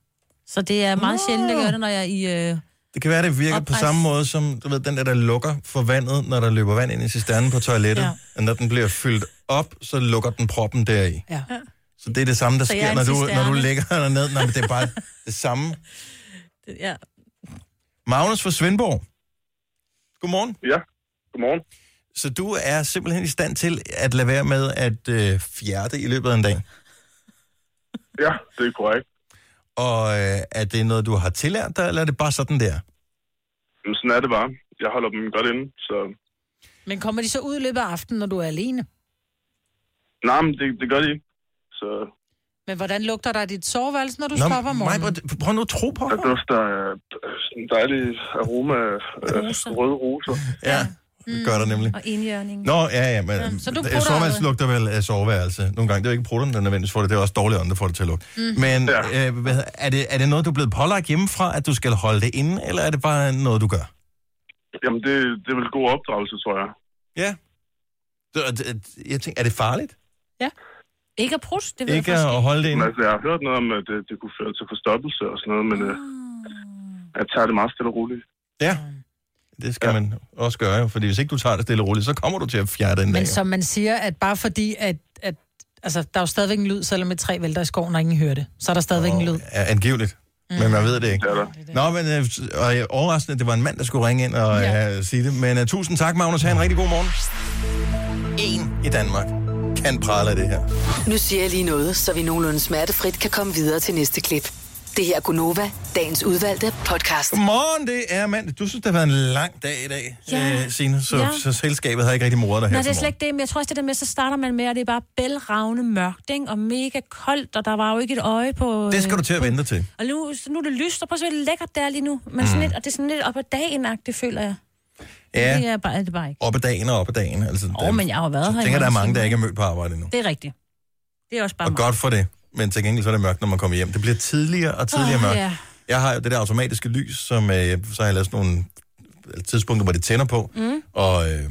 [SPEAKER 3] Så det er meget sjældent, jeg gør det, når jeg er i... Øh...
[SPEAKER 1] Det kan være, det virker på
[SPEAKER 3] Oprejs-
[SPEAKER 1] samme måde som, du ved, den der, der lukker for vandet, når der løber vand ind i cisternen på toilettet. Ja. Og når den bliver fyldt op, så lukker den proppen deri.
[SPEAKER 2] Ja.
[SPEAKER 1] Så det er det samme, der
[SPEAKER 3] Så jeg er
[SPEAKER 1] sker,
[SPEAKER 3] en
[SPEAKER 1] når du, når du
[SPEAKER 3] cisterne.
[SPEAKER 1] ligger dernede. Nej, men det er bare det samme.
[SPEAKER 3] Ja.
[SPEAKER 1] Magnus fra Svendborg. Godmorgen.
[SPEAKER 12] Ja, godmorgen.
[SPEAKER 1] Så du er simpelthen i stand til at lade være med at øh, fjerde i løbet af en dag?
[SPEAKER 12] Ja, det er korrekt.
[SPEAKER 1] Og øh, er det noget, du har tillært dig, eller er det bare sådan der?
[SPEAKER 12] Men sådan er det bare. Jeg holder dem godt inde, så...
[SPEAKER 2] Men kommer de så ud i løbet af aftenen, når du er alene?
[SPEAKER 12] Nej, men det, det gør de ikke. Så
[SPEAKER 2] Men hvordan lugter der dit soveværelse, når du Nå, stopper om morgenen?
[SPEAKER 1] Mig, prøv nu at tro på
[SPEAKER 12] der dufter øh, sådan en dejlig aroma af øh, røde roser.
[SPEAKER 1] Ja, det gør der nemlig.
[SPEAKER 3] Og indjørning.
[SPEAKER 1] Nå, ja, ja, men ja,
[SPEAKER 3] så du prutter
[SPEAKER 1] soveværelse
[SPEAKER 3] aldrig?
[SPEAKER 1] lugter vel af soveværelse nogle gange. Det er jo ikke prutterne, der nødvendigvis får det, det er også dårlige ånd, der får det til at lugte. Mm. Men ja. øh, hvad, hedder- er, det, er det noget, du er blevet pålagt hjemmefra, at du skal holde det inde, eller er det bare noget, du gør?
[SPEAKER 12] Jamen, det, det er vel god opdragelse, tror jeg.
[SPEAKER 1] Ja. Det, det, det- jeg tænker, er det farligt?
[SPEAKER 3] Ikke at prut, det ved
[SPEAKER 1] Ikke
[SPEAKER 3] jeg faktisk
[SPEAKER 1] at holde det inde?
[SPEAKER 12] Men altså, jeg har hørt noget om, at det, det kunne føre til forstoppelse og sådan noget, men øh, jeg tager det meget stille og roligt.
[SPEAKER 1] Ja. Det skal ja. man også gøre, jo, fordi hvis ikke du tager det stille og roligt, så kommer du til at fjerde den
[SPEAKER 2] Men
[SPEAKER 1] dag.
[SPEAKER 2] som man siger, at bare fordi, at, at altså, der er jo stadigvæk en lyd, selvom et træ vælter i skoven, og ingen hører det, så er der stadigvæk en lyd.
[SPEAKER 1] Ja, angiveligt. Mm. Men man ved det ikke. Nå, men øh, og, øh, overraskende, at det var en mand, der skulle ringe ind og ja. øh, sige det. Men øh, tusind tak, Magnus. Ha' en rigtig god morgen. En i Danmark kan prale af det her.
[SPEAKER 5] Nu siger jeg lige noget, så vi nogenlunde smertefrit kan komme videre til næste klip. Det her er Gunova, dagens udvalgte podcast.
[SPEAKER 1] Godmorgen, det er mand. Du synes, det har været en lang dag i dag,
[SPEAKER 3] Ja.
[SPEAKER 1] ja. øh, Signe, så,
[SPEAKER 3] Ja.
[SPEAKER 1] ja. så, selskabet har ikke rigtig moret dig her
[SPEAKER 3] Nej, det er
[SPEAKER 1] til
[SPEAKER 3] slet ikke det, men jeg tror også, det der med, så starter man med, og det er bare bælragende mørkt, ikke? og mega koldt, og der var jo ikke et øje på...
[SPEAKER 1] morgen.
[SPEAKER 3] øh,
[SPEAKER 1] Det skal du til at
[SPEAKER 3] på-
[SPEAKER 1] vente til.
[SPEAKER 3] Og nu, så nu er det lyst, og prøv at se, hvor lækkert det er lige nu. Men sådan
[SPEAKER 1] Mm.
[SPEAKER 3] lidt, og det er sådan lidt op ad dagen føler jeg.
[SPEAKER 1] Ja,
[SPEAKER 3] Det er, bare, det er bare ikke.
[SPEAKER 1] op ad dagen og op ad dagen. Altså,
[SPEAKER 3] Åh, oh, men jeg har jo været her
[SPEAKER 1] jeg
[SPEAKER 3] i
[SPEAKER 1] tænker, der er
[SPEAKER 3] mange
[SPEAKER 1] mange, der
[SPEAKER 3] timer.
[SPEAKER 1] ikke er mødt på arbejde endnu.
[SPEAKER 3] Det er rigtigt. Det er også bare
[SPEAKER 1] Og godt for det. Men til gengæld så er det mørkt, når man kommer hjem. Det bliver tidligere og tidligere
[SPEAKER 3] Åh,
[SPEAKER 1] oh, mørkt.
[SPEAKER 3] ja.
[SPEAKER 1] Jeg har jo det der automatiske lys, som øh, så har jeg lavet sådan nogle tidspunkter, hvor det tænder på.
[SPEAKER 3] Mm.
[SPEAKER 1] Og øh,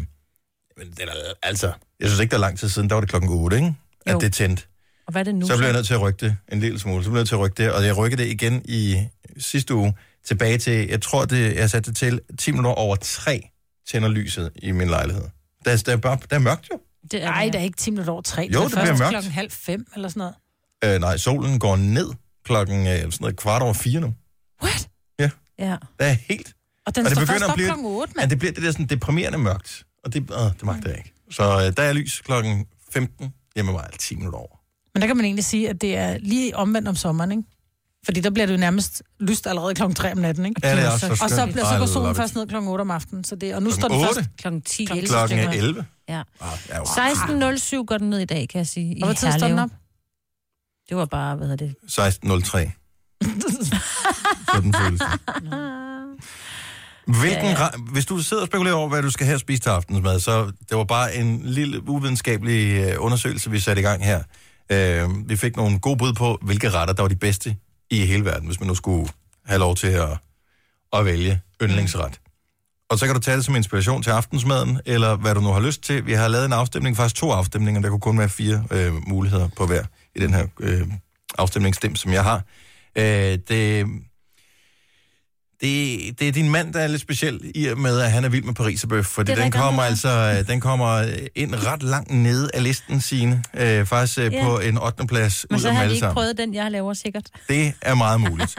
[SPEAKER 1] men det er, da- altså, jeg synes ikke, der er lang tid siden, der var det klokken 8, ikke? at
[SPEAKER 3] Jo.
[SPEAKER 1] det tændte.
[SPEAKER 3] Og hvad er det nu?
[SPEAKER 1] Så blev jeg nødt til at rykke det en lille smule. Så blev jeg nødt til at rykke det, og jeg rykkede det igen i sidste uge tilbage til, jeg tror, det, jeg satte det til 10 minutter over 3 tænder lyset i min lejlighed. Der, er- der, er, bare, der er mørkt jo.
[SPEAKER 2] Det er, Ej, der er ikke 10 minutter over tre.
[SPEAKER 1] Jo, det bliver
[SPEAKER 2] først
[SPEAKER 1] mørkt.
[SPEAKER 2] klokken halv fem eller sådan noget.
[SPEAKER 1] Øh, nej, solen går ned klokken øh, sådan noget kvart over fire nu.
[SPEAKER 2] What?
[SPEAKER 1] Ja.
[SPEAKER 3] Ja.
[SPEAKER 1] Der er helt...
[SPEAKER 2] Og den
[SPEAKER 1] det
[SPEAKER 2] står
[SPEAKER 1] begynder
[SPEAKER 2] først
[SPEAKER 1] at
[SPEAKER 2] op
[SPEAKER 1] blive-
[SPEAKER 2] klokken otte,
[SPEAKER 1] Ja,
[SPEAKER 2] mand.
[SPEAKER 1] det bliver det der sådan deprimerende mørkt, og det, øh, det magter jeg ikke. Så øh, der er lys klokken 15, hjemme var 10 minutter over.
[SPEAKER 2] Men der kan man egentlig sige, at det er lige omvendt om sommeren, ikke? Fordi der bliver det jo nærmest lyst allerede klokken 3 om natten, ikke?
[SPEAKER 1] Ja, det er også så
[SPEAKER 2] og så,
[SPEAKER 1] skønt.
[SPEAKER 2] bliver, så går
[SPEAKER 1] I love
[SPEAKER 2] solen
[SPEAKER 1] it.
[SPEAKER 2] først ned klokken 8 om aftenen, så det, og nu
[SPEAKER 1] Klokken
[SPEAKER 2] står den
[SPEAKER 1] otte?
[SPEAKER 2] først
[SPEAKER 3] klokken 10,
[SPEAKER 1] Klokken er 11.
[SPEAKER 3] Ja.
[SPEAKER 1] Ah, ja, wow.
[SPEAKER 3] 16.07 går den ned i dag, kan jeg sige. i
[SPEAKER 2] Og hvor tid står den
[SPEAKER 3] Herlev.
[SPEAKER 2] op?
[SPEAKER 3] Det var bare, hvad hedder det?
[SPEAKER 1] 16.03. Sådan føles det. Hvilken
[SPEAKER 3] Ja,
[SPEAKER 1] ja, ja. Hvis du sidder og spekulerer over, hvad du skal have at spise til aftensmad, så det var bare en lille uvidenskabelig øh, undersøgelse, vi satte i gang her. Øh, vi fik nogle gode bud på, hvilke retter, der var de bedste i hele verden, hvis man nu skulle have lov til at, at vælge yndlingsret. Og så kan du tage det som inspiration til aftensmaden, eller hvad du nu har lyst til. Vi har lavet en afstemning, faktisk to afstemninger, der kunne kun være fire øh, muligheder på hver i den her øh, afstemningsstem, som jeg har. Øh, det, det, det er din mand, der er lidt speciel i og med, at han er vild med pariserbøf, fordi
[SPEAKER 13] Det er
[SPEAKER 1] den
[SPEAKER 13] rigtig
[SPEAKER 1] kommer
[SPEAKER 13] meget.
[SPEAKER 1] altså øh, den kommer ind ret langt nede af listen, sine øh, faktisk øh,
[SPEAKER 3] Ja.
[SPEAKER 1] på en 8. plads
[SPEAKER 3] Men
[SPEAKER 1] ud
[SPEAKER 3] så
[SPEAKER 1] af dem
[SPEAKER 3] har de
[SPEAKER 1] alle
[SPEAKER 3] ikke
[SPEAKER 1] sammen.
[SPEAKER 3] prøvet den, jeg laver sikkert.
[SPEAKER 1] Det er meget muligt.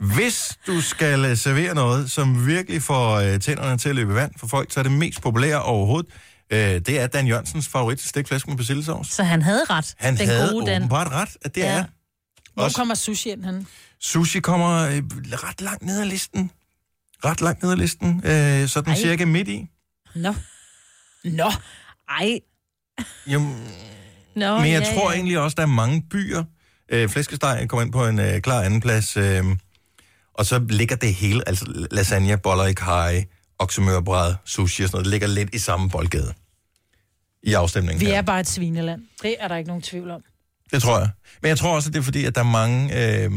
[SPEAKER 1] Hvis du skal øh, servere noget, som virkelig får øh, tænderne til at løbe i vand for folk, så er det mest populære overhovedet, øh, det er Dan Jørgensens favorit, stikflæsk med persillesauce.
[SPEAKER 3] Så han havde ret.
[SPEAKER 1] Han
[SPEAKER 3] den
[SPEAKER 1] havde
[SPEAKER 3] gode, den.
[SPEAKER 1] åbenbart ret, at det
[SPEAKER 3] Ja.
[SPEAKER 1] ja. er.
[SPEAKER 2] Hvor
[SPEAKER 1] Også
[SPEAKER 2] kommer sushi ind henne?
[SPEAKER 1] sushi kommer øh, ret langt ned ad listen. ret langt ned ad listen, øh, sådan
[SPEAKER 2] Ej.
[SPEAKER 1] Ej. cirka midt i.
[SPEAKER 2] Nå. Nå. Ej.
[SPEAKER 1] Jamen,
[SPEAKER 3] Nå,
[SPEAKER 1] Men jeg
[SPEAKER 3] ja,
[SPEAKER 1] tror
[SPEAKER 3] ja.
[SPEAKER 1] egentlig også, der er mange byer. Øh, Flæskesteg kommer ind på en øh, klar andenplads. Øh, og så ligger det hele, altså lasagne, boller i kaj, oksemørbræd, sushi og sådan noget, det ligger lidt i samme boldgade. I afstemningen
[SPEAKER 2] Vi
[SPEAKER 1] her.
[SPEAKER 2] er bare et svineland. Det er der ikke nogen tvivl om.
[SPEAKER 1] Det tror jeg. Men jeg tror også, at det er fordi, at der er mange... Øh,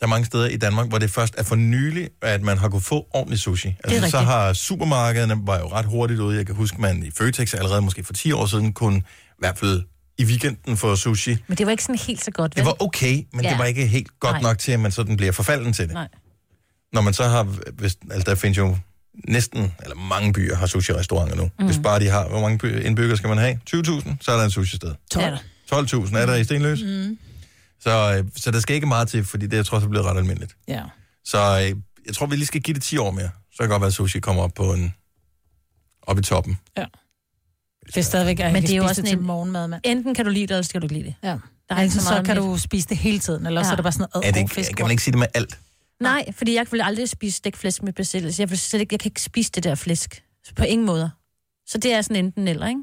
[SPEAKER 1] der er mange steder i Danmark, hvor det først er for nylig, at man har kunne få ordentlig sushi. Altså, så
[SPEAKER 13] rigtigt.
[SPEAKER 1] har supermarkederne var jo ret hurtigt ude. Jeg kan huske, man i Føtex allerede måske for 10 år siden kunne i hvert fald i weekenden få sushi.
[SPEAKER 3] Men det var ikke sådan helt så godt, vel?
[SPEAKER 1] Det var okay, men ja.
[SPEAKER 3] Ja.
[SPEAKER 1] det var ikke helt godt
[SPEAKER 3] Nej.
[SPEAKER 1] Nej. nok til, at man sådan bliver forfalden til det.
[SPEAKER 3] Nej.
[SPEAKER 1] Når man så har, hvis, altså der findes jo næsten, eller mange byer har sushi-restauranter nu. Mm. Hvis bare de har, hvor mange by- indbyggere skal man have? 20.000, så er der en sushi-sted.
[SPEAKER 2] 12.
[SPEAKER 1] 12.000 er der i Stenløs.
[SPEAKER 2] Mhm.
[SPEAKER 1] Mm. Så, øh, så der skal ikke meget til, fordi det er trods alt blevet ret almindeligt.
[SPEAKER 2] Ja.
[SPEAKER 1] Så øh, jeg tror, vi lige skal give det 10 år mere. Så kan det godt være, at sushi kommer op på en, op i toppen.
[SPEAKER 2] Det er stadigvæk, at
[SPEAKER 3] Men
[SPEAKER 2] Men
[SPEAKER 3] det er
[SPEAKER 2] det
[SPEAKER 3] jo
[SPEAKER 2] spise
[SPEAKER 3] også
[SPEAKER 2] det
[SPEAKER 3] sådan
[SPEAKER 2] til
[SPEAKER 3] en-
[SPEAKER 2] morgenmad, mand.
[SPEAKER 3] Enten kan du lide det, eller så kan du ikke lide det.
[SPEAKER 2] Ja.
[SPEAKER 3] Der er
[SPEAKER 2] Altså,
[SPEAKER 3] ikke så
[SPEAKER 2] så,
[SPEAKER 3] meget
[SPEAKER 2] kan
[SPEAKER 3] midt.
[SPEAKER 2] du spise det hele tiden, eller ja.
[SPEAKER 3] Ja.
[SPEAKER 2] så er det bare sådan noget
[SPEAKER 1] Er det
[SPEAKER 2] adgård fisk.
[SPEAKER 1] ikke, kan man ikke sige det med alt?
[SPEAKER 3] Nej, fordi jeg vil aldrig spise stikflæsk med persille. så Jeg, vil slet ikke, jeg kan ikke spise det der flæsk. På ingen måder. Så det er sådan enten eller, ikke?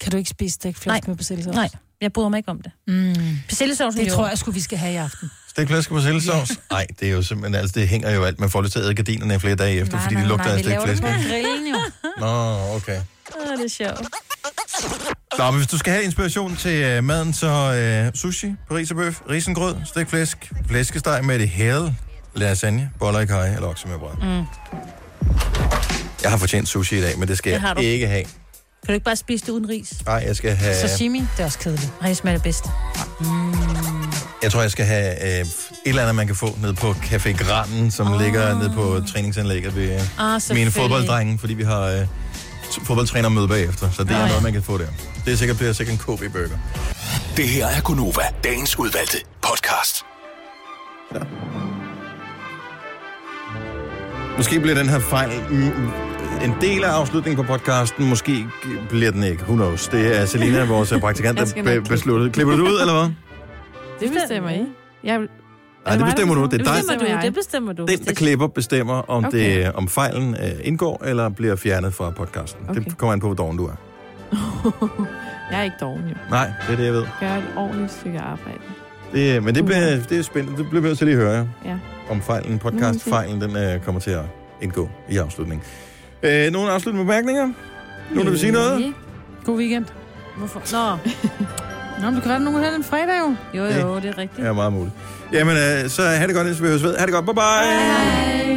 [SPEAKER 2] Kan du ikke spise stikflæsk med persillesauce?
[SPEAKER 3] Nej, jeg bryder mig ikke om det.
[SPEAKER 2] Mm.
[SPEAKER 3] Persillesaucen
[SPEAKER 2] Det
[SPEAKER 3] jo-
[SPEAKER 2] tror jeg sgu, vi skal have i aften.
[SPEAKER 1] Stegt flæsk på sildesovs? Nej, det er jo simpelthen, altså det hænger jo alt. Man får lyst til at æde gardinerne i flere dage efter, nej, fordi nej, de lugter af stegt flæsk. ikke?
[SPEAKER 2] grillen jo.
[SPEAKER 1] Nå, okay.
[SPEAKER 10] Åh, det er sjovt.
[SPEAKER 1] Nå, men hvis du skal have inspiration til øh, maden, så øh, sushi, pariserbøf, risengrød, stegt flæsk, flæskesteg med det hæde, lasagne, boller i kaj eller oksemørbrød.
[SPEAKER 3] Mm.
[SPEAKER 1] Jeg har fortjent sushi i dag, men det skal
[SPEAKER 3] Det har
[SPEAKER 1] det jeg
[SPEAKER 3] du.
[SPEAKER 1] ikke have.
[SPEAKER 3] Kan du ikke bare spise det uden ris?
[SPEAKER 1] Nej, jeg skal have...
[SPEAKER 2] Sashimi, det er også kedeligt.
[SPEAKER 3] Nej, det smager det bedst.
[SPEAKER 1] Jeg tror, jeg skal have øh, et eller andet, man kan få ned på Café Granen, som oh. ligger ned på træningsanlægget ved øh,
[SPEAKER 3] Ah,
[SPEAKER 1] mine
[SPEAKER 3] selvfølgelig.
[SPEAKER 1] fodbolddrenge, fordi vi har øh, t- fodboldtrænermøde bagefter. Så det er noget, man kan få der. Det er sikkert, bliver sikkert en KB Burger.
[SPEAKER 4] Det her er Gunova, dagens udvalgte podcast.
[SPEAKER 1] Måske bliver den her fejl mm, en del af afslutningen på podcasten. Måske bliver den ikke. Who knows? Det er Selina, vores øh, praktikant, der
[SPEAKER 10] Jeg skal nok
[SPEAKER 1] be-
[SPEAKER 10] klippe.
[SPEAKER 1] besluttede. Klipper du det ud, eller hvad?
[SPEAKER 10] Det bestemmer I. Jeg,
[SPEAKER 1] Nej, det bestemmer du. Det er
[SPEAKER 10] Det
[SPEAKER 1] dig.
[SPEAKER 10] bestemmer du. Det bestemmer du.
[SPEAKER 1] Den, der klipper, bestemmer, om,
[SPEAKER 10] Okay.
[SPEAKER 1] okay. det, om fejlen øh, indgår eller bliver fjernet fra podcasten. Okay.
[SPEAKER 10] Okay.
[SPEAKER 1] Det kommer an på, hvor doven du er.
[SPEAKER 10] Jeg er ikke doven, jo.
[SPEAKER 1] Nej, det er det, jeg ved.
[SPEAKER 10] Gør et ordentligt stykke arbejde.
[SPEAKER 1] Det, øh, men det bliver, det er spændende. Det bliver vi nødt til lige at høre, ja.
[SPEAKER 10] Mm. Ja. Mm,
[SPEAKER 1] om fejlen, podcastfejlen, den øh, kommer til at indgå i afslutningen. Øh, nogle afsluttende bemærkninger? Nogen, der vil sige noget?
[SPEAKER 2] God weekend.
[SPEAKER 3] Hvorfor? Nå.
[SPEAKER 2] Nå, men du kan være, at nogen her den fredag jo.
[SPEAKER 3] Jo, jo, det er rigtigt.
[SPEAKER 1] Ja, meget muligt. Jamen, øh, så have det godt, indtil vi høres ved. Ha' det godt. Bye-bye. Bye.
[SPEAKER 3] Hej.